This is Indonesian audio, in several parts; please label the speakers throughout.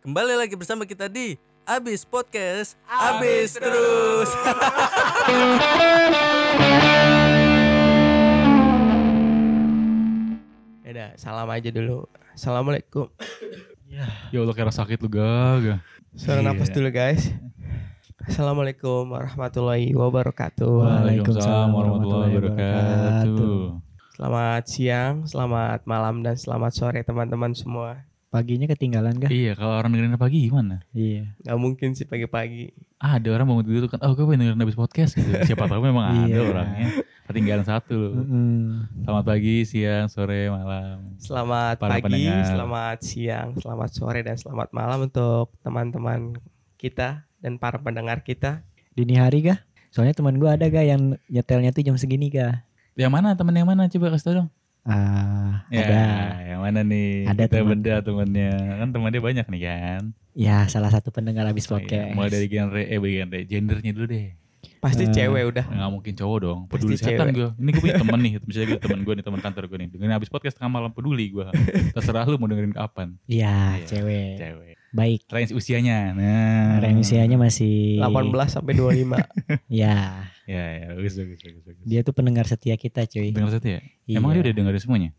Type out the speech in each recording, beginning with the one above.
Speaker 1: Kembali lagi bersama kita di Abis Podcast, Abis, Terus.
Speaker 2: Yaudah, salam aja dulu. Assalamualaikum.
Speaker 3: Ya Allah kayak sakit lu gaga. Iya.
Speaker 2: Suara nafas dulu guys. Assalamualaikum warahmatullahi wabarakatuh.
Speaker 3: Waalaikumsalam warahmatullahi wabarakatuh.
Speaker 2: Selamat siang, selamat malam, dan selamat sore teman-teman semua.
Speaker 4: Paginya ketinggalan kah?
Speaker 3: Iya, kalau orang dengerin pagi gimana?
Speaker 4: Iya.
Speaker 2: Gak mungkin sih pagi-pagi.
Speaker 3: Ah, ada orang bangun tidur kan, oh gue pengen dengerin habis podcast gitu. Siapa tahu memang ada
Speaker 4: Iya.
Speaker 3: orangnya. Ketinggalan satu.
Speaker 4: Mm-mm.
Speaker 3: Selamat pagi, siang, sore, malam.
Speaker 2: Selamat
Speaker 3: Para
Speaker 2: pagi,
Speaker 3: pendengar.
Speaker 2: selamat siang, selamat sore, dan selamat malam untuk teman-teman kita dan para pendengar kita.
Speaker 4: Dini hari kah? Soalnya teman gua ada kah yang nyetelnya tuh jam segini kah?
Speaker 3: Yang mana temen yang mana? Coba kasih tau dong.
Speaker 4: Ah,
Speaker 3: Ya,
Speaker 4: ada.
Speaker 3: yang mana nih?
Speaker 4: Ada
Speaker 3: Kita
Speaker 4: teman.
Speaker 3: beda temennya. Kan temannya banyak nih kan.
Speaker 4: Ya, salah satu pendengar habis
Speaker 3: Iya,
Speaker 4: podcast.
Speaker 3: Mulai dari genre, eh dari genre, gendernya dulu deh.
Speaker 2: Pasti
Speaker 4: Eh,
Speaker 2: cewek udah.
Speaker 3: Ya, Nggak mungkin cowok dong.
Speaker 2: Pasti
Speaker 3: Peduli setan
Speaker 2: cewek.
Speaker 3: gue. Ini gue punya temen nih. Misalnya gue temen gue nih, temen kantor gue nih. Dengerin habis podcast tengah malam peduli gue. Terserah lu mau dengerin kapan.
Speaker 4: Iya,
Speaker 3: Iya,
Speaker 4: cewek.
Speaker 3: Cewek.
Speaker 4: Baik.
Speaker 3: Range usianya. Nah.
Speaker 4: Range usianya masih
Speaker 3: Iya.
Speaker 2: 18 sampai 25.
Speaker 4: Ya,
Speaker 3: Ya, ya. Bagus, bagus, bagus. bagus.
Speaker 4: dia tuh pendengar setia kita, cuy.
Speaker 3: Dengar satu ya?
Speaker 4: Iya.
Speaker 3: Emang dia udah dengerin semuanya?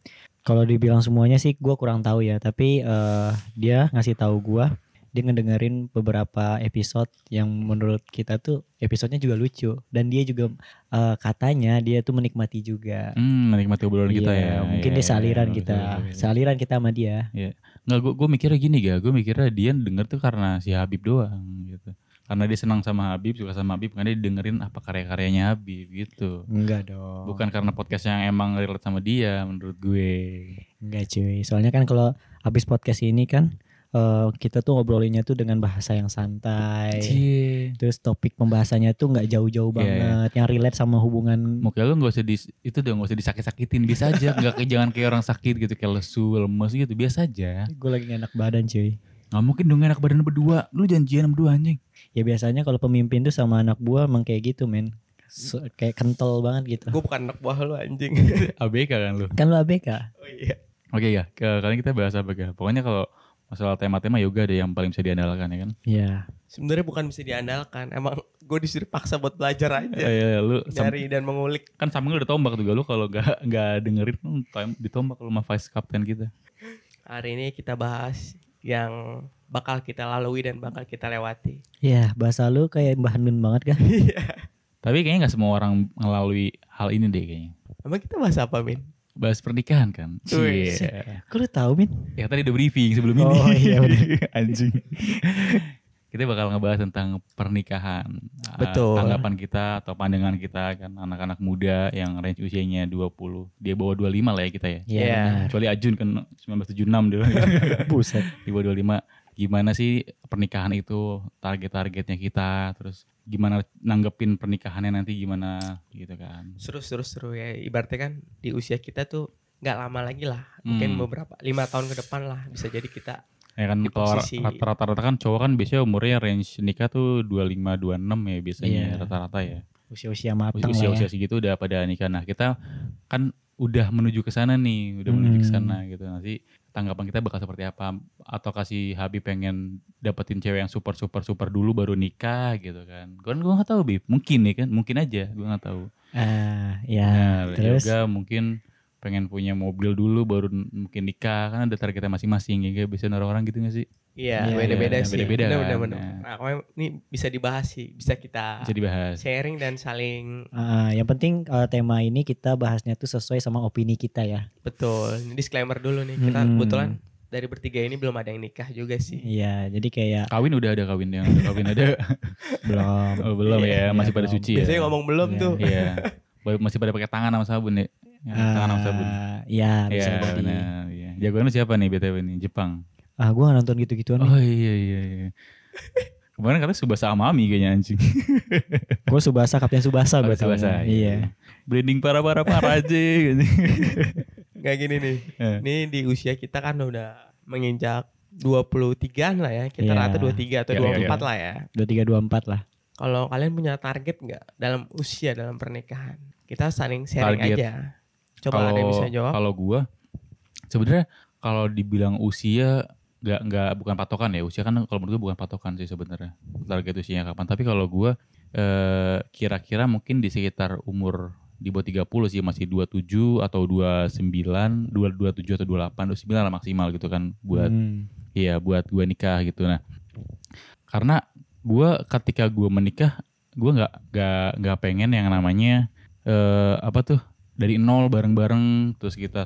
Speaker 4: Kalau dibilang semuanya sih gua kurang tahu ya, tapi eh, dia ngasih tahu gua dia ngedengerin beberapa episode yang menurut kita tuh episodenya juga lucu dan dia juga eh, katanya dia tuh menikmati juga.
Speaker 3: Hmm, menikmati obrolan kita
Speaker 4: Iya,
Speaker 3: ya.
Speaker 4: Mungkin
Speaker 3: Iya,
Speaker 4: dia saliran
Speaker 3: iya,
Speaker 4: kita.
Speaker 3: betul, betul, betul.
Speaker 4: Saliran kita sama dia.
Speaker 3: Nggak, gue, gue mikirnya gini ga. Gue mikirnya dia denger tuh karena si Habib doang gitu. Karena dia senang sama Habib, suka sama Habib, karena dia dengerin apa karya-karyanya Habib gitu.
Speaker 4: Enggak dong.
Speaker 3: Bukan karena podcast yang emang relate sama dia menurut gue.
Speaker 4: Enggak cuy. Soalnya kan kalau habis podcast ini kan eh, kita tuh ngobrolinnya tuh dengan bahasa yang
Speaker 3: Iya.
Speaker 4: santai.
Speaker 3: Cie.
Speaker 4: Terus topik pembahasannya tuh nggak
Speaker 3: Iya,
Speaker 4: jauh-jauh banget yang relate sama hubungan
Speaker 3: Muka lu gak usah di, itu udah gak usah disakit-sakitin bisa aja nggak kayak- jangan kayak orang sakit gitu kayak lesu lemes gitu biasa aja
Speaker 4: gue lagi gak enak badan cuy.
Speaker 3: nggak mungkin dong enak badan berdua lu janjian berdua anjing
Speaker 4: Ya biasanya kalau pemimpin tuh sama anak buah emang kayak gitu, men. So- kayak kental banget gitu.
Speaker 2: Gue bukan anak buah lu anjing.
Speaker 3: ABK kan lu
Speaker 4: Kan lu ABK.
Speaker 2: Oh iya.
Speaker 3: oke ya ke, kali ini kita bahas apa ya pokoknya kalau masalah tema-tema yoga ada yang paling bisa diandalkan ya kan
Speaker 4: Iya.
Speaker 2: Sebenarnya bukan bisa diandalkan. Emang gue disuruh paksa buat belajar
Speaker 3: Iya
Speaker 2: aja.
Speaker 3: iya, lu sam-
Speaker 2: Dari dan mengulik.
Speaker 3: kan samping lu udah tombak juga lu kalau nggak nggak dengerin lu time- ditombak lu sama vice captain kita
Speaker 2: Hari ini kita bahas yang bakal kita lalui dan bakal kita lewati.
Speaker 4: Iya, bahasa lu kayak Mbah Nun banget kan?
Speaker 3: tapi kayaknya nggak semua orang melalui hal ini deh kayaknya
Speaker 2: Emang kita bahas apa, Min?
Speaker 3: bahas pernikahan kan
Speaker 2: Wih,
Speaker 3: Cie.
Speaker 4: Kok lu tahu, Min?
Speaker 3: Ya tadi udah briefing sebelum ini.
Speaker 4: Oh, iya, benar.
Speaker 3: Anjing. kita bakal ngebahas tentang pernikahan. Ah,
Speaker 2: Betul.
Speaker 3: Tanggapan kita atau pandangan kita kan anak-anak muda yang range usianya 20. Dia bawa 25 lah ya kita ya.
Speaker 4: Iya.
Speaker 2: Iya.
Speaker 4: benar.
Speaker 3: Kecuali Ajun kan 1976 dia.
Speaker 4: Buset.
Speaker 3: di bawah 25. Gimana sih pernikahan itu, target-targetnya kita, terus gimana nanggepin pernikahannya nanti gimana gitu kan.
Speaker 2: Seru, seru, seru ya. Ibaratnya kan di usia kita tuh nggak lama lagi lah. Mungkin
Speaker 3: Hmm.
Speaker 2: beberapa, lima tahun ke depan lah. Bisa jadi kita.
Speaker 3: Ya kan
Speaker 2: Di
Speaker 3: kalau
Speaker 2: posisi-
Speaker 3: rata-rata kan cowok kan biasanya umurnya range nikah tuh 25 26 ya biasanya
Speaker 4: Iya.
Speaker 3: rata-rata ya.
Speaker 4: Usia-usia matang lah ya.
Speaker 3: Usia-usia segitu udah pada nikah. Nah, kita kan udah menuju ke sana nih, udah menuju ke
Speaker 4: Hmm.
Speaker 3: sana gitu. Nanti tanggapan kita bakal seperti apa atau kasih Habib pengen dapetin cewek yang super super super dulu baru nikah gitu kan. Gue gua nggak tahu, Bib. Mungkin nih kan, mungkin aja, gua nggak tahu.
Speaker 4: Ah, ya.
Speaker 3: Nah,
Speaker 4: terus?
Speaker 3: juga mungkin pengen punya mobil dulu baru n- mungkin nikah kan ada targetnya masing-masing ya kayak biasanya orang-orang gitu gak sih
Speaker 2: Iya,
Speaker 4: Iya,
Speaker 2: beda-beda
Speaker 3: iya,
Speaker 2: sih.
Speaker 3: beda-beda
Speaker 2: Benar,
Speaker 3: kan.
Speaker 2: benar, benar. Nah, kemarin ini bisa dibahas sih. Bisa kita
Speaker 3: bisa dibahas
Speaker 2: sharing dan saling
Speaker 4: Ah, yang penting eh, tema ini kita bahasnya tuh sesuai sama opini kita ya.
Speaker 2: Betul. Hmm. Ini disclaimer dulu nih. Kita
Speaker 4: Mm-mm.
Speaker 2: kebetulan dari bertiga ini belum ada yang nikah juga sih.
Speaker 4: Iya, jadi kayak
Speaker 3: Kawin udah ada kawin yang udah kawin ada
Speaker 4: belum
Speaker 3: oh, belum ya
Speaker 4: Iya,
Speaker 3: masih pada
Speaker 4: belum.
Speaker 3: suci ya.
Speaker 2: Biasanya ngomong belum
Speaker 4: Iya.
Speaker 2: tuh.
Speaker 3: Iya. Baru- masih pada pakai tangan sama sabun ya. Ya, tangan sama sabun.
Speaker 4: Ah, Iya, bisa
Speaker 3: Iya
Speaker 4: jadi.
Speaker 3: benar. Iya. Jagoan lu siapa nih BTW nih? Jepang.
Speaker 4: Ah, gua nggak nonton gitu-gituan. nih.
Speaker 3: Oh iya iya iya. Kemarin katanya Subasa Amami kayaknya anjing.
Speaker 4: Gua Subasa, Kapten Subasa gua tahu.
Speaker 3: Oh, Subasa.
Speaker 4: Iya.
Speaker 3: Branding para-para para aja gitu.
Speaker 2: Nggak gini nih.
Speaker 3: Eh.
Speaker 2: Ini di usia kita kan udah menginjak 23-an lah ya. Kita
Speaker 4: Iya.
Speaker 2: rata 23 atau
Speaker 3: Iya,
Speaker 2: 24
Speaker 3: iya, iya.
Speaker 2: lah ya.
Speaker 4: 2324 lah.
Speaker 2: Kalau kalian punya target nggak dalam usia dalam pernikahan? Kita saling sharing
Speaker 3: Target.
Speaker 2: aja. Coba ada yang bisa jawab.
Speaker 3: Kalau gua sebenarnya kalau dibilang usia nggak nggak bukan patokan ya usia kan kalau menurut gue bukan patokan sih sebenarnya target usianya kapan tapi kalau gue eh, kira-kira mungkin di sekitar umur di bawah 30 sih masih 27 atau 29 27 atau 28 29 lah maksimal gitu kan buat
Speaker 4: Hmm.
Speaker 3: Iya buat gue nikah gitu nah karena gua ketika gua menikah gua nggak nggak nggak pengen yang namanya eh apa tuh dari nol bareng-bareng terus kita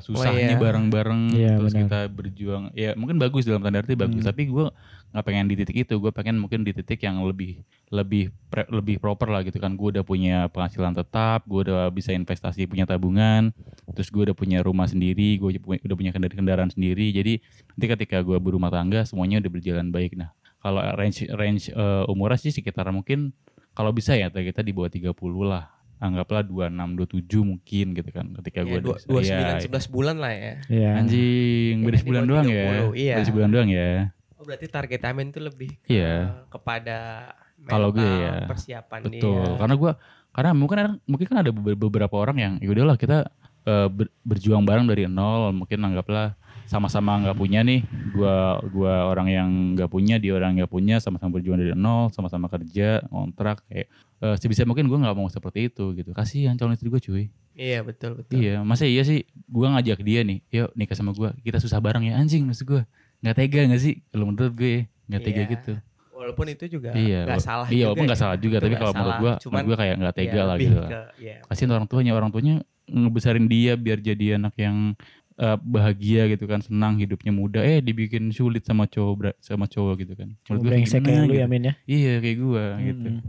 Speaker 2: iya.
Speaker 3: susahnya bareng-bareng
Speaker 4: Oh, Iya,
Speaker 3: terus
Speaker 4: benar.
Speaker 3: kita berjuang ya mungkin bagus dalam tanda arti bagus
Speaker 4: Hmm.
Speaker 3: tapi gua nggak pengen di titik itu gue pengen mungkin di titik yang lebih lebih pre- lebih proper lah gitu kan gue udah punya penghasilan tetap gue udah bisa investasi punya tabungan terus gue udah punya rumah sendiri gue udah punya kendara- kendaraan sendiri jadi nanti ketika gue berumah tangga semuanya udah berjalan baik nah kalau range range eh, umurnya sih sekitar mungkin kalau bisa ya kita di bawah 30 lah anggaplah 26 27 mungkin gitu kan ketika
Speaker 2: Ya,
Speaker 3: gue
Speaker 2: dua, 29 11 bulan lah ya.
Speaker 4: Iya.
Speaker 3: iya. anjing
Speaker 2: Ya,
Speaker 3: beda
Speaker 2: di
Speaker 3: sebulan
Speaker 2: bawah
Speaker 3: doang
Speaker 2: 30,
Speaker 3: ya
Speaker 2: iya.
Speaker 3: beda sebulan doang ya
Speaker 2: Oh, berarti target Amin tuh lebih ke-
Speaker 3: Iya.
Speaker 2: kepada mental,
Speaker 3: Kalau gue ya.
Speaker 2: persiapan
Speaker 3: Betul. kan.
Speaker 2: dia.
Speaker 3: Karena gua karena mungkin ada- mungkin kan ada beber- beberapa orang yang ya udahlah kita eh, ber- berjuang bareng dari nol, mungkin anggaplah sama-sama nggak punya nih. Gua gua orang yang nggak punya, dia orang yang nggak punya, sama-sama berjuang dari nol, sama-sama kerja, kontrak kayak eh, sebisa mungkin gua nggak mau seperti itu gitu. Kasihan calon istri gua cuy.
Speaker 2: Iya, betul betul.
Speaker 3: Iya, masa iya sih gua ngajak dia nih, yuk nikah sama gua. Kita susah bareng ya anjing maksud gua. nggak tega nggak sih? Kalau menurut gue ya, nggak tega
Speaker 2: Iya.
Speaker 3: gitu
Speaker 2: Walaupun itu juga
Speaker 3: iya,
Speaker 2: nggak
Speaker 3: wa-
Speaker 2: salah
Speaker 3: iya,
Speaker 2: juga
Speaker 3: walaupun nggak
Speaker 2: ya.
Speaker 3: salah juga,
Speaker 2: Itu
Speaker 3: tapi
Speaker 2: nggak
Speaker 3: kalau menurut
Speaker 2: salah.
Speaker 3: gua,
Speaker 2: Cuman-
Speaker 3: menurut gua kayak nggak tega
Speaker 2: Iya,
Speaker 3: lah
Speaker 2: lebih
Speaker 3: gitu. lah.
Speaker 2: ke- iya.
Speaker 3: Kasihan orang tuanya, orang tuanya ngebesarin dia biar jadi anak yang eh, bahagia gitu kan, senang hidupnya muda, eh dibikin sulit sama cowok bra- sama cowok gitu kan. Menurut gua
Speaker 4: Brengsek
Speaker 3: gimana
Speaker 4: kayak lu ya
Speaker 3: gitu.
Speaker 4: Min ya.
Speaker 3: Iya, kayak gua gitu.
Speaker 4: Hmm.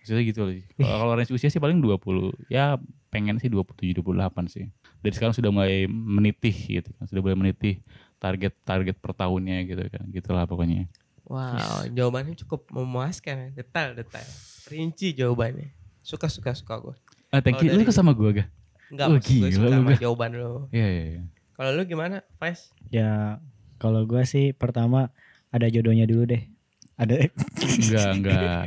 Speaker 3: Maksudnya gitu loh. Kalau kalau range usia sih paling 20. Ya pengen sih 27 28 sih. Dari sekarang sudah mulai menitih gitu kan. Sudah mulai menitih target-target per tahunnya gitu kan. Gitulah pokoknya.
Speaker 2: Wow, jawabannya cukup memuaskan, ya. detail-detail. Rinci jawabannya. Suka-suka suka gue.
Speaker 3: Ah, thank
Speaker 2: Kalau
Speaker 3: you. Lu
Speaker 2: dari-
Speaker 3: suka sama gua, Gah?
Speaker 2: Enggak,
Speaker 3: Wah,
Speaker 2: maksud gue
Speaker 3: gila
Speaker 2: suka
Speaker 3: lu,
Speaker 2: sama
Speaker 3: Bang.
Speaker 2: jawaban lo.
Speaker 3: Iya, iya, iya.
Speaker 2: Kalau lu gimana, Faiz?
Speaker 4: Ya kalau gue sih pertama ada jodohnya dulu deh. Ada
Speaker 3: Enggak, enggak.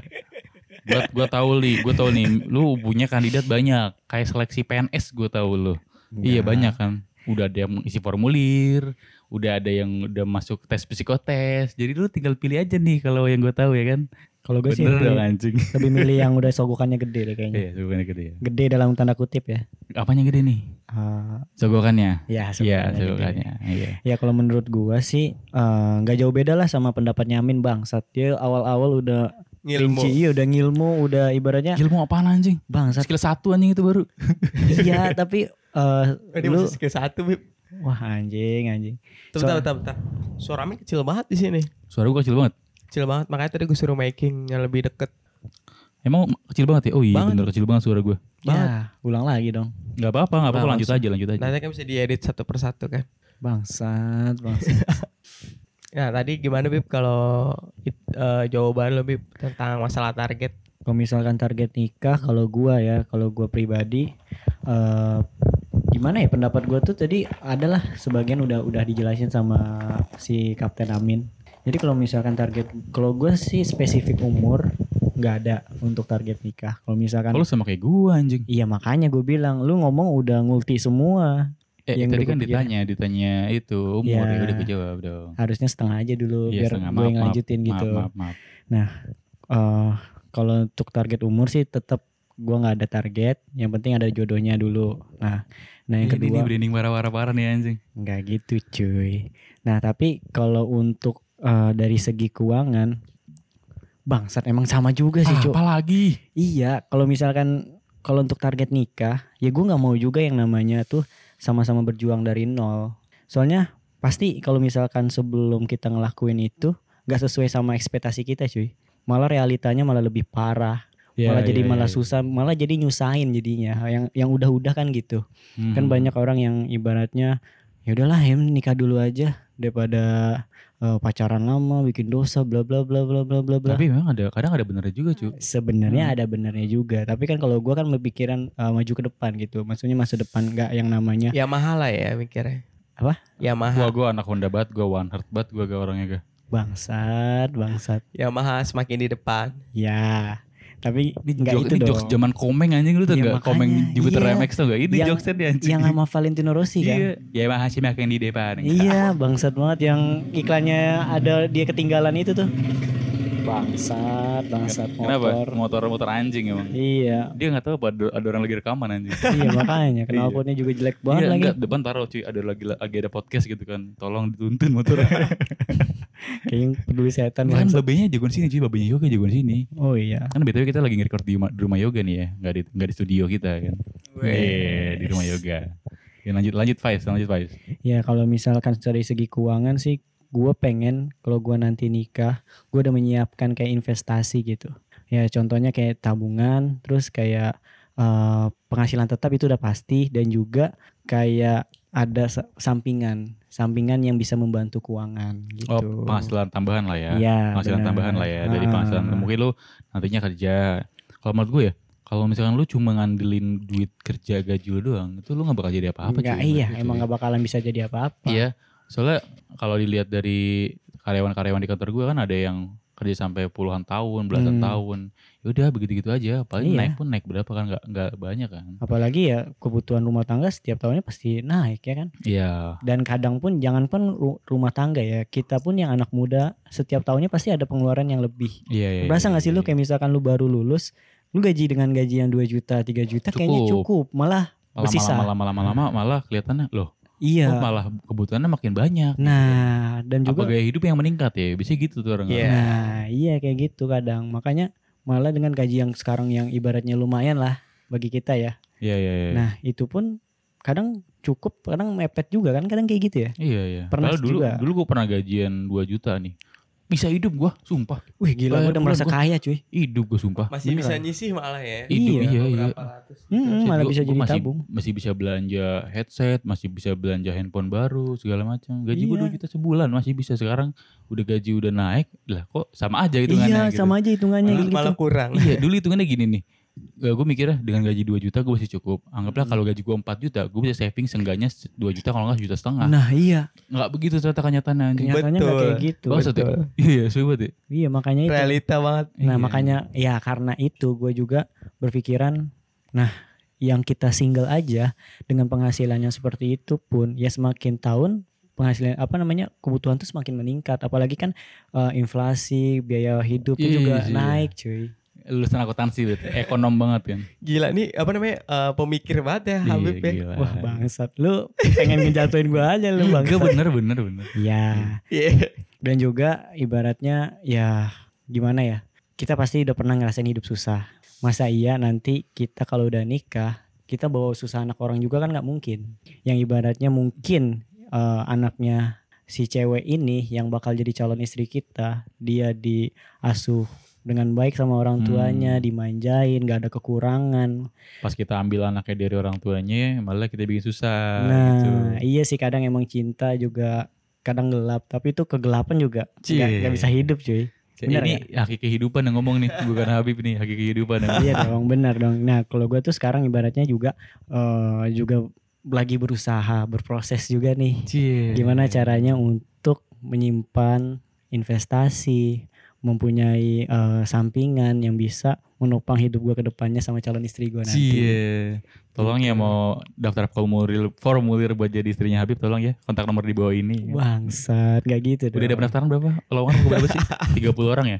Speaker 3: Gua gua tahu li, gua tahu nih lu punya kandidat banyak. Kayak seleksi PNS gua tahu lu. Iya, banyak kan. Udah ada yang isi formulir, udah ada yang udah masuk tes psikotes. Jadi lu tinggal pilih aja nih kalau yang gua tahu ya kan.
Speaker 4: Kalau gue sih
Speaker 3: Bener dong
Speaker 4: lebih,
Speaker 3: anjing.
Speaker 4: lebih milih yang udah sogokannya gede deh kayaknya.
Speaker 3: Iya, sebukannya gede ya.
Speaker 4: Gede dalam tanda kutip ya.
Speaker 3: Apanya gede nih?
Speaker 4: Ah,
Speaker 3: Sogokannya.
Speaker 4: ya
Speaker 3: Iya,
Speaker 4: sogokannya gede.
Speaker 3: sogokannya. Iya.
Speaker 4: Ya kalau menurut gua sih eh, nggak jauh beda lah sama pendapatnya Amin bang. Saat dia awal-awal udah
Speaker 2: Ngilmu.
Speaker 4: rinci, iya, udah ngilmu, udah ibaratnya
Speaker 3: Ilmu apaan anjing?
Speaker 4: bang. Saat,
Speaker 3: Skill satu anjing itu baru.
Speaker 4: iya tapi eh,
Speaker 2: Ini
Speaker 4: lu
Speaker 2: masih skill satu, Bib.
Speaker 4: wah anjing anjing.
Speaker 2: Bentar,
Speaker 4: So-
Speaker 2: bentar, bentar. Suara Amin kecil banget di sini.
Speaker 3: Suara gua kecil banget.
Speaker 2: Kecil banget, makanya tadi gue suruh making yang lebih deket.
Speaker 3: Emang kecil banget ya? Oh iya,
Speaker 2: Banget.
Speaker 3: bener kecil banget suara gua.
Speaker 2: Banget.
Speaker 4: Ya ulang lagi dong.
Speaker 3: Gak apa-apa, gak apa-apa
Speaker 2: Nah,
Speaker 3: lanjut aja, lanjut aja.
Speaker 2: Nanti kan bisa diedit satu persatu kan.
Speaker 4: Bangsat, bangsat.
Speaker 2: Nah tadi gimana Bib kalau it- eh, jawaban lo Bib tentang masalah target?
Speaker 4: kalau misalkan target nikah kalau gua ya, kalau gua pribadi eh gimana ya pendapat gua tuh tadi adalah sebagian udah udah dijelasin sama si Kapten Amin. Jadi kalau misalkan target kalau gua sih spesifik umur nggak ada untuk target nikah. Kalau misalkan
Speaker 3: Kalau sama kayak gua anjing.
Speaker 4: Iya makanya gue bilang lu ngomong udah ngulti semua
Speaker 3: Eh, tadi
Speaker 4: Yang udah
Speaker 3: kan
Speaker 4: kepikiran.
Speaker 3: ditanya, ditanya itu umur
Speaker 4: Iya.
Speaker 3: ya udah kejawab dong.
Speaker 4: harusnya setengah aja dulu
Speaker 3: Iya,
Speaker 4: biar
Speaker 3: setengah.
Speaker 4: gue
Speaker 3: Maaf,
Speaker 4: yang lanjutin
Speaker 3: maaf,
Speaker 4: gitu.
Speaker 3: Maaf, maaf,
Speaker 4: Eh, kalau untuk target umur sih tetap gua nggak ada target yang penting ada jodohnya dulu nah nah yang
Speaker 3: Ini, ini
Speaker 4: kedua
Speaker 3: branding warah-warah parah nih anjing.
Speaker 4: nggak gitu cuy nah tapi kalau untuk eh, dari segi keuangan bangsat emang sama juga sih
Speaker 3: Ah,
Speaker 4: cuy
Speaker 3: apa lagi?
Speaker 4: iya kalau misalkan kalau untuk target nikah ya gua nggak mau juga yang namanya tuh sama-sama berjuang dari nol soalnya pasti kalau misalkan sebelum kita ngelakuin itu nggak sesuai sama ekspektasi kita cuy malah realitanya malah lebih parah
Speaker 3: Iya,
Speaker 4: malah jadi malah susah malah jadi nyusahin jadinya yang yang udah-udah kan gitu kan
Speaker 3: Hmm.
Speaker 4: banyak orang yang ibaratnya ya udahlah ya nikah dulu aja daripada eh, pacaran lama bikin dosa bla bla bla bla bla bla bla
Speaker 3: Tapi memang ada kadang ada benernya juga, cu.
Speaker 4: sebenarnya
Speaker 3: Hmm.
Speaker 4: ada benernya juga tapi kan kalau gua kan berpikiran eh, maju ke depan gitu maksudnya masa depan nggak yang
Speaker 3: Nah.
Speaker 4: namanya
Speaker 2: Ya mahal lah ya mikirnya.
Speaker 4: Apa?
Speaker 2: Ya
Speaker 4: Ah.
Speaker 2: mahal.
Speaker 3: Gua gua anak Honda banget, gua one heart banget gua gak orangnya gak.
Speaker 4: bangsat bangsat
Speaker 2: Ya mahal semakin di depan.
Speaker 4: ya Tapi
Speaker 3: Ini
Speaker 4: nggak
Speaker 3: jokes,
Speaker 4: itu
Speaker 3: ini
Speaker 4: dong.
Speaker 3: jokes zaman komeng anjing lu tuh
Speaker 4: Iya,
Speaker 3: gak? Komeng
Speaker 4: makanya.
Speaker 3: Jupiter
Speaker 4: Iya.
Speaker 3: MX tuh gak? Ini
Speaker 4: Yang-
Speaker 3: jokesnya dia anjing.
Speaker 4: yang sama Valentino Rossi kan.
Speaker 3: Iya. Ya emang Hashim yang di depan.
Speaker 4: Iya, bangsat banget yang iklannya ada dia ketinggalan itu tuh. Bangsat, bangsat
Speaker 3: Kenapa?
Speaker 4: motor.
Speaker 3: Motor-motor anjing emang.
Speaker 4: Iya,
Speaker 3: Dia gak tahu apa ada, ada orang lagi rekaman anjing.
Speaker 4: iya makanya knalpotnya juga jelek banget
Speaker 3: Iya,
Speaker 4: lagi.
Speaker 3: enggak, depan taruh cuy, ada lagi lagi ada podcast gitu kan. Tolong dituntun motor.
Speaker 4: Kayaknya peduli setan
Speaker 3: kan
Speaker 4: Kan bangsat.
Speaker 3: babenya jagoan sini cuy, babenya yoga jagoan sini.
Speaker 4: Oh iya.
Speaker 3: Kan BTW kita lagi nge-record di, ma- di rumah yoga nih ya, enggak di enggak di studio kita kan. Iya, di rumah yoga. Ya, lanjut lanjut Faiz, lanjut Faiz.
Speaker 4: Ya kalau misalkan dari segi keuangan sih gue pengen kalau gue nanti nikah gue udah menyiapkan kayak investasi gitu ya contohnya kayak tabungan terus kayak eh, penghasilan tetap itu udah pasti dan juga kayak ada sa- sampingan sampingan yang bisa membantu keuangan gitu
Speaker 3: Oh, penghasilan tambahan lah ya.
Speaker 4: Iya,
Speaker 3: penghasilan
Speaker 4: benar.
Speaker 3: tambahan lah ya dari
Speaker 4: Ah.
Speaker 3: penghasilan mungkin lu nantinya kerja kalau menurut gue ya kalau misalkan lu cuma ngandelin duit kerja gaji lu doang itu lu nggak bakal jadi apa-apa
Speaker 4: Nggak,
Speaker 3: cuy,
Speaker 4: iya
Speaker 3: menurut gue,
Speaker 4: emang
Speaker 3: cuy.
Speaker 4: nggak bakalan bisa jadi apa-apa
Speaker 3: iya soalnya kalau dilihat dari karyawan-karyawan di kantor gue kan ada yang kerja sampai puluhan tahun belasan
Speaker 4: Hmm.
Speaker 3: tahun ya udah begitu-gitu aja paling
Speaker 4: Iya.
Speaker 3: naik pun naik berapa kan nggak nggak banyak kan
Speaker 4: apalagi ya kebutuhan rumah tangga setiap tahunnya pasti naik ya kan
Speaker 3: iya
Speaker 4: dan kadang pun jangan pun ru- rumah tangga ya kita pun yang anak muda setiap tahunnya pasti ada pengeluaran yang lebih
Speaker 3: iya iya
Speaker 4: berasa
Speaker 3: iya,
Speaker 4: nggak
Speaker 3: iya,
Speaker 4: sih lu
Speaker 3: iya.
Speaker 4: kayak misalkan lu baru lulus lu gaji dengan gaji yang 2 juta 3 juta kayaknya
Speaker 3: Cukup.
Speaker 4: cukup malah bersisa.
Speaker 3: lama-lama lama-lama lama malah kelihatannya loh kok
Speaker 4: iya
Speaker 3: malah kebutuhannya makin banyak
Speaker 4: nah dan
Speaker 3: Iya. apa
Speaker 4: juga
Speaker 3: gaya hidup yang meningkat ya biasanya gitu tuh orang
Speaker 2: Iya.
Speaker 4: nah iya kayak gitu kadang makanya malah dengan gaji yang sekarang yang ibaratnya lumayan lah bagi kita ya
Speaker 3: Iya iya iya.
Speaker 4: nah itu pun kadang cukup kadang mepet juga kan kadang kayak gitu ya
Speaker 3: iya iya.
Speaker 4: pernah
Speaker 3: Padahal dulu
Speaker 4: juga.
Speaker 3: dulu gue pernah gajian 2 juta nih. Bisa hidup gua, sumpah.
Speaker 4: wih gila
Speaker 3: Bayar
Speaker 4: gue udah
Speaker 3: bulan
Speaker 4: merasa
Speaker 3: gua.
Speaker 4: kaya cuy
Speaker 3: Hidup gue sumpah.
Speaker 2: Masih bisa
Speaker 4: Beneran.
Speaker 2: nyisih malah ya.
Speaker 3: Hidup,
Speaker 2: Berapa
Speaker 3: iya, iya.
Speaker 2: ratus gitu.
Speaker 4: Hmm, malah
Speaker 3: Gua-
Speaker 4: bisa
Speaker 3: gua
Speaker 4: jadi
Speaker 3: masih,
Speaker 4: tabung
Speaker 3: Masih bisa belanja headset, masih bisa belanja handphone baru, segala macam. Gaji gua
Speaker 4: Iya.
Speaker 3: 2 juta sebulan masih bisa sekarang udah gaji udah naik. Lah kok sama aja
Speaker 4: Iya
Speaker 3: hitungannya gitu.
Speaker 4: sama aja hitungannya
Speaker 2: Malah,
Speaker 4: gitu.
Speaker 2: malah kurang.
Speaker 3: Iya, dulu hitungannya gini nih. Gue mikirnya "Ah, dengan gaji 2 juta gue masih cukup. Anggaplah kalau gaji gue 4 juta, gue bisa saving seenggaknya 2 juta kalau nggak juta setengah.
Speaker 4: Nah iya
Speaker 3: Nggak begitu ternyata kenyataannya. anjing.
Speaker 4: kenyataannya nggak kayak gitu.
Speaker 3: Bang, satu- Iya, sobat ya.
Speaker 4: Iya makanya itu.
Speaker 2: Realita banget.
Speaker 4: Nah
Speaker 3: Iya.
Speaker 4: makanya ya karena itu gue juga berpikiran. Nah yang kita single aja dengan penghasilannya seperti itu pun ya semakin tahun penghasilan apa namanya kebutuhan tuh semakin meningkat apalagi kan eh, inflasi biaya hidup
Speaker 3: Iya,
Speaker 4: juga
Speaker 3: iya.
Speaker 4: naik cuy
Speaker 3: lulusan akuntansi berarti ekonom banget kan
Speaker 2: Gila nih apa namanya eh, pemikir banget ya Habib ya.
Speaker 3: Iya, gila.
Speaker 4: wah bangsat lu pengen ngejatuhin gue aja lu
Speaker 3: Nah. Enggak
Speaker 4: bangsat
Speaker 3: bener bener bener
Speaker 4: ya
Speaker 2: Iya.
Speaker 4: dan juga ibaratnya ya gimana ya kita pasti udah pernah ngerasain hidup susah masa iya nanti kita kalau udah nikah kita bawa susah anak orang juga kan nggak mungkin yang ibaratnya mungkin eh, anaknya si cewek ini yang bakal jadi calon istri kita dia diasuh dengan baik sama orang tuanya
Speaker 3: Hmm.
Speaker 4: dimanjain nggak ada kekurangan
Speaker 3: pas kita ambil anaknya dari orang tuanya malah kita bikin susah
Speaker 4: nah
Speaker 3: gitu.
Speaker 4: iya sih kadang emang cinta juga kadang gelap tapi itu kegelapan juga nggak
Speaker 3: Cie.
Speaker 4: nggak bisa hidup cuy bener
Speaker 3: ini hakiki kehidupan yang ngomong nih bukan Habib nih hakiki kehidupan yang
Speaker 4: Iya dong, benar dong. Nah, kalau gue tuh sekarang ibaratnya juga eh, juga lagi berusaha, berproses juga nih.
Speaker 3: Cie.
Speaker 4: Gimana caranya untuk menyimpan investasi, mempunyai eh, sampingan yang bisa menopang hidup gue ke depannya sama calon istri gue nanti.
Speaker 3: Cie. Tolong ya mau daftar formulir formulir buat jadi istrinya Habib tolong ya kontak nomor di bawah ini.
Speaker 4: Bangsat, gak gitu dong.
Speaker 3: Udah ada pendaftaran berapa? Lowongan berapa sih? 30 orang ya?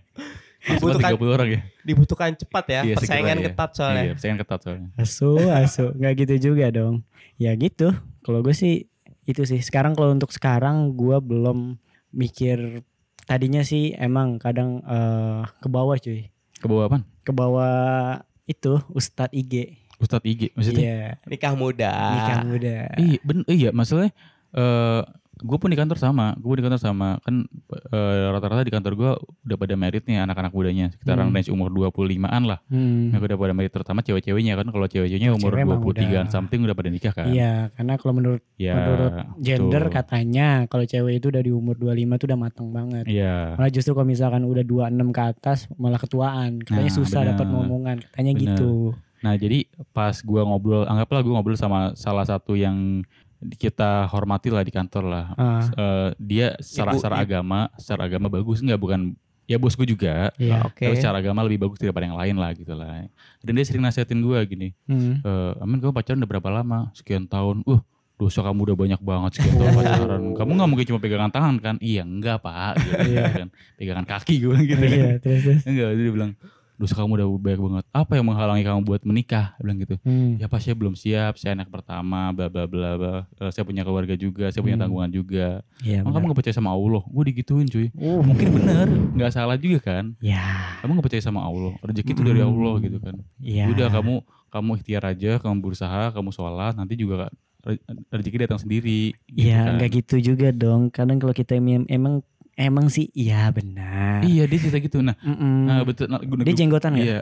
Speaker 3: Maksimal
Speaker 2: Dibutuhkan
Speaker 3: 30 orang ya?
Speaker 2: dibutuhkan cepat ya.
Speaker 3: Iya, segera
Speaker 2: persaingan
Speaker 3: ya.
Speaker 2: ketat soalnya.
Speaker 3: Iya, persaingan ketat soalnya.
Speaker 4: Asu, asu, nggak gitu juga dong. Ya gitu. Kalau gue sih itu sih. Sekarang kalau untuk sekarang gue belum mikir. Tadinya sih emang kadang eh, ke bawah cuy,
Speaker 3: Ke bawah apaan?
Speaker 4: ke bawah itu Ustadz IG.
Speaker 3: Ustadz IG maksudnya?
Speaker 4: Iya.
Speaker 2: Nikah muda.
Speaker 4: Nikah muda.
Speaker 3: Iya, ben- iya masalahnya eh gue pun di kantor sama, gue di kantor sama kan eh, rata-rata di kantor gue udah pada merit nih anak-anak mudanya sekitaran
Speaker 4: Hmm.
Speaker 3: range umur 25-an lah.
Speaker 4: Hmm.
Speaker 3: Yang udah pada merit terutama cewek-ceweknya kan kalau cewek-ceweknya umur
Speaker 4: Cewek emang
Speaker 3: 23-an
Speaker 4: udah.
Speaker 3: something udah pada nikah kan.
Speaker 4: Iya, karena kalau menurut
Speaker 3: Ya,
Speaker 4: menurut gender
Speaker 3: betul.
Speaker 4: katanya kalau cewek itu dari umur 25 tuh udah matang banget.
Speaker 3: Iya.
Speaker 4: Malah justru kalau misalkan udah 26 ke atas malah ketuaan. Katanya
Speaker 3: Nah,
Speaker 4: susah dapat
Speaker 3: bener.
Speaker 4: ngomongan, katanya
Speaker 3: Bener.
Speaker 4: gitu.
Speaker 3: Nah, jadi pas gua ngobrol, anggaplah gua ngobrol sama salah satu yang kita hormati lah di kantor lah.
Speaker 4: Ah. Ya,
Speaker 3: Eh, dia secara,
Speaker 2: Ibu-
Speaker 3: secara
Speaker 2: ibu-
Speaker 3: agama, secara agama bagus enggak bukan ya bosku juga
Speaker 4: Iya.
Speaker 2: Oke.
Speaker 3: tapi secara agama lebih bagus daripada yang lain lah gitu lah dan dia sering nasihatin gue gini
Speaker 4: Hmm.
Speaker 3: eh Amin kamu pacaran udah berapa lama sekian tahun uh dosa kamu udah banyak banget sekian tahun pacaran kamu nggak mungkin cuma pegangan tangan kan iya enggak pak gitu, kan pegangan kaki gue bilang gitu kan.
Speaker 4: Iya, terus terus.
Speaker 3: enggak jadi dia bilang dosa kamu udah banyak banget apa yang menghalangi kamu buat menikah dia bilang gitu
Speaker 4: Hmm.
Speaker 3: ya pas saya belum siap saya anak pertama bla bla bla bla Eh, saya punya keluarga juga saya punya
Speaker 4: Hmm.
Speaker 3: tanggungan juga
Speaker 4: Iya.
Speaker 3: Emang kamu
Speaker 4: benar.
Speaker 3: gak percaya sama Allah gue digituin cuy
Speaker 4: Oh,
Speaker 3: mungkin bener nggak salah juga kan
Speaker 4: Ya,
Speaker 3: kamu gak percaya sama Allah rezeki itu dari Allah gitu kan
Speaker 4: Hmm. ya.
Speaker 3: udah kamu kamu ikhtiar aja kamu berusaha kamu sholat nanti juga re- rezeki datang sendiri gitu
Speaker 4: Ya,
Speaker 3: kan.
Speaker 4: nggak gitu juga dong. Kadang kalau kita em- emang emang sih iya benar.
Speaker 3: iya dia cerita gitu nah,
Speaker 4: Mm-mm.
Speaker 3: nah, betul Iya. nah, gua-
Speaker 4: Hmm. Dia jenggotan nggak?
Speaker 3: iya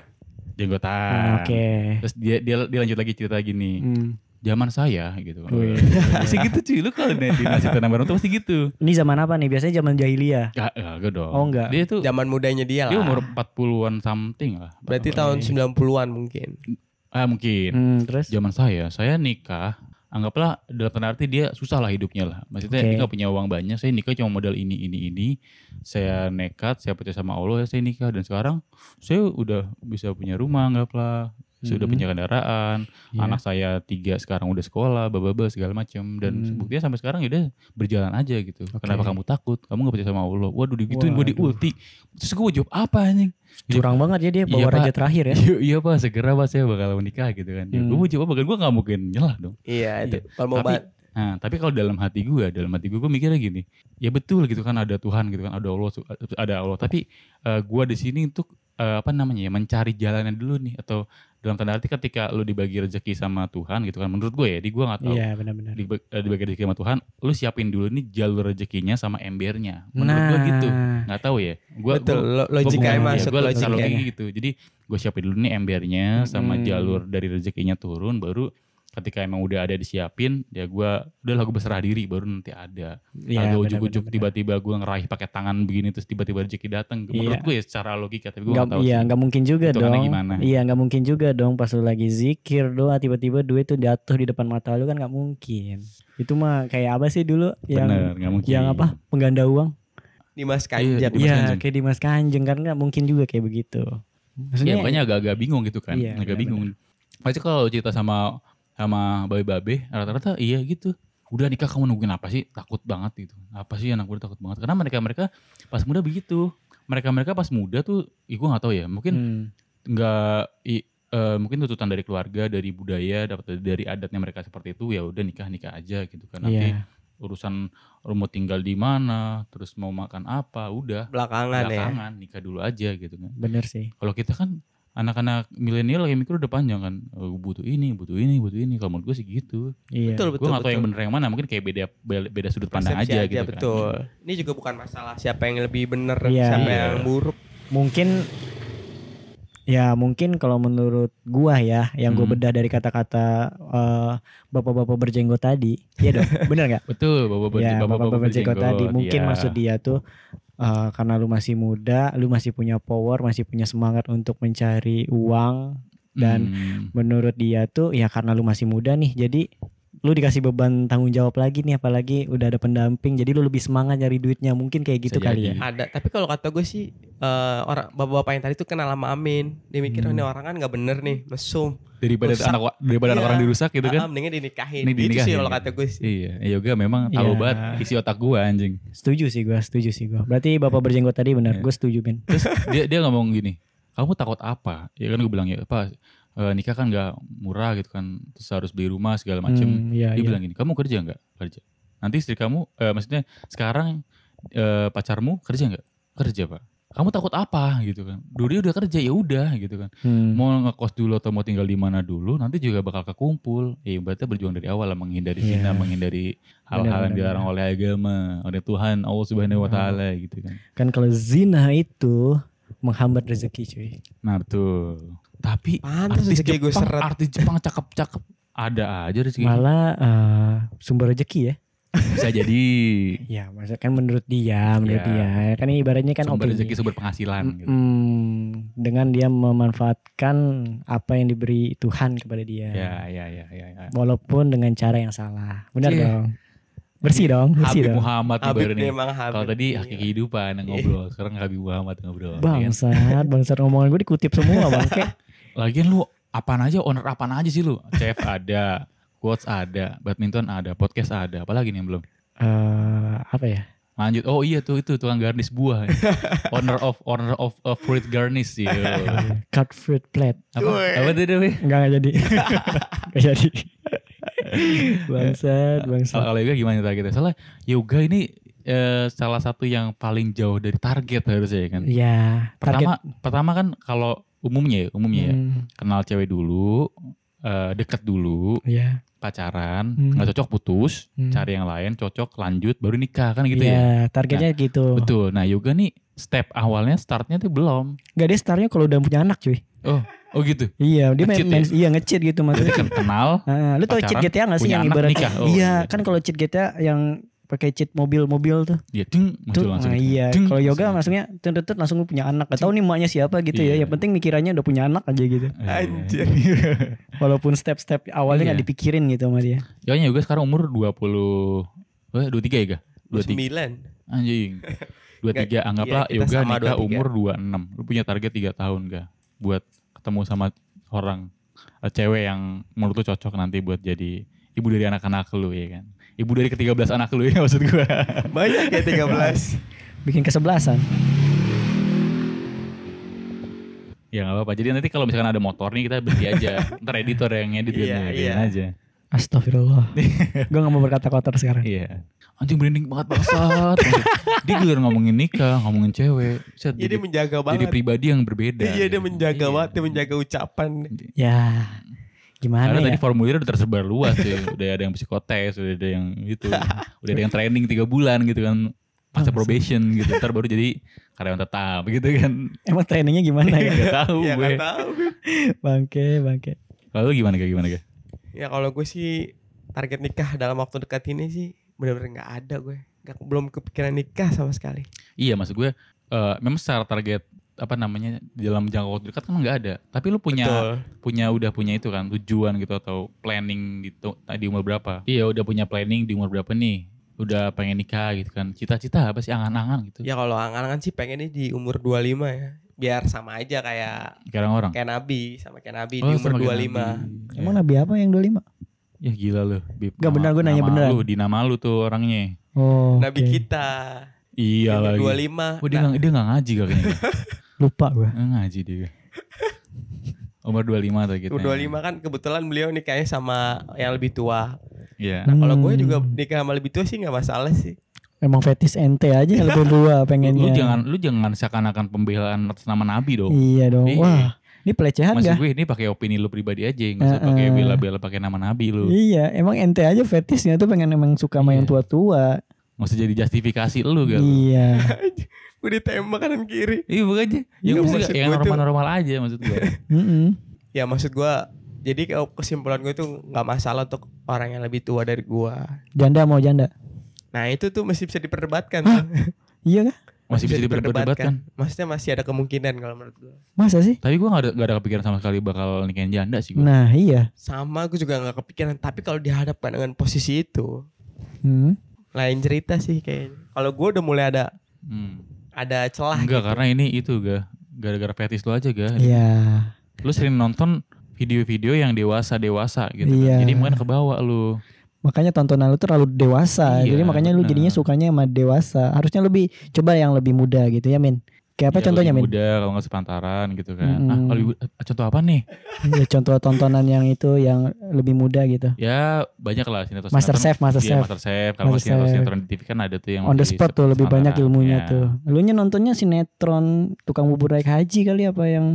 Speaker 3: jenggotan
Speaker 4: Ah, Oke.
Speaker 3: terus dia, dia dia lanjut lagi cerita gini
Speaker 4: Hmm.
Speaker 3: zaman saya gitu kan
Speaker 4: Wih.
Speaker 3: pasti gitu cuy lu kalau di nasi tanam bareng tuh pasti gitu
Speaker 4: Ini zaman apa nih? Biasanya zaman jahiliyah.
Speaker 3: Gak, gak dong.
Speaker 4: Oh, enggak.
Speaker 3: Dia tuh
Speaker 2: Zaman mudanya dia
Speaker 3: dia
Speaker 2: lah.
Speaker 3: umur 40-an something lah.
Speaker 2: Berarti
Speaker 3: Apa-
Speaker 2: tahun 90-an mungkin.
Speaker 3: Ah mungkin.
Speaker 4: Hmm, terus?
Speaker 3: Zaman saya, saya nikah anggaplah dalam tanda arti dia susah lah hidupnya lah. Maksudnya
Speaker 4: Oke.
Speaker 3: dia nggak punya uang banyak, saya nikah cuma modal ini ini ini. Saya nekat, saya percaya sama Allah, saya nikah dan sekarang saya udah bisa punya rumah anggaplah. Saya udah
Speaker 4: Mhm.
Speaker 3: punya kendaraan,
Speaker 4: Iya.
Speaker 3: anak saya tiga sekarang udah sekolah, bababa segala macam dan
Speaker 4: Hmm.
Speaker 3: buktinya sampai sekarang ya udah berjalan aja gitu.
Speaker 4: Oke.
Speaker 3: Kenapa kamu takut? Kamu nggak percaya sama Allah? Waduh digituin gue di
Speaker 4: Waduh.
Speaker 3: ulti. Terus gue jawab apa anjing?
Speaker 4: Curang banget ya dia
Speaker 3: Iya,
Speaker 4: bawa
Speaker 3: Pak.
Speaker 4: raja terakhir ya.
Speaker 3: Iya, iya pak, segera pak saya bakal menikah gitu kan.
Speaker 4: Hmm.
Speaker 3: Gue mau coba, bahkan gue gak mungkin nyelah dong.
Speaker 2: Iya itu. Kalau mau
Speaker 3: Tapi,
Speaker 2: ba-
Speaker 3: nah, tapi kalau dalam hati gue, dalam hati gue, gue mikirnya gini, ya betul gitu kan ada Tuhan gitu kan, ada Allah, su- ada Allah. Tapi eh, gue di sini untuk eh, apa namanya ya, mencari jalannya dulu nih atau dalam tanda arti ketika lu dibagi rezeki sama Tuhan gitu kan, menurut gue ya, di gue nggak tahu.
Speaker 4: Iya, benar-benar.
Speaker 3: Diba- eh, Dibagi rezeki sama Tuhan, lu siapin dulu nih jalur rezekinya sama embernya. Menurut gue gitu,
Speaker 4: Nah.
Speaker 3: nggak tahu ya. Gua,
Speaker 2: Nah. betul
Speaker 3: gua-
Speaker 2: lo- logikanya
Speaker 4: bukan-
Speaker 2: masuk
Speaker 3: gue
Speaker 2: logikanya.
Speaker 3: gitu jadi gue siapin dulu nih embernya sama
Speaker 4: Mm-mm.
Speaker 3: jalur dari rezekinya turun baru ketika emang udah ada disiapin ya gue udah lagu berserah diri baru nanti ada
Speaker 4: Iya,
Speaker 3: agak
Speaker 4: benar-benar,
Speaker 3: ujuk-ujuk
Speaker 4: benar.
Speaker 3: tiba-tiba gue ngeraih pakai tangan begini terus tiba-tiba rezeki datang menurut
Speaker 4: Iya.
Speaker 3: gue ya secara logika tapi gue
Speaker 4: Nggak,
Speaker 3: nggak tahu
Speaker 4: iya,
Speaker 3: sih.
Speaker 4: nggak mungkin juga
Speaker 3: Hitungannya
Speaker 4: dong.
Speaker 3: gimana.
Speaker 4: Iya, nggak mungkin juga dong pas lu lagi zikir doa tiba-tiba duit tuh jatuh di depan mata lu kan nggak mungkin. Itu mah kayak apa sih dulu yang
Speaker 3: Bener, nggak mungkin
Speaker 4: yang apa? Pengganda uang.
Speaker 2: Dimas Kanjat.
Speaker 3: Dimas
Speaker 4: Iya,
Speaker 3: Kanjeng.
Speaker 4: kayak Dimas Kanjeng kan nggak mungkin juga kayak begitu.
Speaker 3: ya
Speaker 4: Maksudnya
Speaker 3: makanya agak-agak bingung gitu kan
Speaker 4: Iya,
Speaker 3: agak
Speaker 4: benar-benar.
Speaker 3: bingung pasti kalau cerita sama sama babe-babe rata-rata iya gitu udah nikah kamu nungguin apa sih takut banget gitu apa sih anak muda takut banget karena mereka mereka pas muda begitu mereka mereka pas muda tuh ih gue nggak tahu ya mungkin
Speaker 4: Hmm.
Speaker 3: nggak i- eh, mungkin tuntutan dari keluarga dari budaya dapat dari adatnya mereka seperti itu ya udah nikah nikah aja gitu kan nanti
Speaker 4: Iya.
Speaker 3: urusan lu mau tinggal di mana terus mau makan apa udah
Speaker 2: Belakangan ya.
Speaker 3: belakangan nikah dulu aja gitu kan
Speaker 4: Bener sih.
Speaker 3: kalau kita kan anak-anak milenial yang mikir udah panjang kan Eh, butuh ini butuh ini butuh ini kalau menurut gue sih gitu
Speaker 4: Iya.
Speaker 2: Betul
Speaker 3: gue
Speaker 2: betul.
Speaker 3: nggak tahu yang
Speaker 2: betul.
Speaker 3: bener yang mana mungkin kayak beda beda beda sudut pandang
Speaker 2: Persepsi
Speaker 3: aja, gitu kan.
Speaker 2: betul. Ini juga bukan masalah siapa yang lebih bener,
Speaker 4: Iya.
Speaker 2: siapa
Speaker 3: Iya.
Speaker 2: yang buruk.
Speaker 4: mungkin ya mungkin kalau menurut gua ya yang gua
Speaker 3: Hmm.
Speaker 4: bedah dari kata-kata eh, bapak-bapak berjenggot tadi ya dong bener nggak
Speaker 3: betul bapak bapak iya.
Speaker 4: ya bapak-bapak berjenggot tadi mungkin maksud dia tuh eh, karena lu masih muda lu masih punya power masih punya semangat untuk mencari uang dan
Speaker 3: Hmm.
Speaker 4: menurut dia tuh ya karena lu masih muda nih jadi lu dikasih beban tanggung jawab lagi nih apalagi udah ada pendamping jadi lu lebih semangat nyari duitnya mungkin kayak gitu
Speaker 3: Bisa
Speaker 4: kali
Speaker 3: jadi.
Speaker 4: ya
Speaker 2: Ada. Tapi kalau kata gue sih eh, orang bapak-bapak yang tadi tuh kenal sama Amin. Dia mikir
Speaker 4: Hmm.
Speaker 2: ini orang kan nggak bener nih, mesum.
Speaker 3: daripada
Speaker 2: Rusak.
Speaker 3: anak daripada anak
Speaker 2: Iya.
Speaker 3: orang dirusak gitu
Speaker 2: Ah,
Speaker 3: kan
Speaker 2: mendingan dinikahin.
Speaker 3: Ini
Speaker 2: Itu sih
Speaker 3: dinikahin.
Speaker 2: kalau kata gue sih.
Speaker 3: iya yoga memang tahu
Speaker 4: Iya.
Speaker 3: banget isi otak gue anjing
Speaker 4: Setuju sih gua setuju sih gua Berarti bapak berjenggot tadi benar,
Speaker 3: Iya.
Speaker 4: gue setuju Ben.
Speaker 3: terus dia dia ngomong gini kamu takut apa ya kan gue bilang ya pak eh, nikah kan nggak murah gitu kan terus harus beli rumah segala macem
Speaker 4: Hmm, iya,
Speaker 3: dia
Speaker 4: iya.
Speaker 3: bilang gini kamu kerja nggak kerja nanti istri kamu eh, maksudnya sekarang eh, pacarmu kerja nggak kerja pak kamu takut apa gitu kan dulu dia udah kerja ya udah gitu kan
Speaker 4: Hmm.
Speaker 3: mau ngekos dulu atau mau tinggal di mana dulu nanti juga bakal kekumpul ya berarti berjuang dari awal lah menghindari
Speaker 4: Iya.
Speaker 3: zina menghindari
Speaker 4: Benar,
Speaker 3: hal-hal yang
Speaker 4: benar,
Speaker 3: dilarang oleh agama oleh Tuhan Allah Subhanahu Wa Taala gitu kan
Speaker 4: Kan kalau zina itu menghambat rezeki cuy.
Speaker 3: nah betul tapi
Speaker 2: Pantes
Speaker 3: artis
Speaker 2: rezeki gue
Speaker 3: Jepang
Speaker 2: seret.
Speaker 3: artis Jepang cakep-cakep ada aja rezeki
Speaker 4: Malah eh, sumber rezeki ya.
Speaker 3: bisa jadi
Speaker 4: Ya maksudnya kan menurut dia, menurut
Speaker 3: Ya.
Speaker 4: dia. Kan ini ibaratnya kan
Speaker 3: sumber
Speaker 4: opini.
Speaker 3: rezeki sumber penghasilan gitu.
Speaker 4: Mm, dengan dia memanfaatkan apa yang diberi Tuhan kepada dia.
Speaker 3: Ya, ya, ya, ya, ya.
Speaker 4: Walaupun dengan cara yang salah. Benar
Speaker 3: Cie.
Speaker 4: dong. bersih dong bersih
Speaker 3: Iya. Habib
Speaker 4: dong
Speaker 3: Muhammad ya nih
Speaker 2: Habib
Speaker 3: baru nih.
Speaker 2: memang Habib.
Speaker 3: Kalau tadi
Speaker 2: Iya.
Speaker 3: hak kehidupan yang ngobrol, sekarang Habib Muhammad yang ngobrol. ya kan?
Speaker 4: bangsat bangsat ngomongan gue dikutip semua bangke
Speaker 3: Lagian lu apaan aja, owner apaan aja sih lu? CF ada, quotes ada, badminton ada, podcast ada, apalagi nih yang belum?
Speaker 4: Eh, apa ya
Speaker 3: Lanjut. Oh iya tuh itu tukang garnish buah. owner of owner of a fruit garnish sih.
Speaker 2: Iya.
Speaker 3: Apa? ya?
Speaker 4: cut fruit plate
Speaker 3: Apa tuh Dewi?
Speaker 4: Enggak enggak jadi. Enggak jadi. bangsat, bangsat.
Speaker 3: Kalau kalau yoga gimana targetnya? Soalnya yoga ini eh, salah satu yang paling jauh dari target harusnya ya kan.
Speaker 4: Ya,
Speaker 3: Pertama pertama kan kalau umumnya ya, umumnya ya,
Speaker 4: Hmm,
Speaker 3: kenal cewek dulu, eh, deket dulu,
Speaker 4: ya.
Speaker 3: pacaran,
Speaker 4: Hmm.
Speaker 3: nggak cocok putus,
Speaker 4: Hmm.
Speaker 3: cari yang lain, cocok lanjut, baru nikah kan gitu ya.
Speaker 4: ya, targetnya gitu.
Speaker 3: Betul. Nah yoga nih step awalnya startnya tuh belum.
Speaker 4: Enggak dia startnya kalau udah punya anak, cuy.
Speaker 3: Oh oh gitu.
Speaker 4: Iya, dia main,
Speaker 3: Nge-cheat
Speaker 4: main
Speaker 3: ya?
Speaker 4: iya nge-cheat gitu
Speaker 3: Berarti
Speaker 4: maksudnya.
Speaker 3: kan kenal,
Speaker 4: Ah, lu tau cheat
Speaker 3: pacaran,
Speaker 4: GTA gak sih
Speaker 3: punya
Speaker 4: yang
Speaker 3: anak,
Speaker 4: ibarat
Speaker 3: nikah. Oh,
Speaker 4: iya,
Speaker 3: iya.
Speaker 4: kan kalau cheat GTA yang pakai cheat mobil-mobil tuh.
Speaker 3: ya ding muncul
Speaker 4: tuh
Speaker 3: langsung.
Speaker 4: nah,
Speaker 3: gitu.
Speaker 4: iya,
Speaker 3: Ding,
Speaker 4: kalau yoga
Speaker 3: langsung.
Speaker 4: maksudnya tentu langsung lu punya anak. Gak tahu nih emaknya siapa gitu
Speaker 3: Iya.
Speaker 4: ya. Yang penting mikirannya udah punya anak aja gitu.
Speaker 3: Iya.
Speaker 2: Anjir.
Speaker 4: Walaupun step-step awalnya
Speaker 3: Iya.
Speaker 4: nggak dipikirin gitu sama dia.
Speaker 3: Yoga yoga sekarang umur 20 eh, 23 ya Ga? 23
Speaker 2: Sembilan.
Speaker 3: anjing. 23 anggaplah
Speaker 2: iya, kita
Speaker 3: yoga
Speaker 2: sama
Speaker 3: nikah
Speaker 2: 23.
Speaker 3: umur 26. Lu punya target 3 tahun Ga buat ketemu sama orang eh, cewek yang menurut lu cocok nanti buat jadi ibu dari anak-anak lu ya kan. Ibu dari ke-13 anak lu ya maksud gua.
Speaker 2: Banyak ya 13.
Speaker 4: Bikin kesebelasan.
Speaker 3: ya nggak apa-apa. Jadi nanti kalau misalkan ada motor nih kita berhenti aja. Ntar editor yang ngedit kan,
Speaker 2: Iya,
Speaker 3: ya,
Speaker 2: iya.
Speaker 3: biarin aja.
Speaker 4: Astagfirullah. gue gak mau berkata kotor sekarang.
Speaker 3: Iya. Anjing merinding banget bangsat. dia giliran ngomongin nikah, ngomongin cewek. Set,
Speaker 2: Jadi
Speaker 3: jadi,
Speaker 2: Iya, menjaga
Speaker 3: jadi
Speaker 2: banget.
Speaker 3: pribadi yang berbeda.
Speaker 2: Iya dia
Speaker 3: gitu.
Speaker 2: menjaga
Speaker 3: Iya.
Speaker 2: banget, dia menjaga ucapan.
Speaker 4: Ya, gimana
Speaker 3: Karena
Speaker 4: ya?
Speaker 3: tadi formulirnya udah tersebar luas ya. udah ada yang psikotes, udah ada yang itu. udah ada yang training 3 bulan gitu kan. Masa probation gitu. Ntar baru jadi karyawan tetap gitu kan.
Speaker 4: Emang trainingnya gimana ya?
Speaker 3: Gak tahu
Speaker 2: Ya
Speaker 3: gue.
Speaker 2: nggak tahu. Bib.
Speaker 4: bangke, bangke.
Speaker 3: Kalau lu gimana kayak gimana kayak?
Speaker 2: Ya kalau gue sih target nikah dalam waktu dekat ini sih benar-benar nggak ada gue. Nggak- belum kepikiran nikah sama sekali.
Speaker 3: Iya maksud gue eh, memang secara target apa namanya dalam jangka waktu dekat kan nggak ada. Tapi lu punya
Speaker 2: Betul.
Speaker 3: punya udah punya itu kan tujuan gitu atau planning di tu- di umur berapa? Iya udah punya planning di umur berapa nih? Udah pengen nikah gitu kan? Cita-cita apa sih angan-angan gitu?
Speaker 2: Ya kalau angan-angan sih pengennya di umur 25 ya. Biar sama aja kayak
Speaker 3: Sekarang orang.
Speaker 2: kayak Nabi sama kayak Nabi
Speaker 3: Hmm. Oh,
Speaker 2: di
Speaker 3: sama
Speaker 2: umur
Speaker 3: kayak
Speaker 2: 25.
Speaker 3: Nabi.
Speaker 4: Emang nabi apa yang 25?
Speaker 3: Ya gila lu. Bib.
Speaker 4: Gak
Speaker 3: Nama-
Speaker 4: benar, gue nanya
Speaker 3: nama
Speaker 4: beneran.
Speaker 3: Lu, di nama lu tuh orangnya.
Speaker 4: Oh,
Speaker 2: Nabi
Speaker 4: oke.
Speaker 2: kita
Speaker 3: Iya
Speaker 2: umur
Speaker 3: lagi.
Speaker 2: 25.
Speaker 3: Oh dia,
Speaker 2: Nah,
Speaker 3: gak, dia gak ngaji gak kayaknya.
Speaker 4: Lupa gue.
Speaker 3: Nggak ngaji dia. Umur 25 tuh gitu.
Speaker 2: umur 25 kan kebetulan beliau nikahnya sama
Speaker 3: Hmm.
Speaker 2: yang lebih tua.
Speaker 3: Iya.
Speaker 2: Nah, kalau gue
Speaker 4: Hmm.
Speaker 2: juga nikah sama lebih tua sih nggak masalah sih.
Speaker 4: Emang fetis ente aja yang lebih dua pengennya.
Speaker 3: Lu jangan lu jangan seakan-akan pembelaan atas nama Nabi dong.
Speaker 4: Iya dong.
Speaker 3: Iya.
Speaker 4: Wah, ini pelecehan
Speaker 3: Maksud
Speaker 4: gak?
Speaker 3: gue ini pakai opini lu pribadi aja, nggak usah
Speaker 4: Eh,
Speaker 3: pakai
Speaker 4: eh.
Speaker 3: bela-bela pakai nama Nabi lu.
Speaker 4: Iya, emang ente aja fetisnya tuh pengen emang suka sama
Speaker 3: Iya.
Speaker 4: yang tua-tua.
Speaker 3: Nggak usah jadi justifikasi lu gal.
Speaker 4: Iya.
Speaker 2: gue ditembak kanan kiri.
Speaker 3: Iya makanya. Ya,
Speaker 2: Iya,
Speaker 3: maksud
Speaker 2: maksud
Speaker 3: gue yang
Speaker 2: gue tuh-
Speaker 3: normal-normal aja maksud gue.
Speaker 4: Mm-mm.
Speaker 2: Ya maksud gue jadi kayak kesimpulan gue tuh nggak masalah untuk orang yang lebih tua dari gue.
Speaker 4: Janda mau janda.
Speaker 2: Nah itu tuh masih bisa diperdebatkan.
Speaker 4: Iya kah?
Speaker 3: Masih bisa diperdebatkan.
Speaker 2: Maksudnya masih ada kemungkinan kalau menurut gue.
Speaker 4: Masa sih?
Speaker 3: Tapi gue gak ada, nggak ada kepikiran sama sekali bakal nikahin janda sih gue.
Speaker 4: Nah, iya.
Speaker 2: Sama gue juga nggak kepikiran. Tapi kalau dihadapkan dengan posisi itu
Speaker 4: Hmm.
Speaker 2: lain cerita sih kayaknya. Kalau gue udah mulai ada
Speaker 3: Hmm.
Speaker 2: ada celah.
Speaker 3: Enggak karena ini itu ga gara-gara fetis lu aja ga.
Speaker 4: gitu. Iya.
Speaker 3: Lu sering nonton video-video yang dewasa-dewasa gitu. kan.
Speaker 4: Iya.
Speaker 3: Jadi mungkin kebawa lu.
Speaker 4: Makanya tontonan lu terlalu dewasa.
Speaker 3: Iya,
Speaker 4: Jadi makanya lu jadinya
Speaker 3: bener.
Speaker 4: sukanya sama dewasa. Harusnya lebih coba yang lebih muda gitu ya, Min. Kayak apa
Speaker 3: Ya,
Speaker 4: contohnya,
Speaker 3: lebih
Speaker 4: Min?
Speaker 3: Muda kalau nggak sepantaran gitu kan.
Speaker 4: Mm-mm.
Speaker 3: Ah, kalau ibu- eh, contoh apa nih?
Speaker 4: Ya, contoh tontonan yang itu yang lebih muda gitu.
Speaker 3: Ya banyak lah sinetron.
Speaker 4: Master Chef, Master
Speaker 3: Iya,
Speaker 4: Chef.
Speaker 3: Master Chef. Kalau nggak
Speaker 4: Master
Speaker 3: sinetron,
Speaker 4: Chef.
Speaker 3: sinetron di TV kan ada tuh yang
Speaker 4: On the
Speaker 3: masih
Speaker 4: spot tuh lebih banyak
Speaker 3: sepantaran.
Speaker 4: ilmunya
Speaker 3: Ya.
Speaker 4: tuh. Lu nya nontonnya sinetron tukang bubur naik haji kali apa yang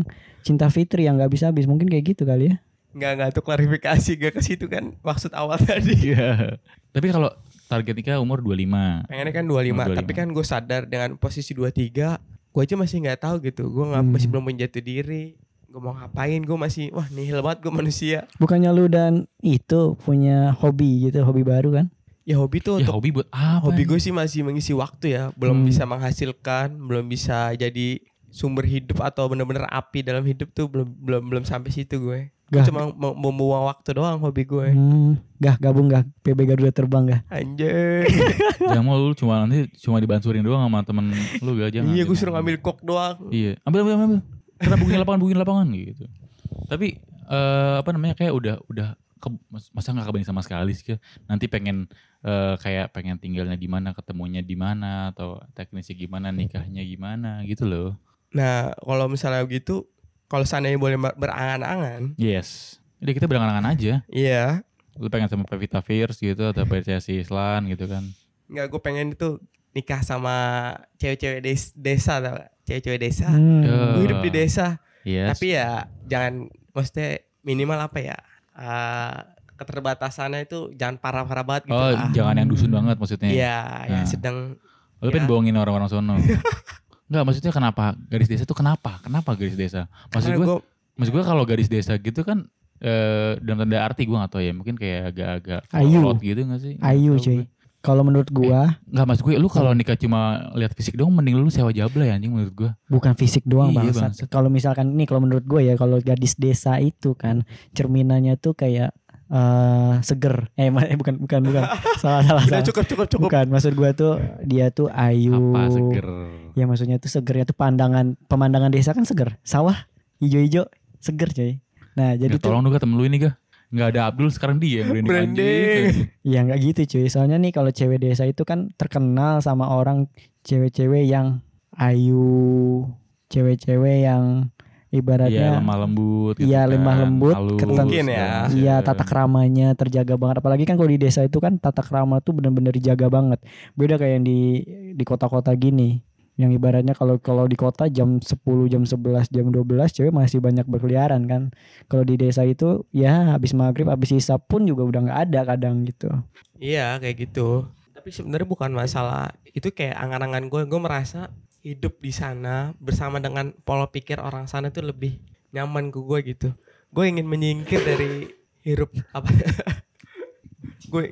Speaker 4: Cinta Fitri yang nggak bisa habis mungkin kayak gitu kali ya.
Speaker 2: Nggak nggak tuh klarifikasi gak ke situ kan maksud awal tadi.
Speaker 3: Iya. Tapi kalau target nikah umur 25.
Speaker 2: Pengennya kan 25,
Speaker 3: Umur 25.
Speaker 2: tapi kan gue sadar dengan posisi 23 gue aja masih nggak tahu gitu. Gue nggak
Speaker 4: Hmm.
Speaker 2: masih belum menjatuh diri. Gue mau ngapain? Gue masih wah nihil banget gue manusia.
Speaker 4: Bukannya lu dan itu punya hobi gitu, hobi baru kan?
Speaker 2: Ya hobi tuh
Speaker 3: Ya
Speaker 2: untuk
Speaker 3: hobi buat apa?
Speaker 2: hobi
Speaker 3: nih?
Speaker 2: gue sih masih mengisi waktu ya. Belum
Speaker 4: Hmm.
Speaker 2: bisa menghasilkan, belum bisa jadi sumber hidup atau bener-bener api dalam hidup tuh belum belum belum sampai situ gue. Gua
Speaker 4: Gah.
Speaker 2: Cuma mau membuang waktu doang hobi gue.
Speaker 4: Hmm, gah gabung gah PB Garuda terbang gah.
Speaker 2: Anjir.
Speaker 3: Iya, Jangan mau lu cuma nanti cuma dibansurin doang sama temen lu gak jangan.
Speaker 2: iya gue
Speaker 3: jangan.
Speaker 2: suruh ngambil kok doang.
Speaker 3: Iya, ambil ambil ambil. Karena bugin lapangan, bugin lapangan gitu. Tapi eh, apa namanya kayak udah udah ke- mas- masa nggak kabarin sama sekali sih Kak? nanti pengen eh, kayak pengen tinggalnya di mana ketemunya di mana atau teknisnya gimana nikahnya gimana gitu loh
Speaker 2: Nah kalau misalnya gitu, kalau seandainya boleh ber- berangan-angan,
Speaker 3: yes udah kita berangan-angan aja
Speaker 2: iya.
Speaker 3: lu pengen sama Pevita Fierce gitu atau Persia Islan gitu kan
Speaker 2: Nggak gue pengen itu nikah sama cewek-cewek des- desa, tau nggak? cewek-cewek desa.
Speaker 4: Hmm.
Speaker 3: Eh.
Speaker 2: Gue hidup di desa.
Speaker 3: yes
Speaker 2: Tapi ya jangan, maksudnya minimal apa ya? eh, keterbatasannya itu jangan parah-parah banget gitu.
Speaker 3: oh
Speaker 2: lah.
Speaker 3: jangan yang dusun banget maksudnya
Speaker 2: Iya, ya
Speaker 3: Nah.
Speaker 2: sedang
Speaker 3: Lu pengen
Speaker 2: Ya.
Speaker 3: bohongin orang-orang sono. Enggak, maksudnya kenapa garis desa tuh kenapa? Kenapa garis desa? Maksud
Speaker 2: karena
Speaker 3: gue,
Speaker 2: gue
Speaker 3: maksud gue kalau garis desa gitu kan eh dalam tanda arti gue gak tau ya, mungkin kayak agak-agak
Speaker 4: Ayu.
Speaker 3: kolot gitu gak sih? Nggak
Speaker 4: Ayu
Speaker 3: tahu
Speaker 4: cuy.
Speaker 3: gue. Eh.
Speaker 4: Kalau menurut gua
Speaker 3: Enggak, maksud gue lu kalau nikah cuma lihat fisik doang mending lu sewa jabla ya anjing menurut gue.
Speaker 4: bukan fisik doang
Speaker 3: Iya,
Speaker 4: bangsat.
Speaker 3: bangsat.
Speaker 4: Kalau misalkan ini kalau menurut gua ya kalau gadis desa itu kan cerminannya tuh kayak eh seger. Eh, ma- eh, bukan bukan bukan. salah salah
Speaker 2: udah
Speaker 4: salah.
Speaker 2: cukup cukup cukup.
Speaker 4: Bukan maksud gua tuh dia tuh ayu.
Speaker 3: Apa seger.
Speaker 4: Ya maksudnya tuh segernya tuh pandangan pemandangan desa kan seger. Sawah hijau-hijau seger cuy. Nah, jadi
Speaker 3: Jadi
Speaker 4: tuh
Speaker 3: Ya, tolong dong temen lu ini gak? Enggak ada Abdul sekarang dia yang branding.
Speaker 2: Branding.
Speaker 3: anjing.
Speaker 4: Ya nggak gitu cuy. Soalnya nih kalau cewek desa itu kan terkenal sama orang cewek-cewek yang ayu, cewek-cewek yang
Speaker 3: Iya,
Speaker 4: ibaratnya
Speaker 3: lemah lembut kan.
Speaker 4: Iya, lemah lembut,
Speaker 3: halus,
Speaker 4: ketem-
Speaker 2: Mungkin ya.
Speaker 3: segala macam.
Speaker 4: Iya tata keramanya terjaga banget. Apalagi kan kalau di desa itu kan tata kerama tuh bener-bener dijaga banget. Beda kayak yang di di kota-kota gini. Yang ibaratnya kalau kalau di kota jam 10, jam 11, jam 12 cewek masih banyak berkeliaran kan. Kalau di desa itu ya habis maghrib, habis isya pun juga udah nggak ada kadang gitu.
Speaker 2: Iya kayak gitu. Tapi sebenarnya bukan masalah. Itu kayak angan-angan gue. Gue merasa hidup di sana bersama dengan pola pikir orang sana itu lebih nyaman ke gue gitu. Gue ingin menyingkir dari hirup apa? gue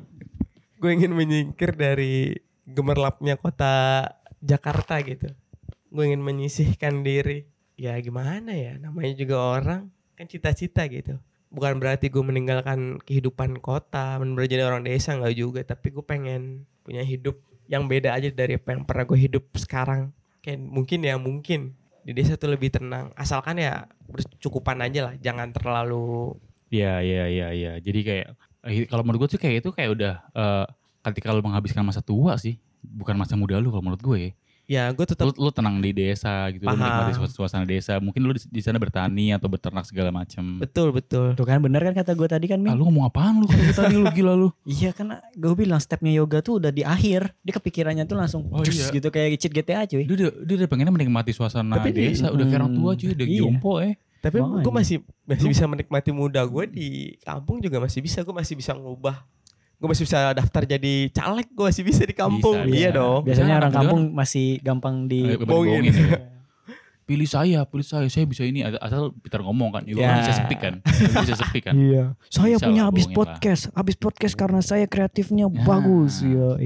Speaker 2: gue ingin menyingkir dari gemerlapnya kota Jakarta gitu. Gue ingin menyisihkan diri. Ya gimana ya? Namanya juga orang kan cita-cita gitu bukan berarti gue meninggalkan kehidupan kota bener-bener jadi orang desa nggak juga tapi gue pengen punya hidup yang beda aja dari apa yang pernah gue hidup sekarang kayak mungkin ya mungkin di desa tuh lebih tenang asalkan ya bercukupan aja lah jangan terlalu
Speaker 3: Iya iya iya iya. Jadi kayak eh, kalau menurut gue tuh kayak itu kayak udah eh, ketika lu menghabiskan masa tua sih, bukan masa muda lu kalau menurut gue.
Speaker 2: ya gue tetap
Speaker 3: Lu, lu tenang di desa gitu, lu
Speaker 2: Paham.
Speaker 3: menikmati suas- suasana desa. Mungkin lu di, di sana bertani atau beternak segala macam.
Speaker 2: betul betul
Speaker 4: Tuh kan bener kan kata gue tadi kan
Speaker 3: Ah,
Speaker 4: Min?
Speaker 3: lu ngomong apaan lu kalau tadi lu gila lu.
Speaker 4: Iya kan gue bilang stepnya yoga tuh udah di akhir. Dia kepikirannya tuh langsung
Speaker 3: Oh,
Speaker 4: cus
Speaker 3: iya.
Speaker 4: gitu kayak cheat GTA cuy.
Speaker 3: Dia udah dia udah pengennya menikmati suasana
Speaker 2: Tapi di-
Speaker 3: desa, udah kayak orang tua
Speaker 4: hmm,
Speaker 3: cuy, udah
Speaker 4: iya.
Speaker 3: jompo eh.
Speaker 2: tapi
Speaker 4: Makanya.
Speaker 2: gue masih masih bisa menikmati muda gue di kampung juga masih bisa gue masih bisa ngubah gue masih bisa daftar jadi caleg gue masih bisa di kampung
Speaker 3: Bisa,
Speaker 2: iya
Speaker 3: bisa.
Speaker 2: dong
Speaker 4: Biasanya
Speaker 3: Jangan,
Speaker 4: orang
Speaker 3: jangan.
Speaker 4: kampung masih gampang di
Speaker 3: Eh,
Speaker 2: bohongin.
Speaker 3: bohongin ya. Pilih saya, pilih saya, saya bisa ini asal Peter ngomong kan, Iwan
Speaker 2: Ya.
Speaker 3: bisa speak kan, Iwan bisa speak kan.
Speaker 4: Iya. Saya
Speaker 3: Bisa
Speaker 4: punya
Speaker 3: lah,
Speaker 4: habis
Speaker 3: bohongin
Speaker 4: podcast, habis podcast karena saya kreatifnya
Speaker 3: Ya.
Speaker 4: bagus. Yo,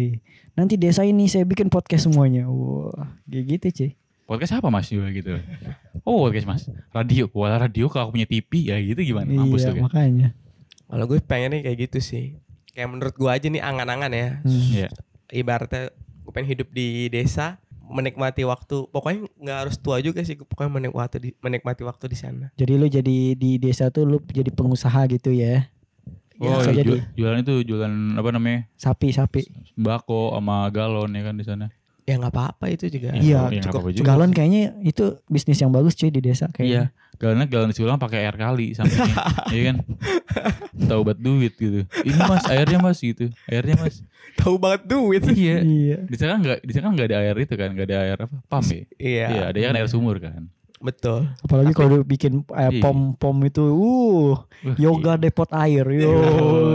Speaker 4: Nanti desa ini saya bikin podcast semuanya. Wah, kayak gitu cuy.
Speaker 3: Podcast apa mas juga gitu Oh podcast mas Radio Wala radio kalau aku punya TV ya gitu gimana Mampus
Speaker 4: iya,
Speaker 3: tuh kan
Speaker 4: makanya.
Speaker 2: Kalau gue pengennya kayak gitu sih. Kayak menurut gue aja nih angan-angan ya.
Speaker 4: Hmm.
Speaker 3: Iya.
Speaker 2: Ibaratnya gue pengen hidup di desa, menikmati waktu. Pokoknya nggak harus tua juga sih. gue Pokoknya menikmati waktu di, menikmati waktu di sana.
Speaker 4: Jadi lu jadi di desa tuh lu jadi pengusaha gitu ya.
Speaker 3: Oh
Speaker 4: Bisa
Speaker 3: iya,
Speaker 4: jadi.
Speaker 3: ju- jualan itu jualan apa namanya
Speaker 4: Sapi-sapi.
Speaker 3: Sembako sama galon ya kan di sana
Speaker 2: Ya nggak apa-apa itu juga.
Speaker 4: Iya,
Speaker 3: Ya, nggak
Speaker 2: cukup-
Speaker 3: apa-apa juga.
Speaker 4: Galon kayaknya itu bisnis yang bagus cuy di
Speaker 3: Iya
Speaker 4: desa kayaknya.
Speaker 3: Galonnya galon disiulang pakai air kali sampingnya Iya kan Taubat duit gitu Ini mas airnya mas gitu Airnya mas
Speaker 2: Tahu banget duit.
Speaker 3: Iya
Speaker 4: Iya.
Speaker 3: Di sana nggak di sana kan nggak ada air itu kan nggak ada air apa Pam ya
Speaker 2: Iya,
Speaker 3: Iya ada kan air sumur kan
Speaker 2: betul.
Speaker 4: Apalagi kalau lu bikin eh,
Speaker 3: Iya.
Speaker 4: pom-pom itu, uh,
Speaker 3: Wah,
Speaker 4: yoga depot air, yo.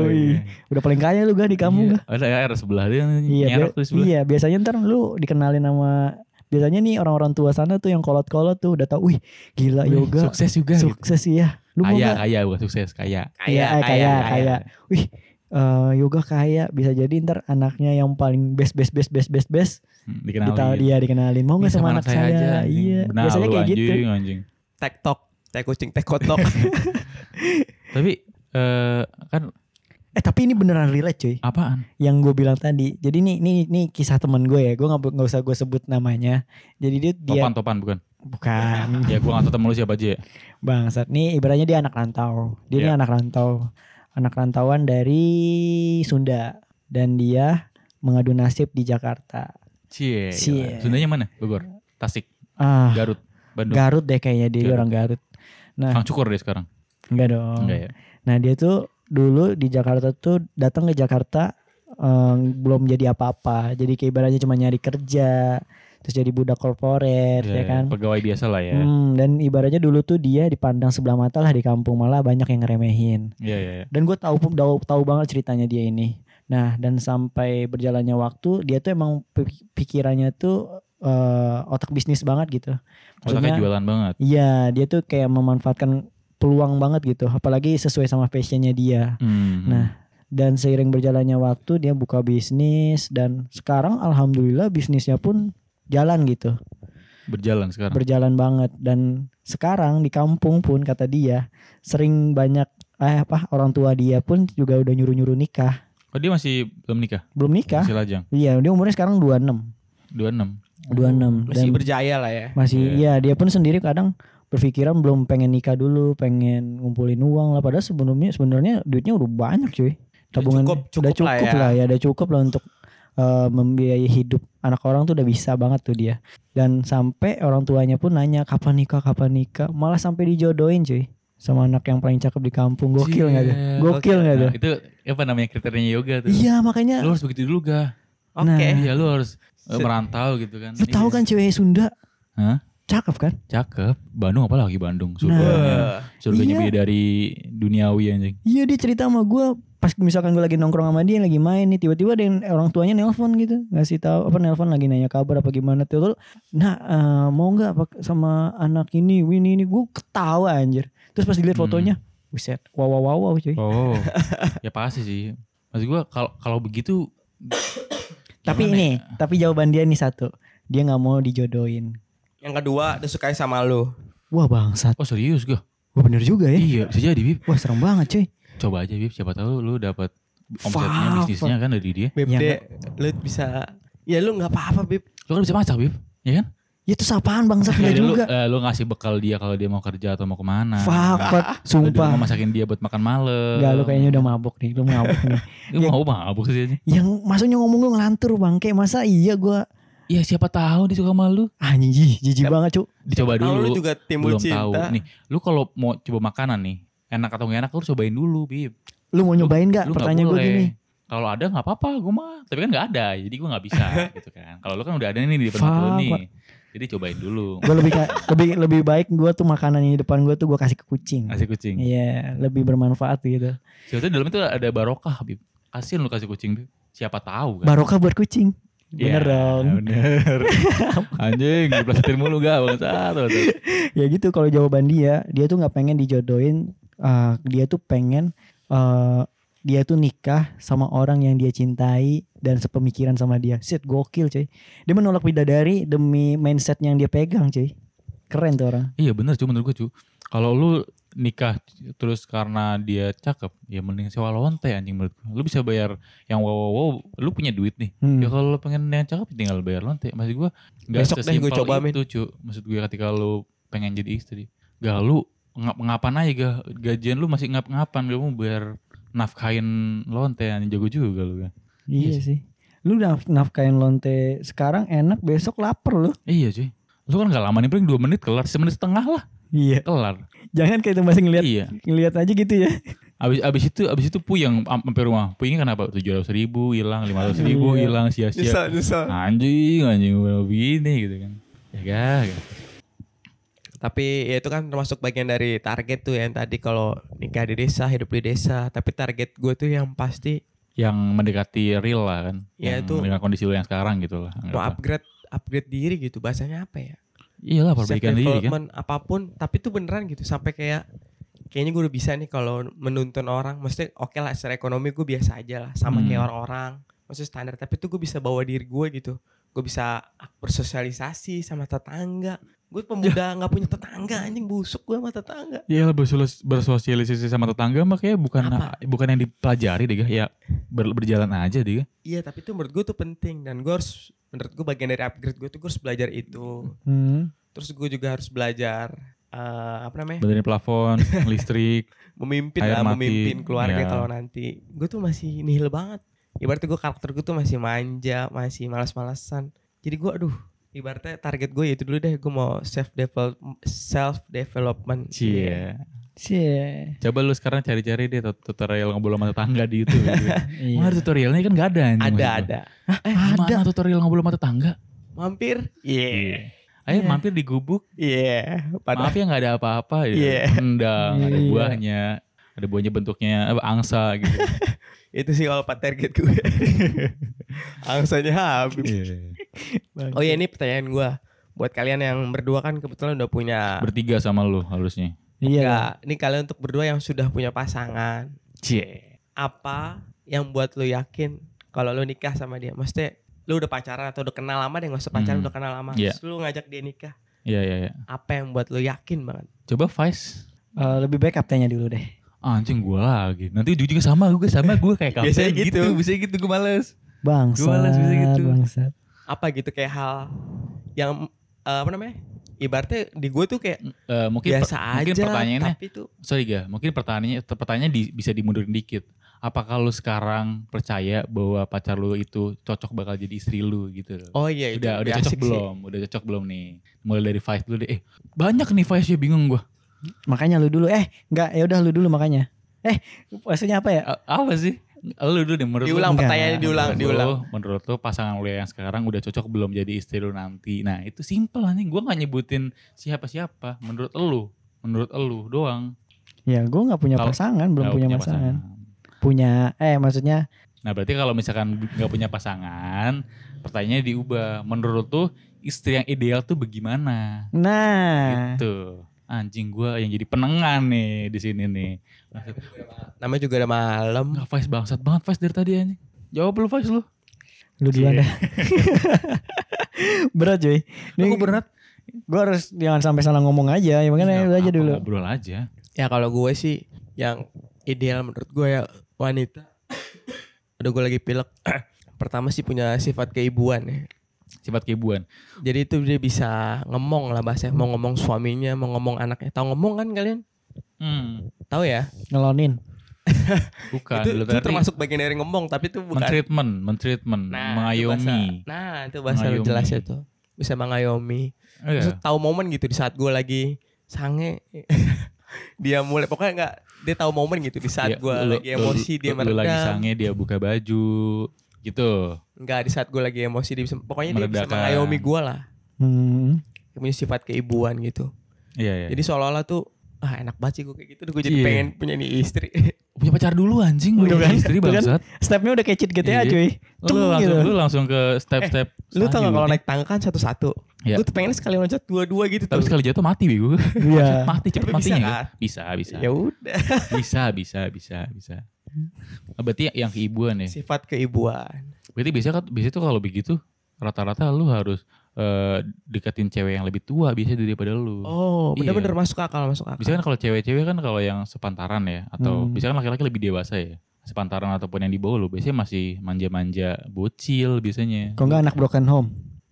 Speaker 3: iya.
Speaker 4: Udah paling kaya lu gak di kamu
Speaker 3: Iya, Ada air sebelah dia
Speaker 4: Iya,
Speaker 3: Nyerok
Speaker 4: bia-
Speaker 3: tuh di sebelah
Speaker 4: iya biasanya ntar lu dikenalin sama biasanya nih orang-orang tua sana tuh yang kolot-kolot tuh udah tahu, wih gila
Speaker 3: Wih,
Speaker 4: yoga sukses,
Speaker 3: Sukses juga gitu.
Speaker 4: ya. Lu mau
Speaker 3: Kaya
Speaker 4: gak?
Speaker 3: kaya bukan sukses kaya
Speaker 4: Iya, eh, kaya, kaya. Wih eh, yoga kaya bisa jadi ntar anaknya yang paling best best best best best best
Speaker 3: Hmm, Iya,
Speaker 4: ditahu
Speaker 3: dikenalin
Speaker 4: dia dikenalin mau nggak
Speaker 3: Ini
Speaker 4: sama, anak saya,
Speaker 3: anjing.
Speaker 4: iya
Speaker 3: Benar
Speaker 4: biasanya
Speaker 3: lu,
Speaker 4: kayak
Speaker 3: anjing,
Speaker 4: gitu
Speaker 3: anjing.
Speaker 2: Tek tok, teh kucing, teh kotok.
Speaker 3: Tapi eh kan
Speaker 4: Eh tapi ini beneran relate cuy.
Speaker 3: apaan?
Speaker 4: Yang gue bilang tadi. Jadi ini ini ini kisah temen gue ya. Gue nggak nggak usah gue sebut namanya. Jadi dia dia
Speaker 3: Topan topan bukan?
Speaker 4: bukan
Speaker 3: ya gue nggak tahu temen lu siapa aja. ya.
Speaker 4: bangsat. Nih ibaratnya dia anak rantau. Dia
Speaker 3: Iya.
Speaker 4: ini anak rantau. Anak rantauan dari Sunda dan dia mengadu nasib di Jakarta.
Speaker 3: Cie.
Speaker 4: Cie.
Speaker 3: gila. Sundanya mana? Bogor. Tasik.
Speaker 4: Ah,
Speaker 3: Garut. Bandung.
Speaker 4: Garut deh kayaknya dia, dia
Speaker 3: Garut.
Speaker 4: orang Garut. Nah,
Speaker 3: Kang Cukur deh sekarang.
Speaker 4: enggak dong.
Speaker 3: Enggak ya.
Speaker 4: Nah, dia tuh dulu di Jakarta tuh datang ke Jakarta em, belum jadi apa-apa. Jadi kayak ibaratnya cuma nyari kerja, terus jadi budak korporat
Speaker 3: Iya,
Speaker 4: ya kan.
Speaker 3: Pegawai biasa lah ya.
Speaker 4: Hmm, dan ibaratnya dulu tuh dia dipandang sebelah mata lah di kampung malah banyak yang ngeremehin.
Speaker 3: Iya iya. iya.
Speaker 4: Dan gue tahu tahu tahu banget ceritanya dia ini. Nah, dan sampai berjalannya waktu, dia tuh emang pi- pikirannya tuh eh, otak bisnis banget gitu.
Speaker 3: Otaknya jualan banget.
Speaker 4: Iya, dia tuh kayak memanfaatkan peluang banget gitu, apalagi sesuai sama passionnya dia.
Speaker 3: Hmm.
Speaker 4: Nah, Dan seiring berjalannya waktu dia buka bisnis dan sekarang alhamdulillah bisnisnya pun jalan gitu,
Speaker 3: berjalan sekarang.
Speaker 4: berjalan banget dan sekarang di kampung pun kata dia sering banyak eh apa orang tua dia pun juga udah nyuruh-nyuruh nikah.
Speaker 3: Oh dia masih belum nikah?
Speaker 4: Belum nikah?
Speaker 3: Masih lajang.
Speaker 4: Iya, dia umurnya sekarang 26.
Speaker 3: 26.
Speaker 4: 26
Speaker 2: Oh, Masih
Speaker 4: dan-
Speaker 2: berjaya lah ya.
Speaker 4: Masih iya dia pun sendiri kadang berpikiran belum pengen nikah dulu, pengen ngumpulin uang lah padahal sebelumnya sebenarnya duitnya udah banyak cuy. Tabungan
Speaker 2: cukup- cukup
Speaker 4: udah
Speaker 2: lah
Speaker 4: cukup
Speaker 2: ya.
Speaker 4: lah ya, udah cukup lah untuk eh, membiayai hidup anak orang tuh udah bisa banget tuh dia. Dan sampai orang tuanya pun nanya kapan nikah, kapan nikah, malah sampai dijodohin cuy sama anak yang paling cakep di kampung. Gokil nggak tuh?
Speaker 3: Cie,
Speaker 4: Gokil nggak
Speaker 3: Nah,
Speaker 4: tuh?
Speaker 3: itu apa namanya kriterianya yoga tuh?
Speaker 4: Iya makanya
Speaker 3: Lu harus begitu dulu ga?
Speaker 2: Oke.
Speaker 4: Nah.
Speaker 3: Iya lu harus eh, merantau gitu kan.
Speaker 4: lu tahu kan cewek Sunda
Speaker 3: Hah?
Speaker 4: cakep kan?
Speaker 3: Cakep. Bandung apalagi Bandung. Surganya. Surganya
Speaker 4: Nah. Iya.
Speaker 3: beda dari duniawi anjing.
Speaker 4: Iya dia cerita sama gue pas misalkan gue lagi nongkrong sama dia lagi main nih tiba-tiba ada yang- eh, orang tuanya nelpon gitu ngasih tahu apa nelpon lagi nanya kabar apa gimana tuh Lalu, nah eh, mau nggak apa sama anak ini ini ini gue ketawa anjir terus pas dilihat
Speaker 3: Hmm.
Speaker 4: fotonya buset wow wow wow, wow cuy
Speaker 3: Oh. ya pasti sih. Maksud gua kalau kalau begitu
Speaker 4: tapi
Speaker 3: gimana
Speaker 4: ini
Speaker 3: ya?
Speaker 4: tapi jawaban dia nih satu dia nggak mau dijodohin
Speaker 2: Yang kedua dia sukai sama lu.
Speaker 4: wah bangsat
Speaker 3: Oh serius gua?
Speaker 4: wah bener juga ya
Speaker 3: Iya bisa jadi Bib.
Speaker 4: wah serem banget cuy
Speaker 3: Coba aja Bib siapa tahu lu dapat omsetnya
Speaker 2: Fuck.
Speaker 3: bisnisnya kan dari dia.
Speaker 2: Beb,
Speaker 4: Yang
Speaker 2: dek, lu bisa Ya lu nggak apa-apa, Bib.
Speaker 3: Lu kan bisa masak Bib. Ya kan?
Speaker 4: ya itu sapaan bangsat
Speaker 3: Jadi
Speaker 4: nggak
Speaker 3: lu,
Speaker 4: juga
Speaker 3: eh, lu ngasih bekal dia kalau dia mau kerja atau mau kemana.
Speaker 4: fuck Pat.
Speaker 3: Lu di rumah
Speaker 4: sumpah
Speaker 3: masakin dia buat makan malam.
Speaker 4: Enggak lu kayaknya udah mabok nih lu mabok nih
Speaker 3: Lu mau mabuk sih anjing.
Speaker 4: yang maksudnya ngomong lu ngelantur bangke masa iya gua "Ah,
Speaker 3: Ya siapa tahu dia suka sama lu.
Speaker 4: anjing jijik jijik
Speaker 2: Siap.
Speaker 4: banget cuk
Speaker 3: Dicoba
Speaker 2: Kalau
Speaker 3: dulu.
Speaker 2: lu juga timbul
Speaker 3: belum tahu.
Speaker 2: cinta.
Speaker 3: Nih, lu kalau mau coba makanan nih, enak atau nggak enak lu cobain dulu, Bib.
Speaker 4: lu mau
Speaker 3: Lu
Speaker 4: nyobain gak
Speaker 3: nggak
Speaker 4: Iya, pertanyaan gue
Speaker 3: boleh.
Speaker 4: gini
Speaker 3: Kalau ada nggak apa-apa, gue mah. Tapi kan nggak ada, jadi gue nggak bisa gitu kan. Kalau lu kan udah ada nih di depan mata lu
Speaker 4: Fuck,
Speaker 3: nih.
Speaker 4: Pak.
Speaker 3: Jadi cobain dulu.
Speaker 4: gue lebih ka- lebih lebih baik gue tuh makanan yang di depan gue tuh gue kasih ke kucing
Speaker 3: Kasih kucing.
Speaker 4: iya lebih bermanfaat gitu
Speaker 3: Siapa tahu di dalam itu ada barokah, Bib. Kasihin lu kasih kucing, Bib. Siapa tahu kan.
Speaker 4: barokah buat kucing
Speaker 3: Ya,
Speaker 4: bener dong
Speaker 3: Bener. Anjing, diplesetin mulu gak bang. Satu, satu.
Speaker 4: ya gitu kalau jawaban dia dia tuh nggak pengen dijodohin eh, dia tuh pengen eh, dia tuh nikah sama orang yang dia cintai dan sepemikiran sama dia shit gokil cuy dia menolak bidadari demi mindset yang dia pegang cuy keren tuh orang
Speaker 3: Iya bener cuy menurut gue cuy. Kalau lu nikah terus karena dia cakep, ya mending sewa lonte anjing menurut gue. Lu bisa bayar yang wow wow, wow, lu punya duit nih.
Speaker 4: Hmm.
Speaker 3: Ya kalau lu pengen yang cakep ya tinggal bayar lonte. Maksud gue nggak
Speaker 2: Besok deh
Speaker 3: sesimpel
Speaker 2: gua coba, Min.
Speaker 3: itu cuy. Maksud gue ketika lu pengen jadi istri, gak lu ngap-ngapan aja gak gajian lu masih ngap-ngapan lu mau bayar nafkahin lonte anjing jago juga lu kan.
Speaker 4: Iya sih. Lu naf nafkain lonte sekarang enak besok lapar lu.
Speaker 3: Iya cuy. Lu kan gak lama nih paling 2 menit kelar, semenit setengah lah
Speaker 4: Iya.
Speaker 3: kelar.
Speaker 4: Jangan kayak itu masih ngeliat
Speaker 3: Iya.
Speaker 4: ngeliat aja gitu ya.
Speaker 3: Abis, abis itu abis itu puyeng am- sampai rumah. Puyengnya kenapa? Tujuh ratus ribu hilang, lima ratus ribu
Speaker 4: Iya.
Speaker 3: hilang sia-sia.
Speaker 2: Nyesel, nyesel.
Speaker 3: Anjing, anjing kenapa begini gitu kan. Ya gak, gak.
Speaker 2: Tapi ya itu kan termasuk bagian dari target tuh ya, yang tadi kalau nikah di desa, hidup di desa. Tapi target gue tuh yang pasti
Speaker 3: Yang mendekati real lah kan.
Speaker 2: Ya,
Speaker 3: Yang
Speaker 2: itu-
Speaker 3: dengan kondisi lu yang sekarang gitu lah.
Speaker 2: mau
Speaker 3: Anggaplah.
Speaker 2: upgrade upgrade diri gitu. Bahasanya apa ya?
Speaker 3: Iya lah
Speaker 2: Self
Speaker 3: perbaikan diri kan.
Speaker 2: development apapun, tapi itu beneran gitu sampai kayak kayaknya gue udah bisa nih kalau menuntun orang, mesti oke lah secara ekonomi gue biasa aja lah sama kayak
Speaker 3: Hmm.
Speaker 2: orang-orang, maksudnya standar, tapi itu gue bisa bawa diri gue gitu, gue bisa bersosialisasi sama tetangga, Gue pemuda nggak punya tetangga anjing busuk gue sama tetangga.
Speaker 3: Iya bersosialisasi sama tetangga mah kayak bukan bukan yang dipelajari deh Gah. ya ber- berjalan aja deh Gah.
Speaker 2: Iya tapi itu menurut gue tuh penting dan gue harus menurut gue bagian dari upgrade gue tuh gue harus belajar itu.
Speaker 4: Hmm.
Speaker 2: Terus gue juga harus belajar eh, apa namanya
Speaker 3: benerin plafon, listrik,
Speaker 2: memimpin lah
Speaker 3: Air mati,
Speaker 2: memimpin keluarga
Speaker 3: iya.
Speaker 2: kalau nanti. Gue tuh masih nihil banget. Ibaratnya gue karakter gue tuh masih manja, masih malas-malasan. Jadi gue aduh ibaratnya target gue itu dulu deh gue mau self develop self development. Iya.
Speaker 3: cie.
Speaker 4: Cie.
Speaker 3: Coba lu sekarang cari-cari deh tut- tutorial ngobrol sama tetangga di YouTube. Gitu.
Speaker 4: Iya.
Speaker 3: Mana tutorialnya kan gak ada
Speaker 2: Ada
Speaker 3: anjing, maksud gua.
Speaker 2: ada.
Speaker 3: Eh, ada. Mana tutorial ngobrol sama tetangga?
Speaker 2: Mampir.
Speaker 3: Iya. Ayo mampir di gubuk.
Speaker 2: Iya. Padahal
Speaker 3: Maaf ya nggak ada apa-apa ya.
Speaker 2: Iya.
Speaker 3: Rendang, ada
Speaker 4: Iya.
Speaker 3: buahnya. Ada buahnya bentuknya apa, angsa gitu.
Speaker 2: itu sih all target gue. Angsanya
Speaker 3: Iya.
Speaker 2: habis.
Speaker 4: iya.
Speaker 2: Oh ya ini pertanyaan gue buat kalian yang berdua kan kebetulan udah punya.
Speaker 3: Bertiga sama lu harusnya.
Speaker 4: Iya.
Speaker 2: Enggak, ini kalian untuk berdua yang sudah punya pasangan.
Speaker 3: Cie.
Speaker 2: apa yang buat lu yakin kalau lu nikah sama dia? Maksudnya lu udah pacaran atau udah kenal lama deh, gak usah pacaran
Speaker 3: Hmm.
Speaker 2: udah kenal lama.
Speaker 3: Iya.
Speaker 2: Terus lu ngajak dia nikah.
Speaker 3: Iya, iya, iya.
Speaker 2: Apa yang buat lu yakin banget?
Speaker 3: Coba Vice.
Speaker 4: Eh, lebih baik kaptennya dulu deh.
Speaker 3: Ah, Anjing gue lagi. Nanti ujung-ujungnya sama gue sama gue kayak kapten
Speaker 2: Biasanya gitu.
Speaker 3: Biasanya gitu gue males.
Speaker 4: Bangsat.
Speaker 3: Gua malas bisa gitu.
Speaker 4: Bangsat.
Speaker 2: Apa gitu kayak hal yang eh, apa namanya? Ibaratnya di gue tuh kayak
Speaker 3: Eh, mungkin per-
Speaker 2: biasa aja.
Speaker 3: mungkin pertanyaannya
Speaker 2: Tapi tuh
Speaker 3: sorry ga mungkin pertanyaannya pertanyaannya di- bisa dimundurin dikit apakah lu sekarang percaya bahwa pacar lu itu cocok bakal jadi istri lu gitu loh
Speaker 2: oh iya itu
Speaker 3: udah udah
Speaker 2: asik
Speaker 3: cocok
Speaker 2: sih.
Speaker 3: belum udah cocok belum nih mulai dari Vice dulu deh eh banyak nih Vice ya bingung gua
Speaker 4: Makanya lu dulu. Eh, enggak. Ya udah lu dulu makanya. Eh, maksudnya apa ya?
Speaker 3: A- apa sih lu dulu deh menurut lu-
Speaker 2: Diulang
Speaker 4: Enggak.
Speaker 2: pertanyaannya diulang
Speaker 3: menurut
Speaker 2: diulang.
Speaker 3: lu- menurut lu pasangan lu yang sekarang udah cocok belum jadi istri lu nanti nah itu simpel anjing gua nggak nyebutin siapa siapa menurut lu menurut lu doang
Speaker 4: Ya, gue nggak punya
Speaker 3: Kalau-
Speaker 4: pasangan, belum
Speaker 3: Nggak
Speaker 4: punya, pasangan. Punya, eh maksudnya
Speaker 3: Nah berarti kalau misalkan nggak punya pasangan, pertanyaannya diubah. Menurut tuh istri yang ideal tuh bagaimana?
Speaker 4: Nah,
Speaker 3: Gitu. Anjing gua yang jadi penengah nih di sini nih. Maksud,
Speaker 2: Namanya juga udah malam.
Speaker 3: Nggak Faiz bangsat banget Faiz dari tadi anjing. Jawab lu Faiz lu.
Speaker 4: lu duluan dah. Berat cuy. Ini
Speaker 3: Aku berat.
Speaker 4: gue harus jangan sampai salah ngomong aja. Ya
Speaker 3: Iya,
Speaker 4: makanya lu aja dulu.
Speaker 3: Ngobrol aja.
Speaker 2: Ya kalau gue sih yang ideal menurut gue ya wanita. Aduh gue lagi pilek. Pertama sih punya sifat keibuan ya.
Speaker 3: Sifat keibuan.
Speaker 2: Jadi itu dia bisa ngomong lah bahasanya, mau ngomong suaminya, mau ngomong anaknya. Tahu ngomong kan kalian?
Speaker 3: Hmm,
Speaker 2: Tahu ya?
Speaker 4: Ngelonin.
Speaker 3: bukan.
Speaker 2: itu,
Speaker 3: Lu
Speaker 2: itu
Speaker 3: tadi
Speaker 2: termasuk bagian dari ngomong, tapi itu bukan. Nah,
Speaker 3: mentreatment, mentreatment,
Speaker 2: itu bahasa-
Speaker 3: mengayomi.
Speaker 2: nah, itu bahasa lu
Speaker 3: Mengayomi.
Speaker 2: jelasnya tuh. Bisa mengayomi.
Speaker 3: Iya.
Speaker 2: Terus tahu momen gitu di saat gue lagi sange. dia mulai pokoknya enggak dia tahu momen gitu di saat
Speaker 3: Iya,
Speaker 2: gue
Speaker 3: lu-
Speaker 2: lagi emosi
Speaker 3: lu-
Speaker 2: dia
Speaker 3: lu lagi
Speaker 2: meredam.
Speaker 3: sange dia buka baju gitu.
Speaker 2: Enggak di saat gue lagi emosi dia bisa, pokoknya dia bisa
Speaker 3: Meredakan.
Speaker 2: mengayomi gue lah.
Speaker 4: Hmm.
Speaker 2: Dia punya sifat keibuan gitu.
Speaker 3: Iya, iya.
Speaker 2: Jadi seolah-olah tuh ah enak banget sih gue kayak gitu. Gue jadi
Speaker 3: Iya.
Speaker 2: pengen punya nih istri.
Speaker 3: punya pacar dulu anjing
Speaker 4: Udah
Speaker 3: belum
Speaker 4: kan?
Speaker 3: istri
Speaker 4: Tuh kan?
Speaker 3: bangsat
Speaker 4: Stepnya udah kayak cheat
Speaker 2: Ya,
Speaker 4: GTA
Speaker 3: Iya.
Speaker 4: cuy. Tung,
Speaker 3: lu langsung
Speaker 4: gitu.
Speaker 3: lu langsung ke step-step
Speaker 2: Eh, Lu tau gak
Speaker 3: selanjutnya.
Speaker 2: kalau naik tangga kan satu-satu.
Speaker 3: Iya.
Speaker 2: Gue tuh pengen sekali loncat dua-dua gitu
Speaker 3: tapi
Speaker 2: tuh.
Speaker 3: sekali jatuh mati bego
Speaker 4: Iya.
Speaker 3: mati cepet
Speaker 2: Tapi bisa
Speaker 3: matinya
Speaker 2: kan?
Speaker 3: kan? bisa bisa
Speaker 2: Ya udah.
Speaker 3: bisa bisa bisa bisa Ah, berarti yang keibuan ya
Speaker 2: Sifat keibuan.
Speaker 3: berarti biasanya kan biasanya tuh kalau begitu rata-rata lu harus eh, deketin cewek yang lebih tua biasanya daripada lu
Speaker 2: Oh,
Speaker 3: Iya.
Speaker 2: bener-bener masuk akal, masuk akal.
Speaker 3: Biasanya kan kalau cewek-cewek kan kalau yang sepantaran ya atau
Speaker 4: Hmm.
Speaker 3: biasanya kan laki-laki lebih dewasa ya sepantaran ataupun yang di bawah lu biasanya masih manja-manja bocil biasanya
Speaker 4: Kok enggak anak broken home?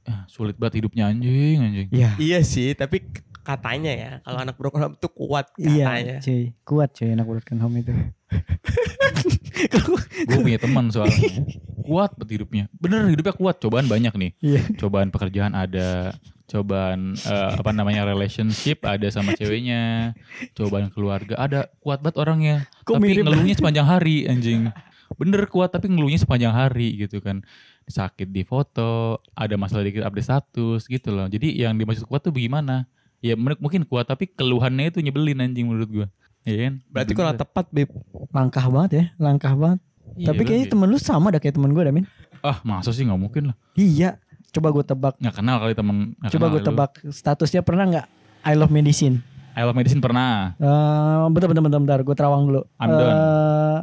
Speaker 3: Ah, sulit banget hidupnya anjing anjing
Speaker 4: Iya.
Speaker 2: Iya sih, tapi k- katanya ya kalau anak broken home tuh kuat
Speaker 4: Iya,
Speaker 2: katanya.
Speaker 4: cuy. Kuat cuy anak broken home itu.
Speaker 3: gue punya teman soalnya kuat banget hidupnya bener hidupnya kuat cobaan banyak nih
Speaker 4: Iya.
Speaker 3: cobaan pekerjaan ada cobaan eh, apa namanya relationship ada sama ceweknya cobaan keluarga ada kuat banget orangnya
Speaker 4: Kok
Speaker 3: tapi
Speaker 4: mirip
Speaker 3: ngeluhnya sepanjang hari anjing bener kuat tapi ngeluhnya sepanjang hari gitu kan sakit di foto ada masalah dikit update status gitu loh jadi yang dimaksud kuat tuh bagaimana ya men- mungkin kuat tapi keluhannya itu nyebelin anjing menurut gue Iya kan?
Speaker 2: Berarti
Speaker 3: Bener.
Speaker 2: kurang tepat, Bib.
Speaker 4: Langkah banget ya, langkah banget.
Speaker 3: Iya
Speaker 4: Tapi kayaknya
Speaker 3: lagi.
Speaker 4: temen lu sama dah kayak temen gue, Damin.
Speaker 3: ah masa sih nggak mungkin lah
Speaker 4: Iya. Coba gue tebak
Speaker 3: nggak kenal kali temen nggak
Speaker 4: Coba
Speaker 3: kenal
Speaker 4: gue
Speaker 3: kali lu.
Speaker 4: tebak statusnya pernah nggak I love medicine?
Speaker 3: I love medicine pernah
Speaker 4: Eh, bentar, bentar, bentar, bentar. Gue terawang dulu.
Speaker 3: I'm done.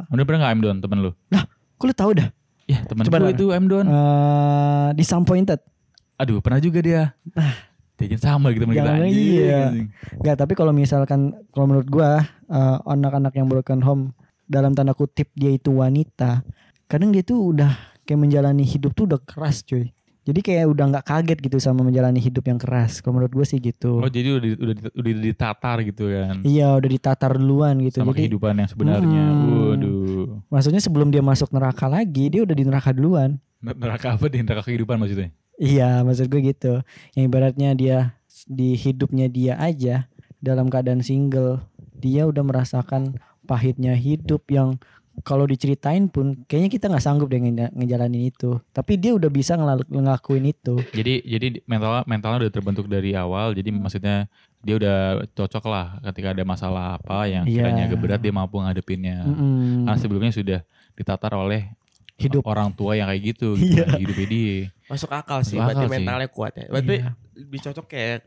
Speaker 4: Eh,
Speaker 3: Udah pernah gak I'm Don temen lu?
Speaker 4: kok lu tahu dah?
Speaker 3: Ya temen gue
Speaker 4: Coba dah.
Speaker 3: itu I'm Don
Speaker 4: Eh, disappointed.
Speaker 3: Aduh pernah juga dia Taken sama gitu sama kita
Speaker 4: Nah. Jangan,
Speaker 3: anjing,
Speaker 4: iya.
Speaker 3: anjing.
Speaker 4: Enggak, tapi kalau misalkan kalau menurut gua eh, anak-anak yang broken home dalam tanda kutip dia itu wanita, kadang dia tuh udah kayak menjalani hidup tuh udah keras, cuy. Jadi kayak udah nggak kaget gitu sama menjalani hidup yang keras. Kalau menurut gue sih gitu.
Speaker 3: Oh jadi udah, di- udah, di- udah ditatar gitu kan
Speaker 4: Iya, udah ditatar duluan gitu.
Speaker 3: sama
Speaker 4: Jadi
Speaker 3: kehidupan yang sebenarnya.
Speaker 4: Hmm.
Speaker 3: Waduh.
Speaker 4: maksudnya sebelum dia masuk neraka lagi, dia udah di neraka duluan.
Speaker 3: Ner- Neraka apa deh? Neraka kehidupan maksudnya?
Speaker 4: Iya, maksud gue gitu. Yang ibaratnya dia di hidupnya dia aja dalam keadaan single, dia udah merasakan pahitnya hidup yang kalau diceritain pun kayaknya kita nggak sanggup deh ngeja- ngejalanin itu. Tapi dia udah bisa ngelal- ngelakuin itu.
Speaker 3: Jadi jadi mental mentalnya udah terbentuk dari awal. Jadi
Speaker 4: Hmm.
Speaker 3: maksudnya dia udah cocok lah ketika ada masalah apa yang
Speaker 4: Iya. Hmm.
Speaker 3: kiranya agak berat dia mampu ngadepinnya.
Speaker 4: Mm-mm.
Speaker 3: Karena sebelumnya sudah ditatar oleh
Speaker 4: Hidup.
Speaker 3: orang tua yang kayak gitu,
Speaker 4: Iya.
Speaker 3: gimana hidupnya dia.
Speaker 2: Masuk akal sih,
Speaker 3: Masuk
Speaker 2: berarti
Speaker 3: akal sih.
Speaker 2: mentalnya kuat ya. Berarti
Speaker 4: Iya.
Speaker 2: lebih cocok kayak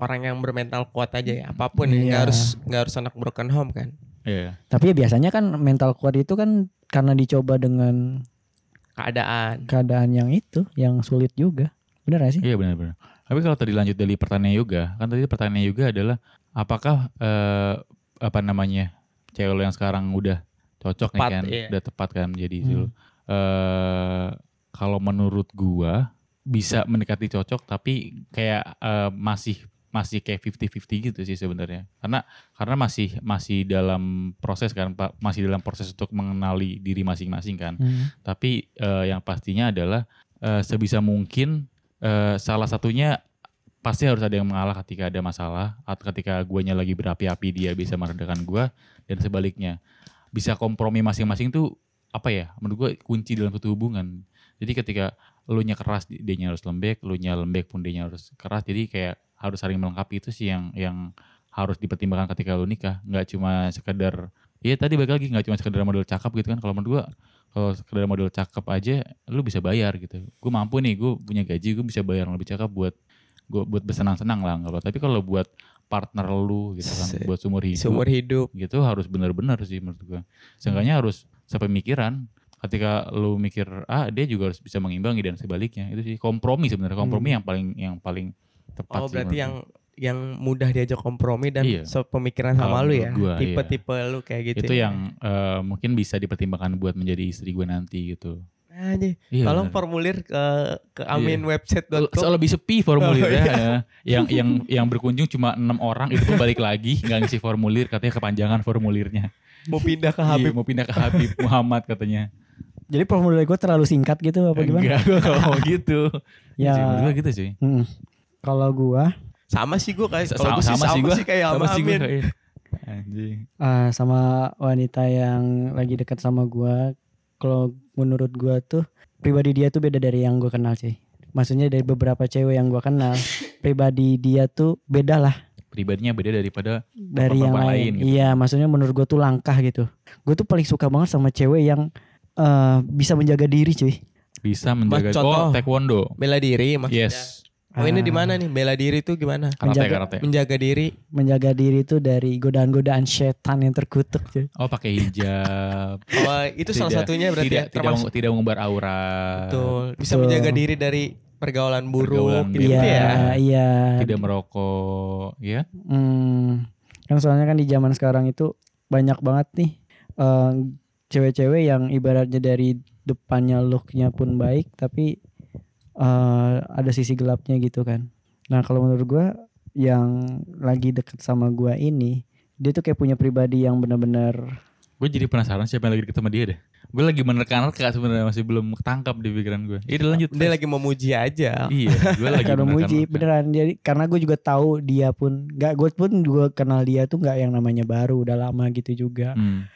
Speaker 2: orang yang bermental kuat aja ya. Apapun ya, nggak
Speaker 4: Iya.
Speaker 2: harus nggak harus anak broken home kan.
Speaker 3: Iya.
Speaker 4: Tapi ya biasanya kan mental kuat itu kan karena dicoba dengan
Speaker 2: Keadaan.
Speaker 4: keadaan yang itu, yang sulit juga. Bener gak sih?
Speaker 3: Iya benar-benar. Tapi kalau tadi lanjut dari pertanyaan yoga, kan tadi pertanyaan yoga adalah apakah eh, apa namanya cewek lo yang sekarang udah cocok
Speaker 2: Tepat,
Speaker 3: nih kan,
Speaker 2: iya.
Speaker 3: udah tepat kan jadi
Speaker 4: Hmm.
Speaker 3: itu. Eh, kalau menurut gua bisa mendekati cocok tapi kayak eh, masih masih kayak 50-50 gitu sih sebenarnya. Karena karena masih masih dalam proses kan, Pak, masih dalam proses untuk mengenali diri masing-masing kan
Speaker 4: Hmm.
Speaker 3: tapi eh, yang pastinya adalah eh, sebisa mungkin eh, salah satunya pasti harus ada yang mengalah ketika ada masalah atau ketika guanya lagi berapi-api dia bisa meredakan gua dan sebaliknya bisa kompromi masing-masing tuh apa ya menurut gua kunci dalam suatu hubungan jadi ketika lu nya keras dia nya harus lembek lu nya lembek pun dia nya harus keras jadi kayak harus saling melengkapi itu sih yang yang harus dipertimbangkan ketika lu nikah nggak cuma sekedar Iya tadi balik lagi nggak cuma sekedar model cakep gitu kan kalau menurut gua kalau sekedar model cakep aja lu bisa bayar gitu gue mampu nih gue punya gaji gue bisa bayar yang lebih cakep buat gue buat bersenang-senang lah nggak apa tapi kalau buat partner lu gitu kan
Speaker 2: Se-
Speaker 3: buat seumur hidup
Speaker 2: Seumur hidup.
Speaker 3: gitu harus benar-benar sih menurut gue seenggaknya harus sepemikiran ketika lu mikir ah dia juga harus bisa mengimbangi dan sebaliknya itu sih kompromi sebenarnya kompromi yang paling yang paling tepat
Speaker 2: Hmm. Oh
Speaker 3: sih
Speaker 2: berarti
Speaker 3: menurut
Speaker 2: yang yang mudah diajak kompromi dan
Speaker 3: Iya.
Speaker 2: sepemikiran sama lu
Speaker 3: Kalau
Speaker 2: ya.
Speaker 3: menurut gua, iya.
Speaker 2: Tipe-tipe lu kayak
Speaker 3: gue.
Speaker 2: gitu.
Speaker 3: itu
Speaker 2: ya.
Speaker 3: yang eh, mungkin bisa dipertimbangkan buat menjadi istri gue nanti gitu
Speaker 2: Anjir,
Speaker 3: Iya,
Speaker 2: tolong
Speaker 3: benar. Iya.
Speaker 2: formulir ke ke aminwebsite.com.
Speaker 3: So lebih sepi
Speaker 2: Oh,
Speaker 3: formulirnya. yang yang yang berkunjung cuma enam orang itu pun balik lagi nggak ngisi formulir katanya kepanjangan formulirnya.
Speaker 2: mau pindah ke Habib.
Speaker 3: Habib mau pindah ke Habib Muhammad katanya.
Speaker 4: Jadi formulir gue terlalu singkat gitu apa gimana?
Speaker 3: Enggak, gue nggak mau gitu.
Speaker 4: Ya.
Speaker 3: Sih, menurut gua gitu sih.
Speaker 4: Mm. Kalau gua
Speaker 2: Sama sih gua kayak
Speaker 3: Sa-
Speaker 2: kalau gua sih sama,
Speaker 3: gua.
Speaker 2: sih kayak sama,
Speaker 3: sih gua iya.
Speaker 2: Amin.
Speaker 3: kayak- Anjing.
Speaker 4: Ah, sama wanita yang lagi dekat sama gua kalau menurut gua tuh pribadi dia tuh beda dari yang gua kenal sih maksudnya dari beberapa cewek yang gua kenal pribadi dia tuh beda lah
Speaker 3: Pribadinya beda daripada
Speaker 4: dari yang
Speaker 3: Perempuan
Speaker 4: lain,
Speaker 3: lain gitu.
Speaker 4: iya maksudnya menurut gua tuh langkah gitu gua tuh paling suka banget sama cewek yang eh, bisa menjaga diri cuy
Speaker 3: bisa menjaga
Speaker 2: Mas, contoh.
Speaker 3: oh, taekwondo.
Speaker 2: Bela diri maksudnya.
Speaker 3: Yes. Ah.
Speaker 2: Oh ini di mana nih? Bela diri itu gimana?
Speaker 3: Karate
Speaker 4: Menjaga-
Speaker 3: karate.
Speaker 2: Menjaga diri.
Speaker 4: menjaga diri tuh dari godaan-godaan setan yang terkutuk cuy
Speaker 3: Oh, pakai hijab.
Speaker 2: Wah, Oh, itu salah
Speaker 3: Tidak-
Speaker 2: satunya berarti
Speaker 3: tidak Ah.
Speaker 2: ya, termasuk
Speaker 3: tidak tidak mengumbar aura.
Speaker 2: betul. Bisa
Speaker 4: Betul.
Speaker 2: menjaga diri dari pergaulan buruk
Speaker 3: Pergaulan
Speaker 2: gitu
Speaker 3: buruk.
Speaker 2: ya.
Speaker 4: iya iya
Speaker 3: Tidak merokok, ya.
Speaker 4: Hmm, kan soalnya kan di zaman sekarang itu banyak banget nih eh, cewek-cewek yang ibaratnya dari depannya looknya pun baik tapi eh, ada sisi gelapnya gitu kan. Nah kalau menurut gua yang lagi deket sama gua ini dia tuh kayak punya pribadi yang benar-benar
Speaker 3: Gue jadi penasaran siapa yang lagi deket sama dia deh. Gue lagi menerka-nerka sebenarnya masih belum ketangkap di pikiran gue. Ini lanjut.
Speaker 2: Dia lagi memuji aja.
Speaker 3: Iya, gue lagi ya.
Speaker 4: karena muji
Speaker 3: menerka-nerka.
Speaker 4: beneran jadi karena gue juga tahu dia pun nggak gue pun gua kenal dia tuh nggak yang namanya baru udah lama gitu juga
Speaker 3: Hmm.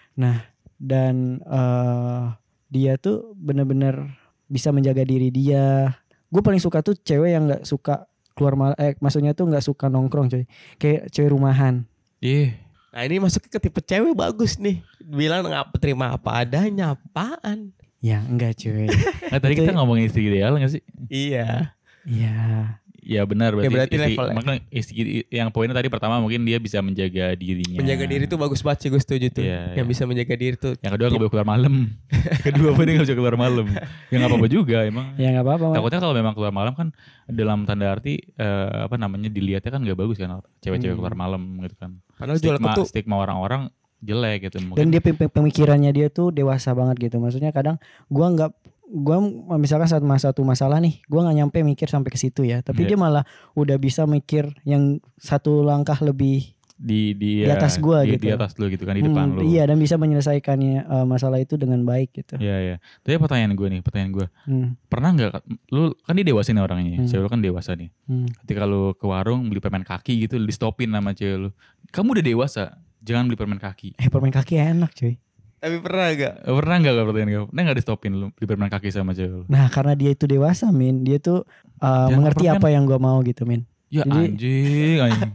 Speaker 4: dan eh dia tuh bener-bener bisa menjaga diri dia. Gue paling suka tuh cewek yang nggak suka keluar malam, eh maksudnya tuh nggak suka nongkrong coy, kayak cewek rumahan.
Speaker 3: Ih,
Speaker 2: Nah, ini masuk ke tipe cewek bagus nih. Bilang nggak terima apa adanya, apaan?
Speaker 4: Ya enggak cuy,
Speaker 3: nah, tadi kita ngomongin istri ideal gak sih?
Speaker 2: Iya.
Speaker 4: ya
Speaker 3: Ya benar berarti,
Speaker 2: berarti
Speaker 3: isti-
Speaker 2: level ya.
Speaker 3: makanya isti- yang poinnya tadi pertama mungkin dia bisa menjaga dirinya.
Speaker 2: Menjaga diri tuh bagus banget sih gue setuju tuh.
Speaker 3: Ya.
Speaker 2: gitu.
Speaker 3: Iya,
Speaker 2: Yang
Speaker 3: iya.
Speaker 2: bisa menjaga diri tuh.
Speaker 3: Yang kedua nggak boleh keluar malam. Yang kedua apa dia nggak bisa keluar malam. Ya nggak apa-apa juga emang.
Speaker 4: ya nggak apa-apa Mat.
Speaker 3: Takutnya kalau memang keluar malam kan dalam tanda arti eh, apa namanya dilihatnya kan nggak bagus kan cewek-cewek
Speaker 4: Hmm.
Speaker 3: keluar malam gitu kan.
Speaker 2: Padahal jual
Speaker 3: Stigma
Speaker 2: kutu.
Speaker 3: stigma orang-orang jelek gitu
Speaker 4: dan
Speaker 3: mungkin.
Speaker 4: dia pem- pemikirannya dia tuh dewasa banget gitu maksudnya kadang gua nggak gua misalkan saat masa satu masalah nih gua nggak nyampe mikir sampai ke situ ya tapi
Speaker 3: Iya.
Speaker 4: dia malah udah bisa mikir yang satu langkah lebih
Speaker 3: di di,
Speaker 4: di atas gua
Speaker 3: di,
Speaker 4: gitu.
Speaker 3: di atas lu gitu kan di depan
Speaker 4: Hmm,
Speaker 3: lu.
Speaker 4: iya dan bisa menyelesaikannya eh, masalah itu dengan baik gitu
Speaker 3: Iya iya. Tapi pertanyaan gue nih, pertanyaan gue.
Speaker 4: Hmm,
Speaker 3: Pernah nggak lu kan dia dewasa nih orangnya,
Speaker 4: Hmm.
Speaker 3: cewek lu kan dewasa nih.
Speaker 4: hmm.
Speaker 3: Ketika lu ke warung beli permen kaki gitu, lu di stopin sama cewek lu. Kamu udah dewasa, jangan beli permen kaki. Eh,
Speaker 4: eh permen kaki enak cuy
Speaker 2: Tapi pernah gak?
Speaker 3: Pernah nggak gak pertanyaan gue? Pernah nggak di stopin lu beli permen kaki sama cewek lu?
Speaker 4: nah karena dia itu dewasa min dia tuh eh, mengerti
Speaker 3: permen.
Speaker 4: apa yang gua mau gitu min
Speaker 3: Ya
Speaker 4: Jadi-
Speaker 3: anjing, anjing.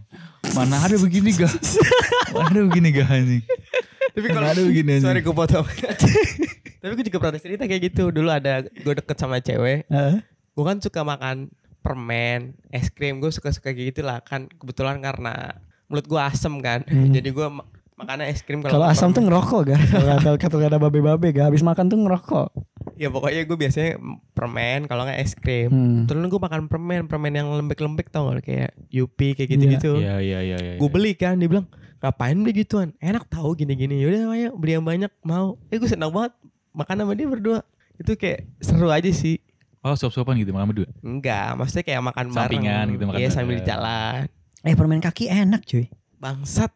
Speaker 3: Mana ada begini gak? Mana ada begini gak anjing?
Speaker 2: Tapi
Speaker 3: Nggak ada begini aja.
Speaker 2: Sorry gue potong. Tapi gue juga pernah cerita kayak gitu. Dulu ada gue deket sama cewek.
Speaker 4: Heeh.
Speaker 2: Gue kan suka makan permen, es krim. Gue suka-suka kayak gitu lah. Kan kebetulan karena mulut gue asem kan.
Speaker 4: Hmm.
Speaker 2: Jadi gue ma- makannya es krim.
Speaker 4: kalau
Speaker 2: makan
Speaker 4: asam
Speaker 2: permen.
Speaker 4: tuh ngerokok gak kata kata kata babe-babe gak habis makan tuh ngerokok
Speaker 2: Ya pokoknya gue biasanya permen kalau nggak es
Speaker 3: Iya.
Speaker 2: krim.
Speaker 4: Hmm.
Speaker 2: Terus gue makan permen, permen yang lembek-lembek tau gak? lu, Kayak Yupi kayak gitu-gitu.
Speaker 3: Iya iya iya iya.
Speaker 2: Gue beli kan, dia bilang ngapain beli gituan? Enak tahu gini-gini. Yaudah ayo beli yang banyak mau. Eh gue senang banget makan sama dia berdua. Itu kayak seru aja sih.
Speaker 3: Oh, suap-suapan gitu malam berdua.
Speaker 2: Enggak, maksudnya kayak makan bareng.
Speaker 3: Sampingan gitu, makan
Speaker 2: Iya
Speaker 3: bareng.
Speaker 2: sambil di jalan.
Speaker 4: eh permen kaki enak cuy
Speaker 2: Bangsat,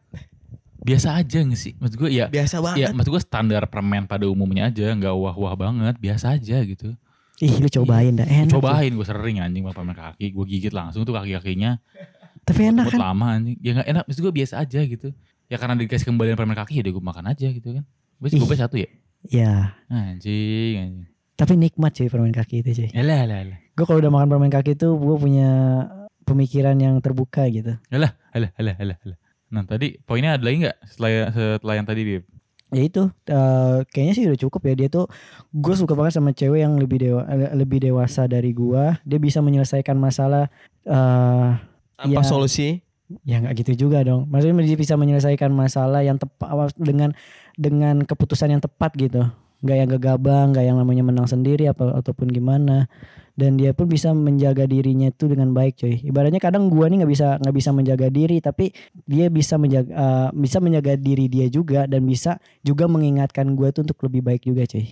Speaker 3: Biasa aja gak sih? Maksud gue ya
Speaker 2: biasa
Speaker 3: Ya
Speaker 2: banget.
Speaker 3: maksud gue standar permen pada umumnya aja Nggak wah-wah banget Biasa aja gitu
Speaker 4: ih lu cobain dah enak cuy.
Speaker 3: Cobain gue sering anjing makan permen kaki Gue gigit langsung tuh kaki-kakinya
Speaker 4: Tapi enak
Speaker 3: Mood
Speaker 4: kan?
Speaker 3: lama anjing Ya gak enak Maksud gue biasa aja gitu Ya karena dikasih kembalian permen kaki Ya udah gue makan aja gitu kan Gue
Speaker 4: Ih.
Speaker 3: gue satu ya
Speaker 4: Ya,
Speaker 3: Anjing anjing
Speaker 4: tapi nikmat cuy permen kaki itu cuy.
Speaker 3: Yalah yalah yalah
Speaker 4: Gue kalau udah makan permen kaki itu gue punya pemikiran yang terbuka gitu.
Speaker 3: Yalah yalah yalah yalah. Nah tadi poinnya ada lagi gak setelah, setelah yang tadi Bib?
Speaker 4: Ya itu eh, kayaknya sih udah cukup ya dia tuh gue suka banget sama cewek yang lebih dewa eh, lebih dewasa dari gua dia bisa menyelesaikan masalah eh
Speaker 2: Tanpa
Speaker 4: Iya.
Speaker 2: solusi.
Speaker 4: ya nggak gitu juga dong maksudnya dia bisa menyelesaikan masalah yang tepat dengan dengan keputusan yang tepat gitu nggak yang gegabah nggak yang namanya menang sendiri apa ataupun gimana dan dia pun bisa menjaga dirinya itu dengan baik coy ibaratnya kadang gua nih nggak bisa nggak bisa menjaga diri tapi dia bisa menjaga eh, bisa menjaga diri dia juga dan bisa juga mengingatkan gua tuh untuk lebih baik juga coy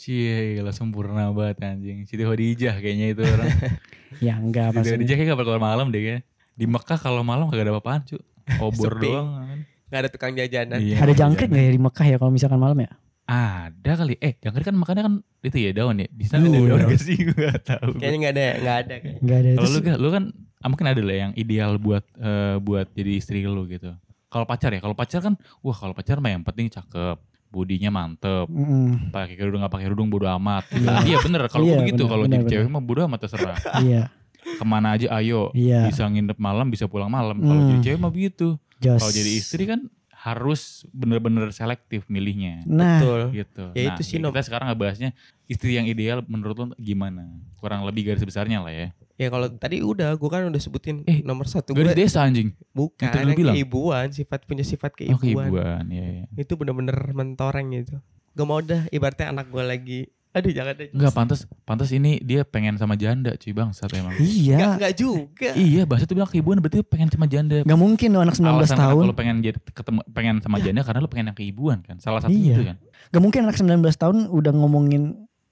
Speaker 3: Cie, gila sempurna banget anjing. Siti Khadijah kayaknya itu orang.
Speaker 4: ya enggak
Speaker 3: Siti
Speaker 4: maksudnya
Speaker 3: Khadijah kayaknya gak keluar malam deh kayaknya. Di Mekah kalau malam kagak ada apa-apaan cu. Obor
Speaker 2: Sepi.
Speaker 3: doang kan.
Speaker 2: Gak ada tukang jajanan.
Speaker 3: Iya,
Speaker 4: ada
Speaker 3: iya, iya.
Speaker 4: jangkrik nggak ya di Mekah ya kalau misalkan malam ya
Speaker 3: Ada kali. Eh, jangkrik kan makannya kan itu ya daun ya. Di sana ada
Speaker 4: Daun,
Speaker 3: daun
Speaker 4: daun.
Speaker 3: gak sih? Gue gak tahu.
Speaker 2: Kayaknya gak ada, gak ada.
Speaker 3: Ah.
Speaker 2: kayaknya.
Speaker 4: nggak ada
Speaker 3: Kalau
Speaker 4: Terus-
Speaker 3: lu gak, lu kan ah, mungkin ada lah yang ideal buat eh, buat jadi istri lu gitu. Kalau pacar ya, kalau pacar kan, wah kalau pacar mah yang penting cakep, bodinya mantep,
Speaker 4: Mm-mm,
Speaker 3: pakai kerudung nggak pakai kerudung bodo amat.
Speaker 4: Iya.
Speaker 3: Iya bener, kalau
Speaker 4: Iya,
Speaker 3: gue begitu
Speaker 4: bener,
Speaker 3: kalau
Speaker 4: bener,
Speaker 3: jadi cewek mah bodo amat terserah.
Speaker 4: iya
Speaker 3: Kemana aja ayo,
Speaker 4: iya
Speaker 3: bisa nginep malam, bisa pulang malam. Kalau
Speaker 4: Hmm.
Speaker 3: jadi cewek mah begitu.
Speaker 4: jos
Speaker 3: Kalau jadi istri kan harus bener-bener selektif milihnya.
Speaker 4: nah
Speaker 2: Betul.
Speaker 3: gitu.
Speaker 2: Ya itu sih, Nob.
Speaker 3: Kita sekarang ngebahasnya istri yang ideal menurut lo gimana? Kurang lebih garis besarnya lah ya.
Speaker 2: Ya kalau tadi udah, gue kan udah sebutin
Speaker 3: Eh,
Speaker 2: nomor satu. Gue
Speaker 3: Garis desa anjing.
Speaker 2: bukan,
Speaker 3: Itu lu
Speaker 2: yang
Speaker 3: bilang.
Speaker 2: keibuan, sifat punya sifat
Speaker 3: Oke, oh,
Speaker 2: keibuan.
Speaker 3: keibuan, ya, ya.
Speaker 2: itu bener-bener mentoreng gitu gak mau dah ibaratnya anak gue lagi aduh jangan deh
Speaker 3: Enggak pantas, pantas ini dia pengen sama janda, cuy bang, saat emang.
Speaker 2: Nggak-
Speaker 4: iya
Speaker 2: nggak juga
Speaker 3: iya, bahasa tuh bilang keibuan berarti pengen sama janda.
Speaker 4: nggak mungkin lo anak 19
Speaker 3: Alasan
Speaker 4: tahun
Speaker 3: kalau pengen jadi ketemu pengen sama janda karena lo pengen yang keibuan kan. Salah satu
Speaker 4: Iya.
Speaker 3: itu kan.
Speaker 4: Gak mungkin anak 19 tahun udah ngomongin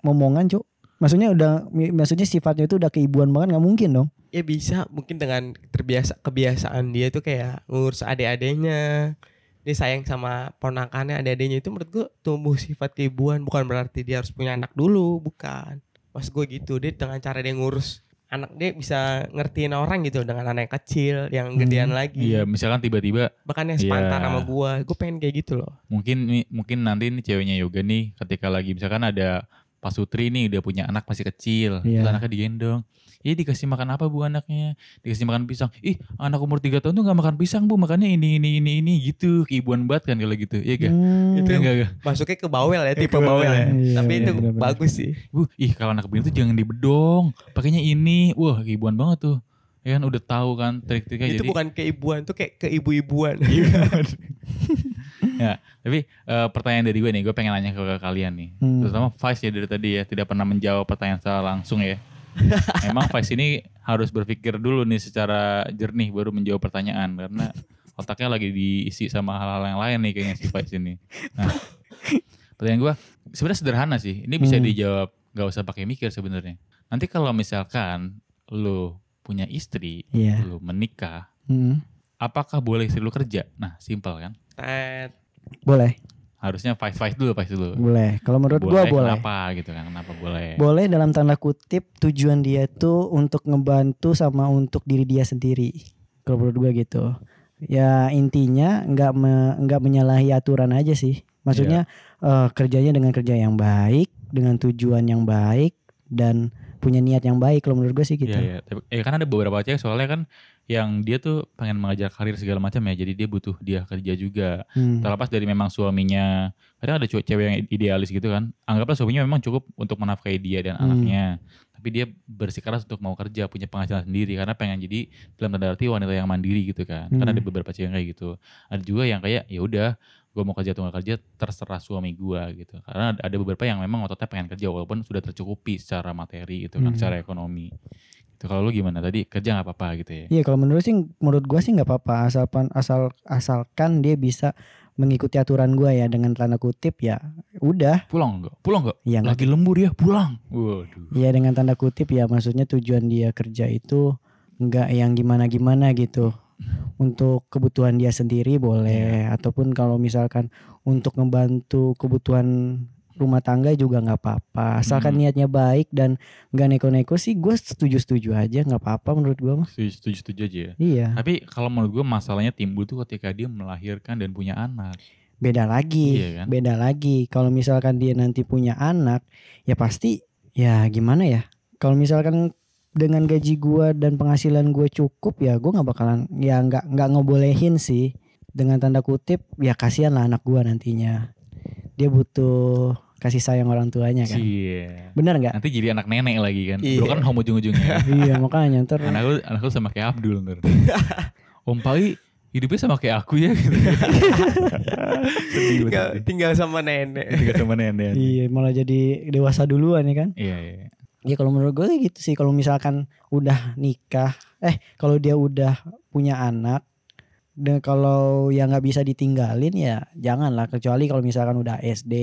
Speaker 4: momongan cuk Maksudnya udah mi- maksudnya sifatnya itu udah keibuan banget gak mungkin dong.
Speaker 2: ya bisa mungkin dengan terbiasa kebiasaan dia tuh kayak ngurus adik-adiknya dia sayang sama ponakannya adik-adiknya itu menurut gue tumbuh sifat keibuan bukan berarti dia harus punya anak dulu bukan mas gue gitu dia dengan cara dia ngurus anak dia bisa ngertiin orang gitu dengan anak yang kecil yang gedean lagi
Speaker 3: Iya, misalkan tiba-tiba
Speaker 2: bahkan yang sepantar
Speaker 3: Iya.
Speaker 2: sama gue gue pengen kayak gitu loh
Speaker 3: mungkin nih- mungkin nanti nih ceweknya yoga nih ketika lagi misalkan ada Pak Sutri nih udah punya anak masih kecil
Speaker 4: Iya.
Speaker 3: terus anaknya digendong Iya dikasih makan apa bu anaknya dikasih makan pisang ih anak umur 3 tahun tuh nggak makan pisang bu makannya ini ini ini ini gitu keibuan banget kan kalau gitu Iya gak
Speaker 4: Hmm.
Speaker 2: Itu
Speaker 3: Iya gak, gak?
Speaker 2: masuknya ke bawel ya tipe
Speaker 3: ke
Speaker 2: bawel
Speaker 3: bawel
Speaker 2: ya.
Speaker 4: ya.
Speaker 2: tapi
Speaker 4: Iya,
Speaker 2: itu
Speaker 4: benar-benar.
Speaker 2: bagus sih
Speaker 3: bu ih kalau anak begini tuh jangan dibedong pakainya ini wah keibuan banget tuh ya kan udah tahu kan trik-triknya
Speaker 2: itu
Speaker 3: jadi
Speaker 2: bukan keibuan itu kayak keibu-ibuan
Speaker 3: Iya. ya tapi eh, pertanyaan dari gue nih gue pengen nanya ke, ke kalian nih
Speaker 4: Hmm.
Speaker 3: terutama Vice ya dari tadi ya tidak pernah menjawab pertanyaan secara langsung ya emang Vice ini harus berpikir dulu nih secara jernih baru menjawab pertanyaan karena otaknya lagi diisi sama hal-hal yang lain nih kayaknya si Vice ini nah, pertanyaan gue sebenarnya sederhana sih ini bisa
Speaker 4: Hmm.
Speaker 3: dijawab gak usah pakai mikir sebenarnya nanti kalau misalkan lo punya istri
Speaker 4: Iya.
Speaker 3: lo menikah
Speaker 4: Hmm.
Speaker 3: apakah boleh istri lo kerja nah simpel kan
Speaker 2: Tet.
Speaker 4: Boleh,
Speaker 3: harusnya fight fight dulu fight dulu
Speaker 4: boleh. Kalau menurut gua boleh.
Speaker 3: kenapa gitu kan kenapa boleh
Speaker 4: Boleh dalam tanda kutip tujuan dia tuh untuk ngebantu sama untuk diri dia sendiri. Kalau menurut gua gitu. Ya intinya nggak me- nggak menyalahi aturan aja sih. Maksudnya
Speaker 3: Iya.
Speaker 4: eh, kerjanya dengan kerja yang baik, dengan tujuan yang baik dan punya niat yang baik kalau menurut gua sih gitu.
Speaker 3: Iya, iya. Tapi, eh, kan ada beberapa cewek soalnya kan yang dia tuh pengen mengejar karir segala macam ya jadi dia butuh dia kerja juga
Speaker 4: Hmm.
Speaker 3: terlepas dari memang suaminya kadang ada cewek cewek yang idealis gitu kan anggaplah suaminya memang cukup untuk menafkahi dia dan
Speaker 4: Hmm.
Speaker 3: anaknya tapi dia bersikeras untuk mau kerja punya penghasilan sendiri karena pengen jadi dalam tanda arti wanita yang mandiri gitu kan kan
Speaker 4: Hmm.
Speaker 3: ada beberapa cewek yang kayak gitu ada juga yang kayak ya udah gue mau kerja atau nggak kerja terserah suami gue gitu karena ada- ada beberapa yang memang ototnya pengen kerja walaupun sudah tercukupi secara materi gitu kan
Speaker 4: Hmm.
Speaker 3: secara ekonomi itu kalau lu gimana tadi kerja nggak apa-apa gitu ya
Speaker 4: Iya kalau menurut sih menurut gua sih nggak apa-apa asalkan asal asalkan dia bisa mengikuti aturan gua ya dengan tanda kutip ya udah
Speaker 3: pulang nggak pulang nggak
Speaker 4: ya nggak
Speaker 3: lagi lembur ya pulang waduh
Speaker 4: ya dengan tanda kutip ya maksudnya tujuan dia kerja itu nggak yang gimana gimana gitu untuk kebutuhan dia sendiri boleh ataupun kalau misalkan untuk ngebantu kebutuhan rumah tangga juga nggak apa-apa asalkan
Speaker 3: Hmm.
Speaker 4: niatnya baik dan nggak neko-neko sih gue setuju-setuju aja nggak apa-apa menurut gua mah
Speaker 3: setuju setuju, setuju aja ya
Speaker 4: iya
Speaker 3: Tapi kalau menurut gue masalahnya timbul tuh ketika dia melahirkan dan punya anak.
Speaker 4: beda lagi
Speaker 3: Iya kan?
Speaker 4: beda lagi kalau misalkan dia nanti punya anak ya pasti ya gimana ya kalau misalkan dengan gaji gua dan penghasilan gue cukup ya gua nggak bakalan ya nggak nggak ngebolehin sih dengan tanda kutip ya kasihan lah anak gua nantinya dia butuh kasih sayang orang tuanya kan
Speaker 3: Iya.
Speaker 4: bener nggak
Speaker 3: Nanti jadi anak nenek lagi kan.
Speaker 2: Iya.
Speaker 3: Dulu kan homo ujung-ujungnya.
Speaker 4: iya makanya ntar
Speaker 3: anak lu anak lu sama kayak Abdul ntar. Om Pai hidupnya sama kayak aku ya gitu. Sedih banget.
Speaker 2: tinggal, tinggal sama nenek
Speaker 3: Tiga sama nenek.
Speaker 4: iya malah jadi dewasa duluan ya kan
Speaker 3: Iya, iya.
Speaker 4: Ya kalau menurut gue gitu sih kalau misalkan udah nikah, eh kalau dia udah punya anak, dan kalau yang nggak bisa ditinggalin ya janganlah kecuali kalau misalkan udah SD,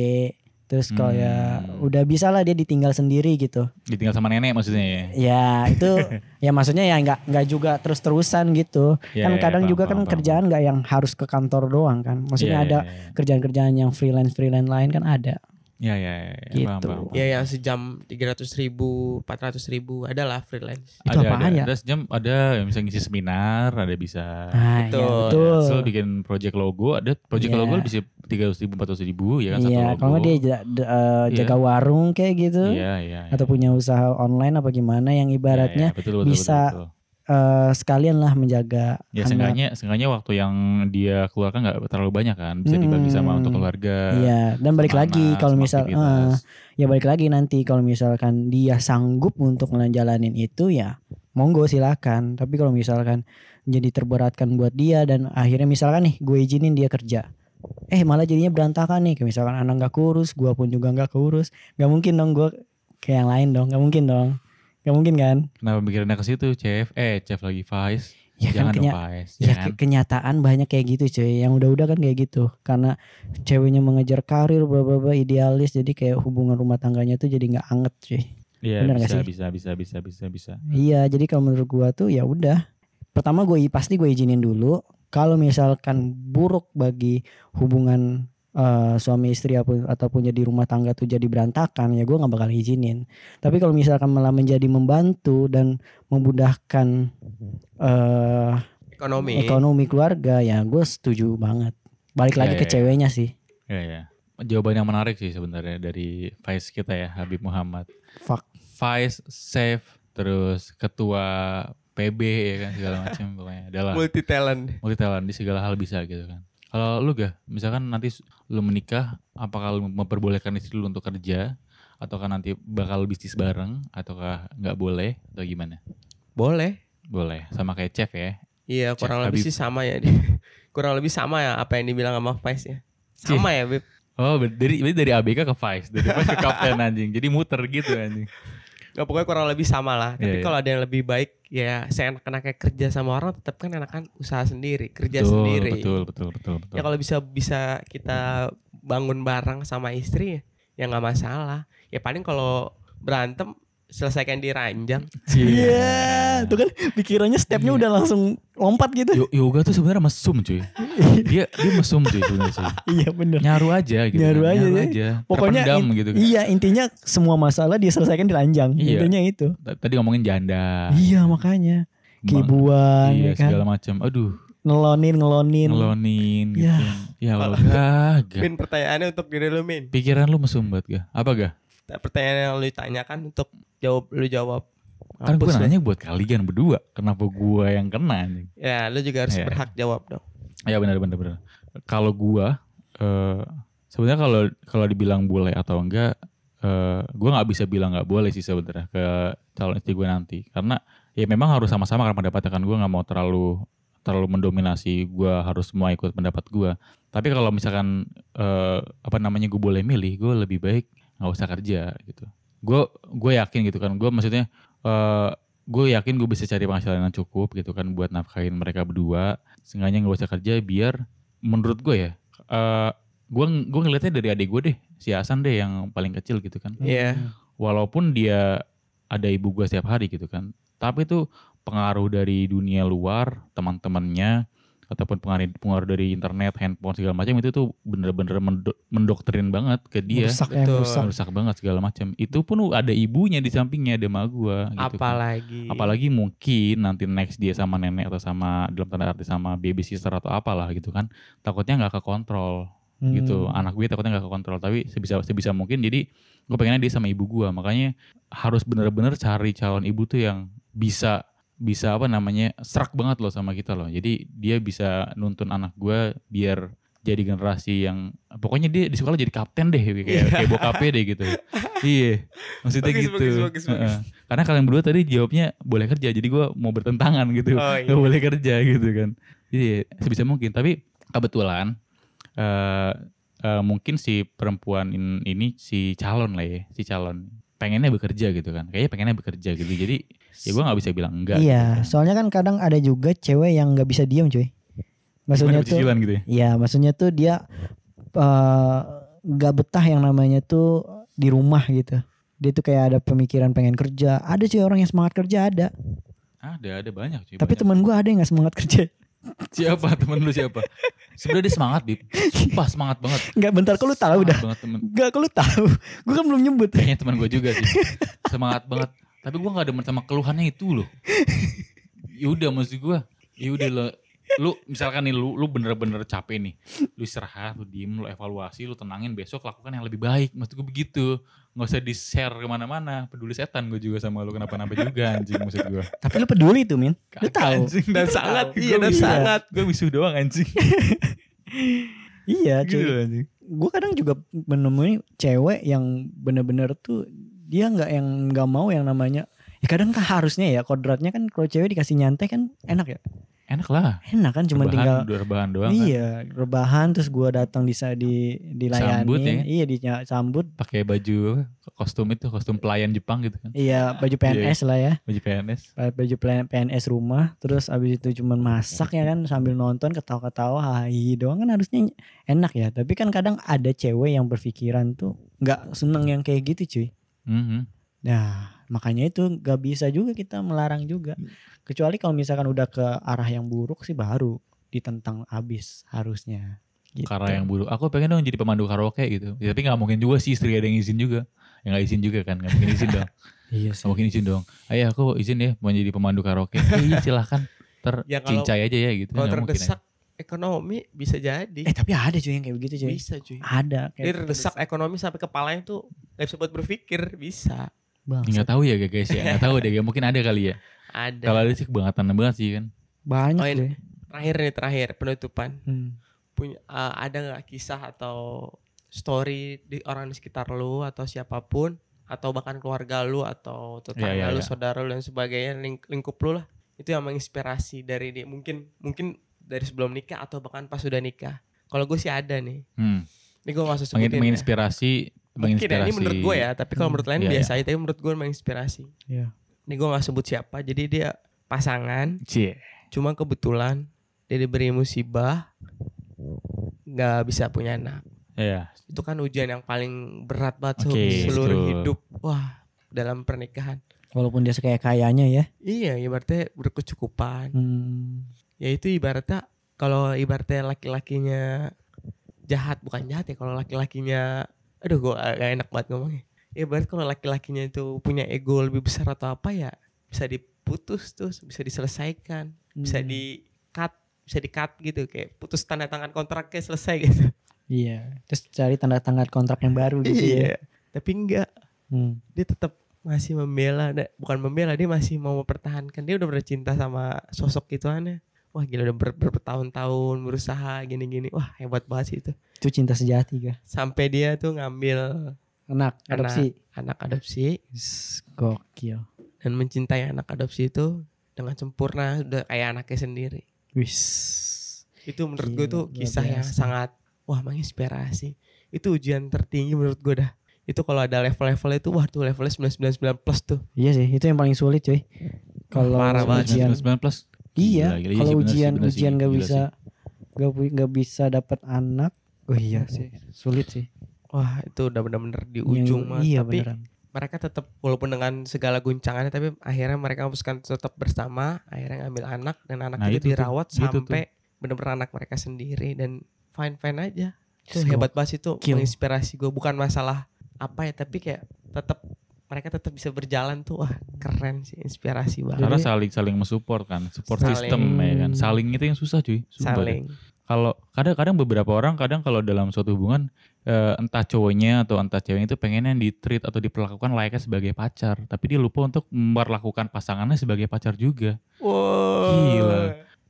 Speaker 4: terus kalau ya
Speaker 3: Hmm.
Speaker 4: udah bisa lah dia ditinggal sendiri gitu.
Speaker 3: Ditinggal sama nenek maksudnya ya.
Speaker 4: Ya itu ya maksudnya ya nggak nggak juga terus terusan gitu.
Speaker 3: Iya,
Speaker 4: kan
Speaker 3: iya,
Speaker 4: kadang
Speaker 3: paham,
Speaker 4: juga
Speaker 3: paham,
Speaker 4: kan
Speaker 3: paham.
Speaker 4: kerjaan nggak yang harus ke kantor doang kan. Maksudnya
Speaker 3: Iya,
Speaker 4: ada
Speaker 3: iya, iya.
Speaker 4: kerjaan-kerjaan yang freelance freelance lain kan ada.
Speaker 3: Iya, iya, iya. Paham,
Speaker 4: Gitu.
Speaker 3: paham, paham.
Speaker 2: ya yang sejam 300 ribu 400 ribu adalah freelance
Speaker 4: Itu
Speaker 3: ada,
Speaker 4: apaan
Speaker 3: ada,
Speaker 4: ya?
Speaker 3: Ada sejam, ada yang bisa ngisi seminar, ada bisa
Speaker 4: Nah, ya,
Speaker 2: Betul.
Speaker 4: betul.
Speaker 3: Terus lu bikin project logo, ada project
Speaker 4: Iya.
Speaker 3: logo bisa 300 ribu, 400 ribu ya kan satu
Speaker 4: Iya,
Speaker 3: logo.
Speaker 4: kalau nggak dia ja- d- eh,
Speaker 3: Iya.
Speaker 4: jaga warung kayak gitu
Speaker 3: Iya, iya. iya.
Speaker 4: atau punya usaha online apa gimana
Speaker 3: Iya,
Speaker 4: yang ibaratnya
Speaker 3: iya, betul, betul,
Speaker 4: bisa
Speaker 3: betul, betul.
Speaker 4: eh, sekalian lah menjaga
Speaker 3: Ya
Speaker 4: anak.
Speaker 3: seenggaknya, seenggaknya waktu yang dia keluarkan nggak terlalu banyak kan, bisa dibagi sama
Speaker 4: Mm-mm.
Speaker 3: untuk keluarga.
Speaker 4: Iya, dan balik
Speaker 3: sama
Speaker 4: lagi
Speaker 3: anak,
Speaker 4: kalau
Speaker 3: sama
Speaker 4: misal eh,
Speaker 3: aktivitas.
Speaker 4: ya balik lagi nanti kalau misalkan dia sanggup untuk ngejalanin itu ya monggo silakan. Tapi kalau misalkan jadi terberatkan buat dia dan akhirnya misalkan nih gue izinin dia kerja. Eh malah jadinya berantakan nih. Kayak misalkan anak nggak kurus, gue pun juga nggak kurus. Nggak mungkin dong gue kayak yang lain dong. Nggak mungkin dong. Nggak mungkin kan?
Speaker 3: Kenapa pikirannya ke situ, Chef? Eh, Chef lagi Vice.
Speaker 4: Ya kan
Speaker 3: Jangan
Speaker 4: kenya-
Speaker 3: dong Iya kan? Vice.
Speaker 4: Ya,
Speaker 3: jangan.
Speaker 4: ke- kenyataan banyak kayak gitu cuy. Yang udah-udah kan kayak gitu. Karena ceweknya mengejar karir, bla bla bla, idealis. Jadi kayak hubungan rumah tangganya tuh jadi nggak anget cuy.
Speaker 3: Iya,
Speaker 4: bener nggak
Speaker 3: bisa,
Speaker 4: sih?
Speaker 3: bisa, bisa, bisa, bisa, bisa.
Speaker 4: Iya, jadi kalau menurut gua tuh ya udah. Pertama gue pasti gue izinin dulu. Kalau misalkan buruk bagi hubungan eh, suami istri apa- ataupun jadi rumah tangga tuh jadi berantakan, ya gua nggak bakal izinin. Tapi kalau misalkan malah menjadi membantu dan memudahkan eh
Speaker 2: ekonomi
Speaker 4: ekonomi keluarga ya gue setuju banget balik
Speaker 3: Ya,
Speaker 4: lagi
Speaker 3: ya,
Speaker 4: ke
Speaker 3: ya.
Speaker 4: ceweknya sih
Speaker 3: Iya, iya. Jawaban yang menarik sih sebenarnya dari Vice kita ya, Habib Muhammad.
Speaker 4: fuck
Speaker 3: Vice, Chef, terus ketua PB ya kan segala macam pokoknya. Adalah
Speaker 2: multi talent
Speaker 3: multi talent di segala hal bisa gitu kan kalau lu gak misalkan nanti s- lu menikah apakah lu memperbolehkan istri lu untuk kerja ataukah nanti bakal bisnis bareng ataukah nggak boleh atau gimana
Speaker 2: boleh
Speaker 3: Boleh, sama kayak Chef ya.
Speaker 2: Iya kurang
Speaker 3: Chef
Speaker 2: lebih
Speaker 3: Habib.
Speaker 2: sih sama ya kurang lebih sama ya apa yang dibilang sama Faiz ya sama ya Beb
Speaker 3: Oh, ber- dari berarti dari ABK ke Vice, dari Vice ke Kapten anjing. Jadi muter gitu anjing.
Speaker 2: Gak Ya, pokoknya kurang lebih sama lah tapi
Speaker 3: Iya, iya.
Speaker 2: kalau ada yang lebih baik ya saya enak-enaknya kerja sama orang tetap kan enakan usaha sendiri kerja
Speaker 3: betul,
Speaker 2: sendiri
Speaker 3: Betul, betul, betul, betul.
Speaker 2: ya kalau bisa bisa kita bangun bareng sama istri ya ya nggak masalah ya paling kalau berantem selesaikan di ranjang
Speaker 3: Iya.
Speaker 4: Iya, tuh kan pikirannya stepnya udah langsung lompat gitu.
Speaker 3: Yo- yoga tuh sebenarnya mesum cuy. dia dia mesum cuy sebenarnya. cuy.
Speaker 4: iya bener.
Speaker 3: Nyaru aja gitu.
Speaker 4: Nyaru
Speaker 3: kan.
Speaker 4: aja,
Speaker 3: Nyaru
Speaker 4: ya.
Speaker 3: aja.
Speaker 4: Pokoknya
Speaker 3: Terpendam
Speaker 4: in-
Speaker 3: gitu kan.
Speaker 4: iya intinya semua masalah diselesaikan di ranjang.
Speaker 3: Iya.
Speaker 4: Intinya itu.
Speaker 3: Ta- Tadi ngomongin janda.
Speaker 4: Iya makanya
Speaker 3: Bang-
Speaker 4: kibuan
Speaker 3: Iya,
Speaker 4: ya kan, Iya.
Speaker 3: segala macam. Aduh,
Speaker 4: ngelonin ngelonin.
Speaker 3: ngelonin gitu.
Speaker 4: Yah.
Speaker 3: Ya Allah,
Speaker 4: Iya.
Speaker 3: gak.
Speaker 2: Min pertanyaannya untuk diri lu Min
Speaker 3: Pikiran lu mesum banget gak? Apa gak?
Speaker 2: pertanyaan yang lu ditanyakan untuk jawab lu jawab
Speaker 3: Kan gue
Speaker 2: Hapus,
Speaker 3: nanya buat kalian berdua. Kenapa gua yang kena anjing?
Speaker 2: Beb. ya lu juga harus
Speaker 3: Iya.
Speaker 2: berhak jawab dong
Speaker 3: Ya benar benar benar. Kalau gua eh sebenarnya kalau kalau dibilang boleh atau enggak eh gua nggak bisa bilang nggak boleh sih sebenarnya ke calon istri gue nanti karena ya memang harus sama-sama kan pendapatnya kan gue nggak mau terlalu terlalu mendominasi gua harus semua ikut pendapat gua tapi kalau misalkan eh, apa namanya gue boleh milih gue lebih baik nggak usah kerja gitu gue gue yakin gitu kan gue maksudnya eh gue yakin gue bisa cari penghasilan yang cukup gitu kan buat nafkahin mereka berdua seenggaknya nggak usah kerja biar menurut gue ya eh gue gue ngelihatnya dari adik gue deh si Hasan deh yang paling kecil gitu
Speaker 5: Hmm.
Speaker 3: kan
Speaker 2: Iya.
Speaker 3: walaupun dia ada ibu gue setiap hari gitu kan tapi itu pengaruh dari dunia luar teman-temannya ataupun pengaruh pengaruh dari internet handphone segala macam itu tuh bener-bener mendo- mendoktrin banget ke dia
Speaker 5: rusak ya
Speaker 2: betul.
Speaker 5: rusak
Speaker 3: merusak banget segala macam itu pun ada ibunya di sampingnya ada ma gue gitu kan.
Speaker 2: apalagi
Speaker 3: apalagi mungkin nanti next dia sama nenek atau sama dalam tanda arti sama baby sister atau apalah gitu kan takutnya nggak kekontrol gitu
Speaker 5: Hmm.
Speaker 3: anak gue takutnya nggak kekontrol tapi sebisa sebisa mungkin jadi gue pengennya dia sama ibu gue makanya harus bener-bener cari calon ibu tuh yang bisa bisa apa namanya serak banget loh sama kita loh jadi dia bisa nuntun anak gue biar jadi generasi yang pokoknya dia di sekolah jadi kapten deh kayak kayak bokapnya deh gitu iya maksudnya
Speaker 2: Bagus,
Speaker 3: gitu
Speaker 2: bagus, bagus, bagus.
Speaker 3: Heeh. karena kalian berdua tadi jawabnya boleh kerja jadi gue mau bertentangan gitu
Speaker 2: Oh, iya.
Speaker 3: Gak boleh kerja gitu kan jadi sebisa mungkin tapi kebetulan eh eh, mungkin si perempuan in- ini si calon lah ya si calon pengennya bekerja gitu kan kayaknya pengennya bekerja gitu jadi ya gue nggak bisa bilang enggak
Speaker 5: iya
Speaker 3: gitu kan.
Speaker 5: soalnya kan kadang ada juga cewek yang nggak bisa diem cuy
Speaker 3: Gimana
Speaker 5: maksudnya tuh
Speaker 3: cicilan gitu ya
Speaker 5: Iya, maksudnya tuh dia eh, nggak betah yang namanya tuh di rumah gitu. Dia tuh kayak ada pemikiran pengen kerja. Ada sih orang yang semangat kerja ada.
Speaker 3: ada ada banyak cuy
Speaker 5: Tapi
Speaker 3: banyak.
Speaker 5: teman gua ada yang nggak semangat kerja.
Speaker 3: siapa temen lu siapa sebenarnya dia semangat bib sumpah semangat banget
Speaker 5: Nggak bentar kok lu tahu
Speaker 3: Semangat
Speaker 5: dah.
Speaker 3: banget temen
Speaker 5: Nggak kok lu tahu. Gua kan belum nyebut.
Speaker 3: kayaknya teman gue juga sih semangat banget tapi gue nggak demen sama keluhannya itu loh yaudah maksud gue yaudah lo lu misalkan nih lu lu bener-bener capek nih lu istirahat lu diem lu evaluasi lu tenangin besok lakukan yang lebih baik maksud gue begitu nggak usah di share kemana-mana peduli setan gue juga sama lu kenapa-napa juga anjing maksud gue
Speaker 4: Tapi lu peduli tuh Min. Lu
Speaker 3: Kagak,
Speaker 4: tahu.
Speaker 3: anjing dan sangat
Speaker 2: iya, dan sangat.
Speaker 3: gue bisu doang anjing
Speaker 5: Iya,
Speaker 3: gitu
Speaker 5: cuy.
Speaker 3: loh, anjing
Speaker 5: Gua kadang juga menemui cewek yang bener-bener tuh dia nggak yang nggak mau yang namanya Ya kadang kan harusnya ya kodratnya kan kalau cewek dikasih nyantai kan enak ya.
Speaker 3: enak lah
Speaker 5: Enak kan cuma
Speaker 3: rebahan,
Speaker 5: tinggal
Speaker 3: udah rebahan doang kan
Speaker 5: Iya, rebahan terus gua datang di di dilayani.
Speaker 3: Sambut ya.
Speaker 5: Iya, disambut.
Speaker 3: pakai baju kostum itu kostum pelayan Jepang gitu kan
Speaker 5: Iya, baju
Speaker 3: Iya,
Speaker 5: PNS lah ya.
Speaker 3: baju PNS
Speaker 5: Baju plan- PNS rumah, terus abis itu cuman masak ya kan sambil nonton ketawa-ketawa, hai doang kan harusnya enak ya. Tapi kan kadang ada cewek yang berpikiran tuh nggak seneng yang kayak gitu, cuy.
Speaker 3: Mhm.
Speaker 5: Nah, makanya itu nggak bisa juga kita melarang juga.
Speaker 2: Hmm.
Speaker 5: Kecuali kalau misalkan udah ke arah yang buruk sih baru ditentang abis harusnya. Gitu.
Speaker 3: Karena yang buruk. Aku pengen dong jadi pemandu karaoke gitu. Ya, tapi nggak mungkin juga sih istri ada yang izin juga. Ya nggak izin juga kan, nggak mungkin izin dong.
Speaker 5: Iya
Speaker 3: Nggak mungkin izin dong. Ayah aku izin ya mau jadi pemandu karaoke. "Eh, iya silahkan. Ter
Speaker 2: Ya, kalau-
Speaker 3: cincai aja ya gitu.
Speaker 2: kalau
Speaker 3: Nggak mungkin
Speaker 2: terdesak ekonomi bisa jadi
Speaker 5: Eh tapi ada cuy yang kayak begitu cuy.
Speaker 2: bisa cuy
Speaker 5: Ada.
Speaker 2: dia
Speaker 5: kayak
Speaker 2: terdesak ekonomi sampai kepalanya tuh nggak bisa buat berpikir bisa
Speaker 5: Bang,
Speaker 3: aja. Nggak tahu ya guys ya. Nggak tahu deh. ya. Mungkin ada kali ya. Kalau
Speaker 2: ada
Speaker 3: ada sih kebangetan banget sih kan.
Speaker 5: banyak
Speaker 2: Oh, ini.
Speaker 5: cuy.
Speaker 2: terakhir nih terakhir penutupan
Speaker 5: Hmm.
Speaker 2: punya eh, ada nggak kisah atau story di orang di sekitar lu atau siapapun atau bahkan keluarga lu atau tetangga
Speaker 3: Iya, iya,
Speaker 2: lu
Speaker 3: iya.
Speaker 2: saudara lu dan sebagainya ling- lingkup lu lah itu yang menginspirasi dari dia mungkin mungkin dari sebelum nikah atau bahkan pas sudah nikah kalau gue sih ada nih
Speaker 3: Hmm.
Speaker 2: ini gue masuk
Speaker 3: Mengin-
Speaker 2: sebutin ya.
Speaker 3: menginspirasi,
Speaker 2: mungkin ya,
Speaker 3: menginspirasi.
Speaker 2: ini menurut gue ya tapi kalau menurut lain
Speaker 3: Iya,
Speaker 2: biasa aja tapi menurut gue menginspirasi
Speaker 5: Iya.
Speaker 2: ini gue gak sebut siapa jadi dia pasangan
Speaker 3: Cie.
Speaker 2: cuma kebetulan dia diberi musibah nggak bisa punya anak
Speaker 3: Iya.
Speaker 2: itu kan ujian yang paling berat banget Sob,
Speaker 3: Oke,
Speaker 2: seluruh
Speaker 3: betul.
Speaker 2: hidup wah dalam pernikahan
Speaker 5: Walaupun dia sekaya kayanya ya.
Speaker 2: iya ibaratnya berkecukupan
Speaker 5: Hmm.
Speaker 2: yaitu ibaratnya kalau ibaratnya laki-lakinya jahat bukan jahat ya kalau laki-lakinya aduh gue gak enak banget ngomongnya ibarat kalau laki-lakinya itu punya ego lebih besar atau apa ya bisa diputus tuh bisa diselesaikan bisa
Speaker 5: Hmm.
Speaker 2: di cut bisa di cut gitu kayak putus tanda tangan kontraknya selesai gitu
Speaker 5: Iya. Terus cari tanda tangan kontrak yang baru gitu ya.
Speaker 2: Iya,
Speaker 3: Iya.
Speaker 2: tapi enggak
Speaker 5: Hmm.
Speaker 2: dia tetap masih membela da- bukan membela dia masih mau mempertahankan dia udah bercinta sama sosok gitu aneh wah gila udah ber- bertahun-tahun berusaha gini-gini wah hebat banget sih itu
Speaker 5: Itu cinta sejati kah?
Speaker 2: sampai dia tuh ngambil
Speaker 5: Anak,
Speaker 2: Anak.
Speaker 5: adopsi.
Speaker 2: anak adopsi
Speaker 5: Yes, Gokil.
Speaker 2: dan mencintai anak adopsi itu dengan sempurna udah kayak anaknya sendiri
Speaker 5: Wis.
Speaker 2: itu menurut
Speaker 5: Gila,
Speaker 2: gue tuh
Speaker 5: luar
Speaker 2: kisah yang
Speaker 5: biasa.
Speaker 2: sangat wah menginspirasi itu ujian tertinggi menurut gue dah itu kalau ada level-levelnya itu wah tuh levelnya 999 plus tuh
Speaker 5: Iya sih, itu yang paling sulit cuy. Kalau
Speaker 2: Parah banget,
Speaker 5: ujian,
Speaker 3: 19 plus.
Speaker 5: iya.
Speaker 3: Gila, gila, iya
Speaker 5: Kalau
Speaker 3: sih, bener sih,
Speaker 5: ujian
Speaker 3: bener sih,
Speaker 5: ujian nggak
Speaker 3: gila
Speaker 5: bisa nggak pu- nggak bisa dapat anak, oh iya sih, sulit sih.
Speaker 2: wah itu udah bener-bener di
Speaker 5: Yang-
Speaker 2: ujung mah
Speaker 5: Iya
Speaker 2: tapi
Speaker 5: beneran.
Speaker 2: mereka tetap walaupun dengan segala guncangannya tapi akhirnya mereka memutuskan tetap bersama akhirnya ngambil anak dan anak
Speaker 3: Nah, itu
Speaker 2: itu,
Speaker 3: tuh,
Speaker 2: dirawat
Speaker 3: itu tuh.
Speaker 2: sampai bener-bener anak mereka sendiri dan fine fine aja itu
Speaker 5: Terus
Speaker 2: hebat banget sih itu
Speaker 5: Gokil.
Speaker 2: menginspirasi gue bukan masalah apa ya tapi kayak tetap mereka tetap bisa berjalan tuh wah keren sih inspirasi banget
Speaker 3: Karena saling saling mensupport kan, support
Speaker 2: Saling.
Speaker 3: system ya kan. Saling itu yang susah cuy. Sumpah deh.
Speaker 2: saling
Speaker 3: Kalau kadang-kadang beberapa orang kadang kalau dalam suatu hubungan eh, entah cowoknya atau entah ceweknya itu pengennya di treat atau diperlakukan layaknya sebagai pacar, tapi dia lupa untuk memperlakukan pasangannya sebagai pacar juga.
Speaker 2: Wow.
Speaker 3: Gila.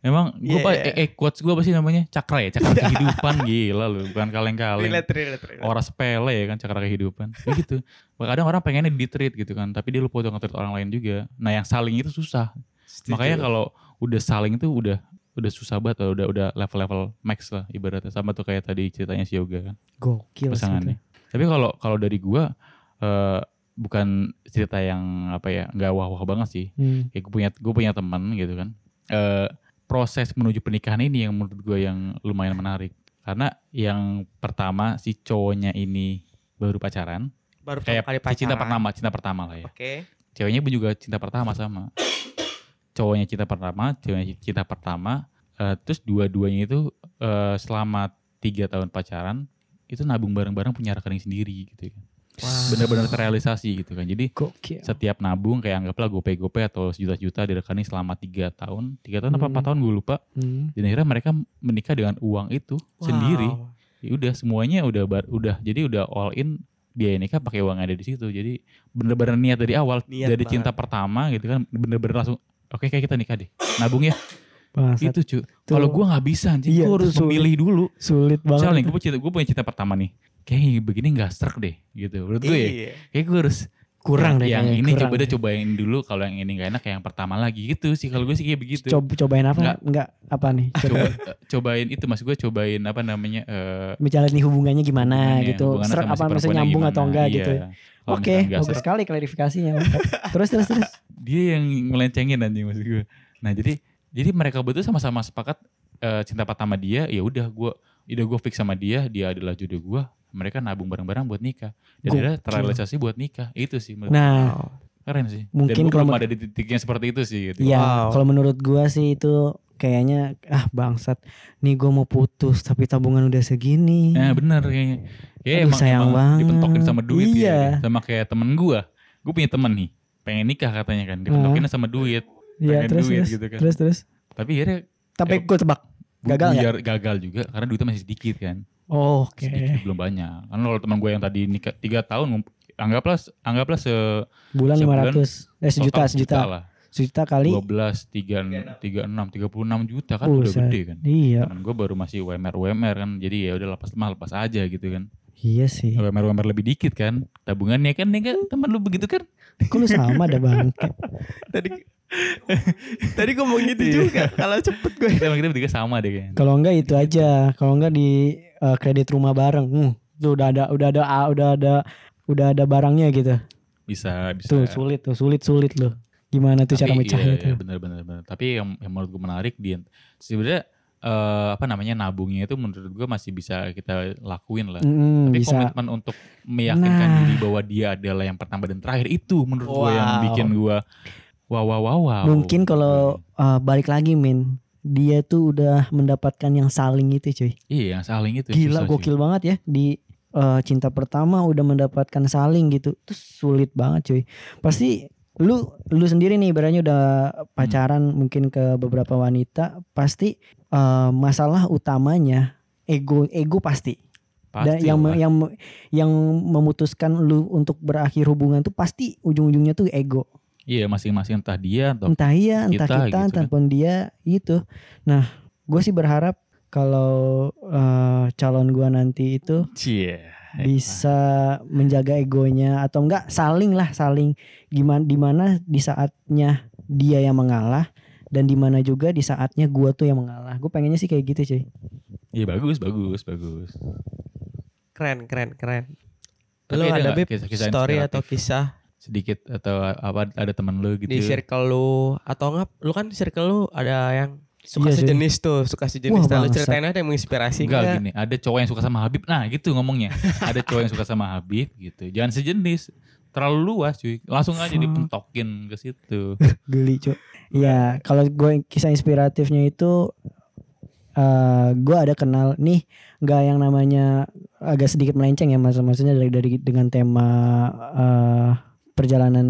Speaker 3: Emang gue
Speaker 2: Iya,
Speaker 3: pa-
Speaker 2: iya.
Speaker 3: eh, eh, quotes gue apa sih namanya? Cakra ya, cakra kehidupan gila lu, bukan kaleng-kaleng.
Speaker 2: Relate, relate, relate.
Speaker 3: orang sepele ya kan cakra kehidupan ya gitu kadang orang pengennya di treat gitu kan tapi dia lupa untuk nge-treat orang lain juga nah yang saling itu susah
Speaker 2: Setuju.
Speaker 3: makanya kalau udah saling itu udah udah susah banget lah, udah udah level-level max lah ibaratnya sama tuh kayak tadi ceritanya si Yoga kan
Speaker 5: Gokil sih itu.
Speaker 3: pasangannya tapi kalau kalau dari gua eh, bukan cerita yang apa ya nggak wah-wah banget sih
Speaker 5: Hmm.
Speaker 3: kayak gue punya gue punya teman gitu kan Eh proses menuju pernikahan ini yang menurut gue yang lumayan menarik karena yang pertama si cowoknya ini baru pacaran
Speaker 2: baru
Speaker 3: kayak
Speaker 2: pertama kali pacaran.
Speaker 3: cinta pertama cinta pertama lah ya
Speaker 2: Oke.
Speaker 3: ceweknya pun juga cinta pertama sama cowoknya cinta pertama ceweknya cinta pertama Eh terus dua-duanya itu eh selama tiga tahun pacaran itu nabung bareng-bareng punya rekening sendiri gitu kan bener-bener terrealisasi gitu kan jadi
Speaker 5: Gokil.
Speaker 3: setiap nabung kayak anggaplah gopay gopay atau sejuta juta direkani selama tiga tahun tiga tahun apa
Speaker 5: Hmm.
Speaker 3: empat tahun gue lupa
Speaker 5: Hmm.
Speaker 3: dan akhirnya mereka menikah dengan uang itu sendiri
Speaker 2: Wow.
Speaker 3: ya udah semuanya udah bar- udah jadi udah all in dia nikah pakai uang yang ada di situ jadi bener-bener niat dari awal
Speaker 2: Niat
Speaker 3: dari cinta pertama gitu kan bener-bener langsung oke kayak kita nikah deh nabung ya
Speaker 5: Bangsat.
Speaker 3: itu cu kalau gue nggak bisa anjing
Speaker 5: Iya,
Speaker 3: gue harus
Speaker 5: itu sulit.
Speaker 3: memilih dulu
Speaker 5: sulit banget.
Speaker 3: misalnya
Speaker 5: itu.
Speaker 3: gue punya, gue punya cinta pertama nih kayak begini nggak serak deh gitu menurut gue ya
Speaker 2: Iya.
Speaker 3: kayak gue harus
Speaker 5: Kurang deh
Speaker 3: yang
Speaker 5: kayaknya,
Speaker 3: ini
Speaker 5: kurang
Speaker 3: coba deh
Speaker 5: deh.
Speaker 3: coba yang ini dulu kalau yang ini nggak enak kayak yang pertama lagi gitu sih kalau gue sih kayak begitu
Speaker 5: Coba cobain apa?
Speaker 3: Nggak.
Speaker 5: Enggak, apa nih? Coba
Speaker 3: coba eh, cobain itu mas gue cobain apa namanya eh
Speaker 5: menjalani hubungannya gimana
Speaker 3: hubungannya-
Speaker 5: gitu.
Speaker 3: hubungannya
Speaker 5: Serak
Speaker 3: sama
Speaker 5: apa
Speaker 3: si
Speaker 5: misalnya
Speaker 3: perempuannya
Speaker 5: nyambung atau
Speaker 3: gimana.
Speaker 5: enggak
Speaker 3: Iya.
Speaker 5: gitu. ya.
Speaker 3: Kalau
Speaker 5: Oke,
Speaker 3: misalnya nggak
Speaker 5: bagus
Speaker 3: serak,
Speaker 5: sekali klarifikasinya. mantap. terus terus terus.
Speaker 3: dia yang melencengin anjing mas gue nah jadi jadi mereka berdua sama-sama sepakat eh, cinta pertama dia ya udah gue udah gue fix sama dia dia adalah jodoh gue mereka nabung bareng-bareng buat nikah dan
Speaker 5: Gokil.
Speaker 3: ada terrealisasi buat nikah itu sih menurut
Speaker 5: Nah,
Speaker 3: gue. keren sih
Speaker 5: mungkin
Speaker 3: dan gue
Speaker 5: kalau
Speaker 3: belum
Speaker 5: men-
Speaker 3: ada di titik yang seperti itu sih gitu.
Speaker 5: iya,
Speaker 2: Wow.
Speaker 5: kalau menurut gua sih itu kayaknya ah bangsat. Nih gua mau putus tapi tabungan udah segini.
Speaker 3: Nah bener kayaknya. Kayak
Speaker 5: Iya. Aduh,
Speaker 3: emang,
Speaker 5: sayang
Speaker 3: emang
Speaker 5: banget.
Speaker 3: dipentokin sama duit
Speaker 5: Iya.
Speaker 3: ya. Sama kayak temen gua. Gue punya temen nih. Pengen nikah katanya kan. Dipentokin sama duit.
Speaker 5: Iya,
Speaker 3: pengen
Speaker 5: terus
Speaker 3: duit
Speaker 5: terus,
Speaker 3: gitu kan.
Speaker 5: terus terus.
Speaker 3: Tapi akhirnya
Speaker 5: Tapi gua tebak gagal ya.
Speaker 3: buyar- gagal juga. Karena duitnya masih sedikit kan.
Speaker 5: Oke.
Speaker 3: Sedikit belum banyak. Kan kalau temen gue yang tadi nikah 3 tahun. ngup- Anggaplah anggaplah se
Speaker 5: Bulan
Speaker 3: Sebulan
Speaker 5: 500. Eh sejuta,
Speaker 3: total
Speaker 5: sejuta.
Speaker 3: lah.
Speaker 5: Sejuta kali.
Speaker 3: 12, 3, 36, 36 juta kan udah
Speaker 5: Buset.
Speaker 3: gede kan.
Speaker 5: Iya,
Speaker 3: Temen gue baru masih UMR UMR kan. Jadi ya udah lepas mah lepas aja gitu kan.
Speaker 5: iya sih.
Speaker 3: UMR UMR lebih dikit kan. Tabungannya kan nih kan temen lu begitu kan.
Speaker 5: Kok lu sama ada bang?
Speaker 2: Tadi Tadi gue mau gitu juga. Kalau cepet gue.
Speaker 3: Kita emang kita Iya. bertiga sama deh kayaknya.
Speaker 4: Kalau enggak itu
Speaker 3: Iya,
Speaker 4: aja, kalau enggak di eh, kredit rumah bareng. Hmm, tuh udah ada udah ada ah, udah ada udah ada barangnya gitu.
Speaker 3: Bisa, bisa. ya.
Speaker 4: Tuh sulit tuh, sulit-sulit loh. Gimana tuh cara
Speaker 3: Tapi
Speaker 4: mecahnya
Speaker 3: iya,
Speaker 4: tuh?
Speaker 3: iya, bener, bener, bener. Tapi yang, yang menurut gue menarik dia sebenarnya eh, apa namanya nabungnya itu menurut gue masih bisa kita lakuin lah.
Speaker 4: Mm-mm,
Speaker 3: Tapi
Speaker 4: Hmm, bisa.
Speaker 3: komitmen untuk meyakinkan
Speaker 4: Nah.
Speaker 3: diri bahwa dia adalah yang pertama dan terakhir itu menurut gue yang
Speaker 2: Wow.
Speaker 3: bikin gue wow wow wow wow.
Speaker 4: Mungkin kalau
Speaker 3: Hmm.
Speaker 4: eh, balik lagi Min, dia tuh udah mendapatkan yang saling itu cuy.
Speaker 3: iya yang saling itu yang
Speaker 4: Gila
Speaker 3: susah sih.
Speaker 4: gokil banget ya di eh, cinta pertama udah mendapatkan saling gitu. Itu sulit banget cuy. Pasti lu lu sendiri nih ibaratnya udah pacaran
Speaker 3: Hmm.
Speaker 4: mungkin ke beberapa wanita pasti eh, masalah utamanya ego ego pasti. Dan
Speaker 3: Pasti
Speaker 4: yang me-
Speaker 3: lah.
Speaker 4: yang me- yang memutuskan lu untuk berakhir hubungan tuh pasti ujung-ujungnya tuh ego.
Speaker 3: iya masing-masing entah dia atau
Speaker 4: Entah iya, entah
Speaker 3: kita
Speaker 4: kita,
Speaker 3: gitu
Speaker 4: entah
Speaker 3: kan.
Speaker 4: pun dia gitu. Nah, gue sih berharap kalau eh, calon gua nanti itu
Speaker 3: cie
Speaker 4: bisa menjaga egonya atau enggak saling lah saling gimana dimana di saatnya dia yang mengalah dan dimana juga di saatnya gua tuh yang mengalah gue pengennya sih kayak gitu cuy
Speaker 3: iya bagus bagus bagus
Speaker 2: Keren, keren, keren.
Speaker 3: Tapi
Speaker 2: Lo
Speaker 3: ada
Speaker 2: ada
Speaker 3: nggak
Speaker 2: beb
Speaker 3: kisah-kisah
Speaker 2: story
Speaker 3: inspiratif?
Speaker 2: atau kisah
Speaker 3: sedikit atau apa ada teman lu gitu
Speaker 2: di circle lu atau enggak? Lu kan circle lu ada yang suka
Speaker 4: Iya, cuy.
Speaker 2: sejenis tuh, suka sejenis.
Speaker 4: Wah,
Speaker 2: Nah, lu
Speaker 4: bangsat.
Speaker 2: ceritain ada yang menginspirasi
Speaker 3: Enggak
Speaker 2: nggak?
Speaker 3: gini, ada cowok yang suka sama Habib. Nah, gitu ngomongnya. ada cowok yang suka sama Habib gitu. Jangan sejenis. Terlalu luas cuy. Langsung
Speaker 4: Hmm.
Speaker 3: aja dipentokin ke situ.
Speaker 4: geli cuy
Speaker 2: Iya.
Speaker 4: ya kalau gue kisah inspiratifnya itu eh gue ada kenal nih nggak yang namanya agak sedikit melenceng ya mas maksudnya dari, dari dengan tema eh perjalanan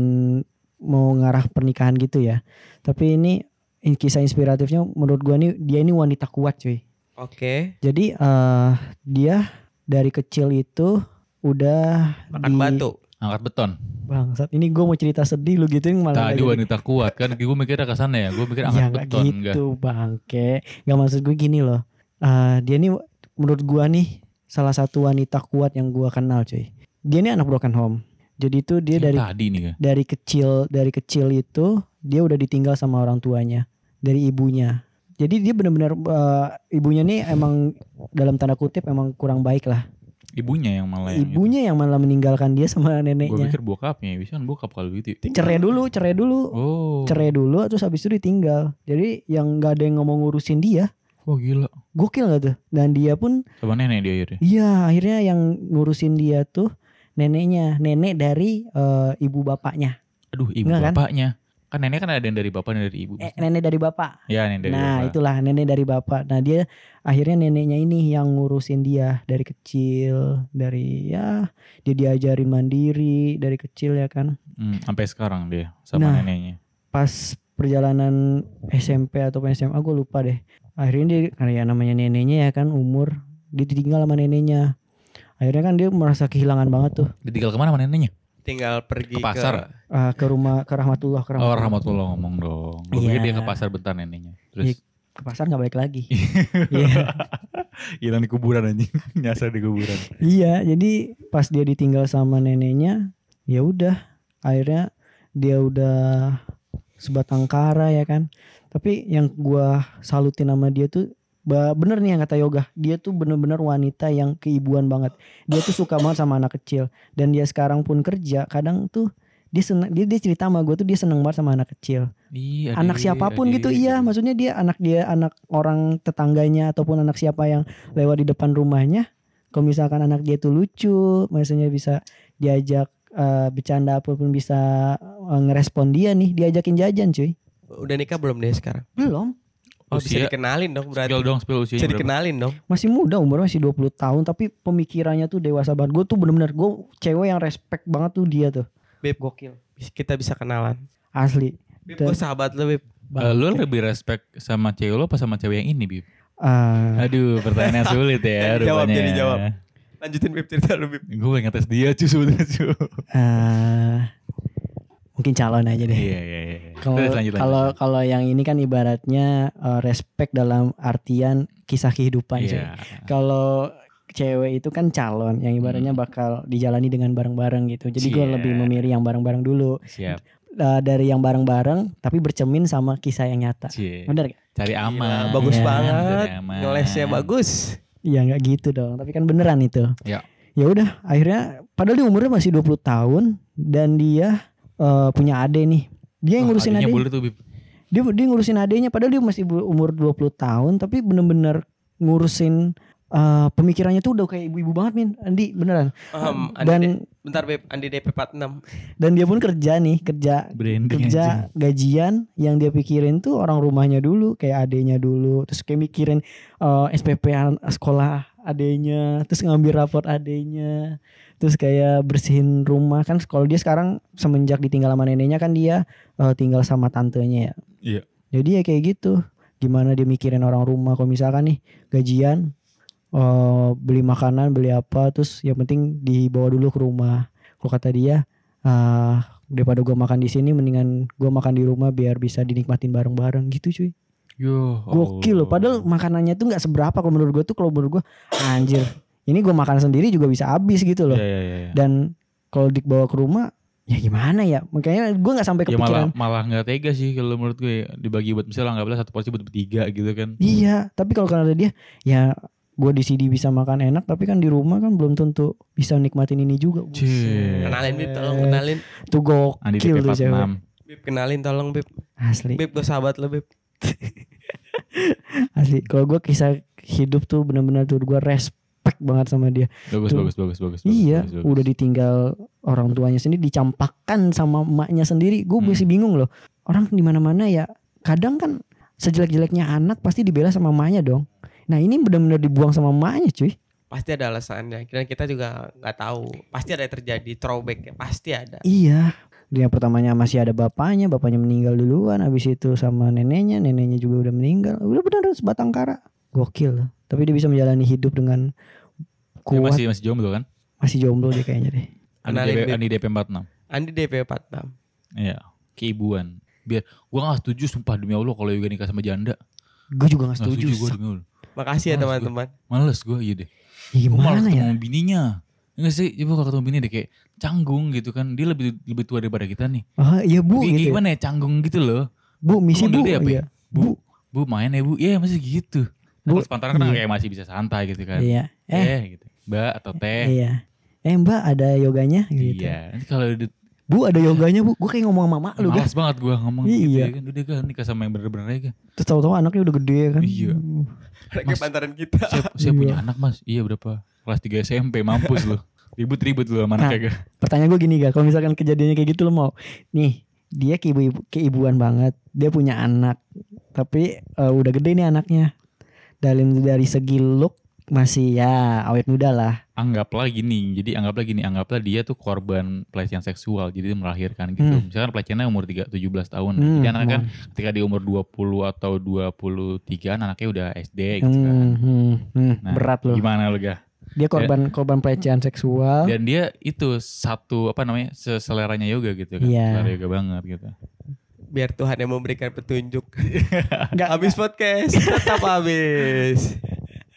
Speaker 4: mau ngarah pernikahan gitu ya tapi ini in- kisah inspiratifnya menurut gue nih dia ini wanita kuat cuy
Speaker 2: Oke.
Speaker 4: jadi eh dia dari kecil itu udah
Speaker 2: Makan
Speaker 4: di-
Speaker 2: batu.
Speaker 3: Angkat beton.
Speaker 4: bangsat ini gue mau cerita sedih lu gitu gituin malah
Speaker 3: Tadi
Speaker 4: nggak jadi-
Speaker 3: wanita kuat kan gue mikirnya ke sana ya. Gue mikir
Speaker 4: ya
Speaker 3: angkat
Speaker 4: nggak
Speaker 3: beton enggak.
Speaker 4: gitu bangke nggak maksud gue gini loh Eh, dia nih menurut gua nih salah satu wanita kuat yang gua kenal cuy dia nih anak broken home jadi itu dia
Speaker 3: Yang
Speaker 4: dari
Speaker 3: tadi nih kan.
Speaker 4: dari kecil dari kecil itu dia udah ditinggal sama orang tuanya dari ibunya jadi dia benar-benar eh, ibunya nih emang dalam tanda kutip emang kurang baik lah
Speaker 3: Ibunya yang malah yang
Speaker 4: ibunya yang malah meninggalkan dia sama
Speaker 3: Gue
Speaker 4: neneknya
Speaker 3: gitu. pikir bokapnya. Bisa kan bokap kalau gitu. ya.
Speaker 4: cerai dulu cerai dulu
Speaker 3: Oh.
Speaker 4: cerai dulu terus habis itu ditinggal jadi yang nggak ada yang ngomong ngurusin dia
Speaker 3: Wah gila.
Speaker 4: Gokil gak tuh? Dan dia pun
Speaker 3: Sama nenek dia akhirnya.
Speaker 4: iya akhirnya yang ngurusin dia tuh neneknya, nenek dari eh, ibu bapaknya.
Speaker 3: Aduh ibu
Speaker 4: Enggak kan?
Speaker 3: bapaknya. Kan nenek kan ada yang dari bapak dan dari ibu.
Speaker 4: Eh, nenek dari bapak.
Speaker 3: ya nenek dari
Speaker 4: nah,
Speaker 3: bapak.
Speaker 4: itulah nenek dari bapak. Nah, dia akhirnya neneknya ini yang ngurusin dia dari kecil, dari ya dia diajarin mandiri dari kecil ya kan.
Speaker 3: Hmm, sampai sekarang dia sama
Speaker 4: Nah.
Speaker 3: neneknya.
Speaker 4: Pas perjalanan SMP atau SMA gue lupa deh. Akhirnya dia karena ya namanya neneknya ya kan umur dia ditinggal sama neneknya. Akhirnya kan dia merasa kehilangan banget tuh.
Speaker 3: Ditinggal kemana sama neneknya?
Speaker 2: Tinggal pergi
Speaker 3: Ke pasar.
Speaker 4: Ah, ke rumah ke rahmatullah ke
Speaker 3: Oh
Speaker 4: rahmatullah.
Speaker 3: rahmatullah ngomong dong. Gue pikir
Speaker 4: Iya.
Speaker 3: dia ke pasar bentar neneknya. Terus
Speaker 4: ke pasar nggak balik lagi iya
Speaker 3: hilang di kuburan anjing. Nyasar di kuburan.
Speaker 4: iya jadi pas dia ditinggal sama neneknya ya udah akhirnya dia udah sebatang kara ya kan tapi yang gua salutin sama dia tuh ba- bener nih yang kata yoga dia tuh bener-bener wanita yang keibuan banget dia tuh suka banget sama anak kecil dan dia sekarang pun kerja kadang tuh dia seneng dia, dia cerita sama gue tuh dia seneng banget sama anak kecil
Speaker 3: Iya,
Speaker 4: anak siapapun gitu iya maksudnya dia anak dia anak orang tetangganya ataupun anak siapa yang lewat di depan rumahnya kalau misalkan anak dia itu lucu maksudnya bisa diajak eh, bercanda apapun bisa eh, ngerespon dia nih diajakin jajan cuy
Speaker 2: Udah nikah belum deh sekarang?
Speaker 4: belum
Speaker 2: Oh, bisa
Speaker 3: Usia-
Speaker 2: dikenalin dong berarti.
Speaker 3: Spill dong, spill usianya
Speaker 2: Bisa
Speaker 3: berapa?
Speaker 2: dikenalin dong.
Speaker 4: masih muda umurnya masih 20 tahun tapi pemikirannya tuh dewasa banget gue tuh bener-bener gue cewek yang respect banget tuh dia tuh
Speaker 2: Beb.
Speaker 4: gokil
Speaker 2: Kita bisa kenalan.
Speaker 4: asli
Speaker 2: Beb,
Speaker 4: Dan-
Speaker 2: gue sahabat lu, Beb.
Speaker 3: Eh, lu lebih respect sama cewek lu apa sama cewek yang ini, Bib?
Speaker 4: Eh,
Speaker 3: Aduh, pertanyaan sulit ya
Speaker 2: Jadi jawab,
Speaker 3: rupanya.
Speaker 2: jadi jawab. Lanjutin, Beb, cerita lu, Beb.
Speaker 3: Gue ngetes dia cuy sebenernya cuy.
Speaker 4: eh, mungkin calon aja deh
Speaker 3: Iya, iya, iya.
Speaker 4: Kalau
Speaker 3: Terus lanjut, lanjut.
Speaker 4: kalau kalau yang ini kan ibaratnya eh, respect dalam artian kisah kehidupan cuy.
Speaker 3: Iya.
Speaker 4: Kalau cewek itu kan calon
Speaker 3: Hmm.
Speaker 4: yang ibaratnya bakal dijalani dengan bareng-bareng gitu. Jadi gue
Speaker 3: Cie.
Speaker 4: lebih memilih yang bareng-bareng dulu.
Speaker 3: Siap.
Speaker 4: eh, dari yang bareng-bareng tapi bercermin sama kisah yang nyata.
Speaker 3: Cie,
Speaker 4: Bener gak?
Speaker 3: cari
Speaker 2: Gila,
Speaker 3: aman.
Speaker 2: bagus
Speaker 4: Iya,
Speaker 2: banget.
Speaker 3: Cari aman.
Speaker 2: Ngelesnya bagus.
Speaker 4: Iya nggak gitu dong, tapi kan beneran itu.
Speaker 3: Ya.
Speaker 4: Ya udah, akhirnya padahal dia umurnya masih 20 tahun dan dia eh, punya ade nih. Dia yang
Speaker 3: Wah,
Speaker 4: ngurusin
Speaker 3: Oh, adiknya
Speaker 4: adenya.
Speaker 3: boleh tuh, Bib.
Speaker 4: Dia dia ngurusin adenya padahal dia masih bu- umur 20 tahun tapi bener-bener ngurusin eh, pemikirannya tuh udah kayak ibu-ibu banget Min. Andi beneran.
Speaker 2: Ehem, Andi
Speaker 4: dan
Speaker 2: D- bentar Beb, Andi DP 46.
Speaker 4: dan dia pun kerja nih, kerja
Speaker 3: Branding
Speaker 4: kerja gajian yang dia pikirin tuh orang rumahnya dulu kayak adenya dulu terus kayak mikirin eh, SPP an- sekolah adenya terus ngambil rapor adenya terus kayak bersihin rumah kan sekolah dia sekarang semenjak ditinggal sama neneknya kan dia eh, tinggal sama tantenya ya
Speaker 3: Iya.
Speaker 4: jadi ya kayak gitu gimana dia mikirin orang rumah kalau misalkan nih gajian eh, beli makanan beli apa terus yang penting dibawa dulu ke rumah kalau kata dia ah daripada gua makan di sini mendingan gua makan di rumah biar bisa dinikmatin bareng-bareng gitu cuy
Speaker 3: Yo,
Speaker 4: gokil loh
Speaker 3: Oh.
Speaker 4: padahal makanannya tuh nggak seberapa kalau menurut gua tuh kalau menurut gua anjir ini gua makan sendiri juga bisa habis gitu loh
Speaker 3: Ya, ya, ya, ya.
Speaker 4: dan kalau dibawa ke rumah ya gimana ya makanya gua nggak sampai
Speaker 3: Ya, malah
Speaker 4: kepikiran
Speaker 3: malah nggak tega sih kalau menurut gue ya. dibagi buat misalnya anggaplah satu porsi buat bertiga gitu kan.
Speaker 4: iya tapi kalau karena ada dia ya gua di sini bisa makan enak tapi kan di rumah kan belum tentu bisa nikmatin ini juga
Speaker 3: Cie. Nah,
Speaker 2: Kenalin Beb, tolong kenalin.
Speaker 4: tuh
Speaker 3: Andi
Speaker 4: gokil
Speaker 3: DP
Speaker 4: tuh cewek
Speaker 3: 46.
Speaker 2: Beb, kenalin tolong Beb.
Speaker 4: asli
Speaker 2: Beb gue sahabat lo Beb.
Speaker 4: asli kalau gua kisah hidup tuh benar-benar tuh gua respect banget sama dia
Speaker 3: Bagus,
Speaker 4: Tuh.
Speaker 3: bagus, bagus, bagus.
Speaker 4: Iya,
Speaker 3: bagus, bagus.
Speaker 4: udah ditinggal orang tuanya sendiri, dicampakkan sama emaknya sendiri. Gue
Speaker 3: Hmm.
Speaker 4: masih bingung loh. Orang di mana-mana ya, kadang kan sejelek-jeleknya anak pasti dibela sama emaknya dong. Nah ini benar-benar dibuang sama emaknya cuy.
Speaker 2: Pasti ada alasannya. Dan kita juga nggak tahu. Pasti ada yang terjadi throwback ya. Pasti ada.
Speaker 4: Iya. Dia pertamanya masih ada bapaknya, bapaknya meninggal duluan. Habis itu sama neneknya, neneknya juga udah meninggal. Udah benar sebatang kara. Gokil. Tapi dia bisa menjalani hidup dengan
Speaker 3: Dia
Speaker 4: kuat.
Speaker 3: masih masih jomblo kan?
Speaker 4: masih jomblo dia kayaknya deh.
Speaker 3: Andi
Speaker 2: Kenalin,
Speaker 3: DP,
Speaker 2: Beb.
Speaker 3: Andi DP 46.
Speaker 2: Andi DP 46.
Speaker 3: Iya, keibuan. Biar gua gak setuju sumpah demi Allah kalau Yoga nikah sama janda.
Speaker 4: Gue juga gak
Speaker 3: Gak setuju
Speaker 4: setuju.
Speaker 3: gua
Speaker 4: Sak.
Speaker 3: demi Allah.
Speaker 2: Makasih ya
Speaker 3: Males gua.
Speaker 2: teman-teman.
Speaker 3: Males gua iya deh.
Speaker 4: Ya,
Speaker 3: Gua malah
Speaker 4: gimana
Speaker 3: ketemu
Speaker 4: ya?
Speaker 3: sama bininya. Enggak sih, coba kalau ketemu bini deh kayak canggung gitu kan. Dia lebih lebih tua daripada kita nih.
Speaker 4: Ah, iya bu,
Speaker 3: Kayak
Speaker 4: gitu. ya.
Speaker 3: gimana ya canggung gitu loh.
Speaker 4: Bu,
Speaker 3: Lu
Speaker 4: misi bu.
Speaker 3: manggil dia apa ya?
Speaker 4: Iya. Bu.
Speaker 3: Bu main ya bu, iya masih gitu.
Speaker 4: Bu,
Speaker 3: Terus pantaran kan
Speaker 4: iya.
Speaker 3: kayak masih bisa santai gitu kan.
Speaker 4: Iya. Eh,
Speaker 3: Eh, gitu. Mbak atau teh.
Speaker 4: iya. Eh, Mbak ada yoganya gitu.
Speaker 3: Iya. Nanti Kalau udah
Speaker 4: Bu ada yoganya, Bu. Gue kayak ngomong sama mak lu kan.
Speaker 3: malas banget gua ngomong gitu
Speaker 4: Iya.
Speaker 3: ya kan. Udah kan nikah sama yang bener-bener aja kan.
Speaker 4: Terus tahu-tahu anaknya udah gede kan.
Speaker 3: Iya.
Speaker 2: Mereka
Speaker 3: Mas-
Speaker 2: pantaran kita.
Speaker 3: Saya, saya
Speaker 4: Iya.
Speaker 3: punya anak mas. Iya berapa? Kelas 3 SMP mampus lu. Ribut-ribut lu sama
Speaker 4: Nah.
Speaker 3: anak kagak.
Speaker 4: Pertanyaan gue gini gak, kalau misalkan kejadiannya kayak gitu lo mau. Nih, dia keibu keibuan banget. Dia punya anak. Tapi eh, udah gede nih anaknya. Dari dari segi look masih ya awet muda lah.
Speaker 3: Anggaplah gini. Jadi anggaplah gini, anggaplah dia tuh korban pelecehan seksual. Jadi dia melahirkan gitu.
Speaker 4: Hmm.
Speaker 3: Misalkan pelecehannya umur 3 17 tahun.
Speaker 4: Hmm,
Speaker 3: Jadi anaknya kan
Speaker 4: mau.
Speaker 3: ketika di umur 20 atau 23 anaknya udah SD gitu kan.
Speaker 4: Hmm, hmm, hmm,
Speaker 3: Nah,
Speaker 4: berat loh.
Speaker 3: Gimana lu Gah?
Speaker 4: Dia korban korban pelecehan seksual.
Speaker 3: Dan dia itu satu apa namanya? seleranya yoga gitu kan.
Speaker 4: Iya.
Speaker 3: Selera yoga banget gitu.
Speaker 2: Biar Tuhan yang memberikan petunjuk.
Speaker 4: Nggak-
Speaker 2: habis podcast. Tetap habis.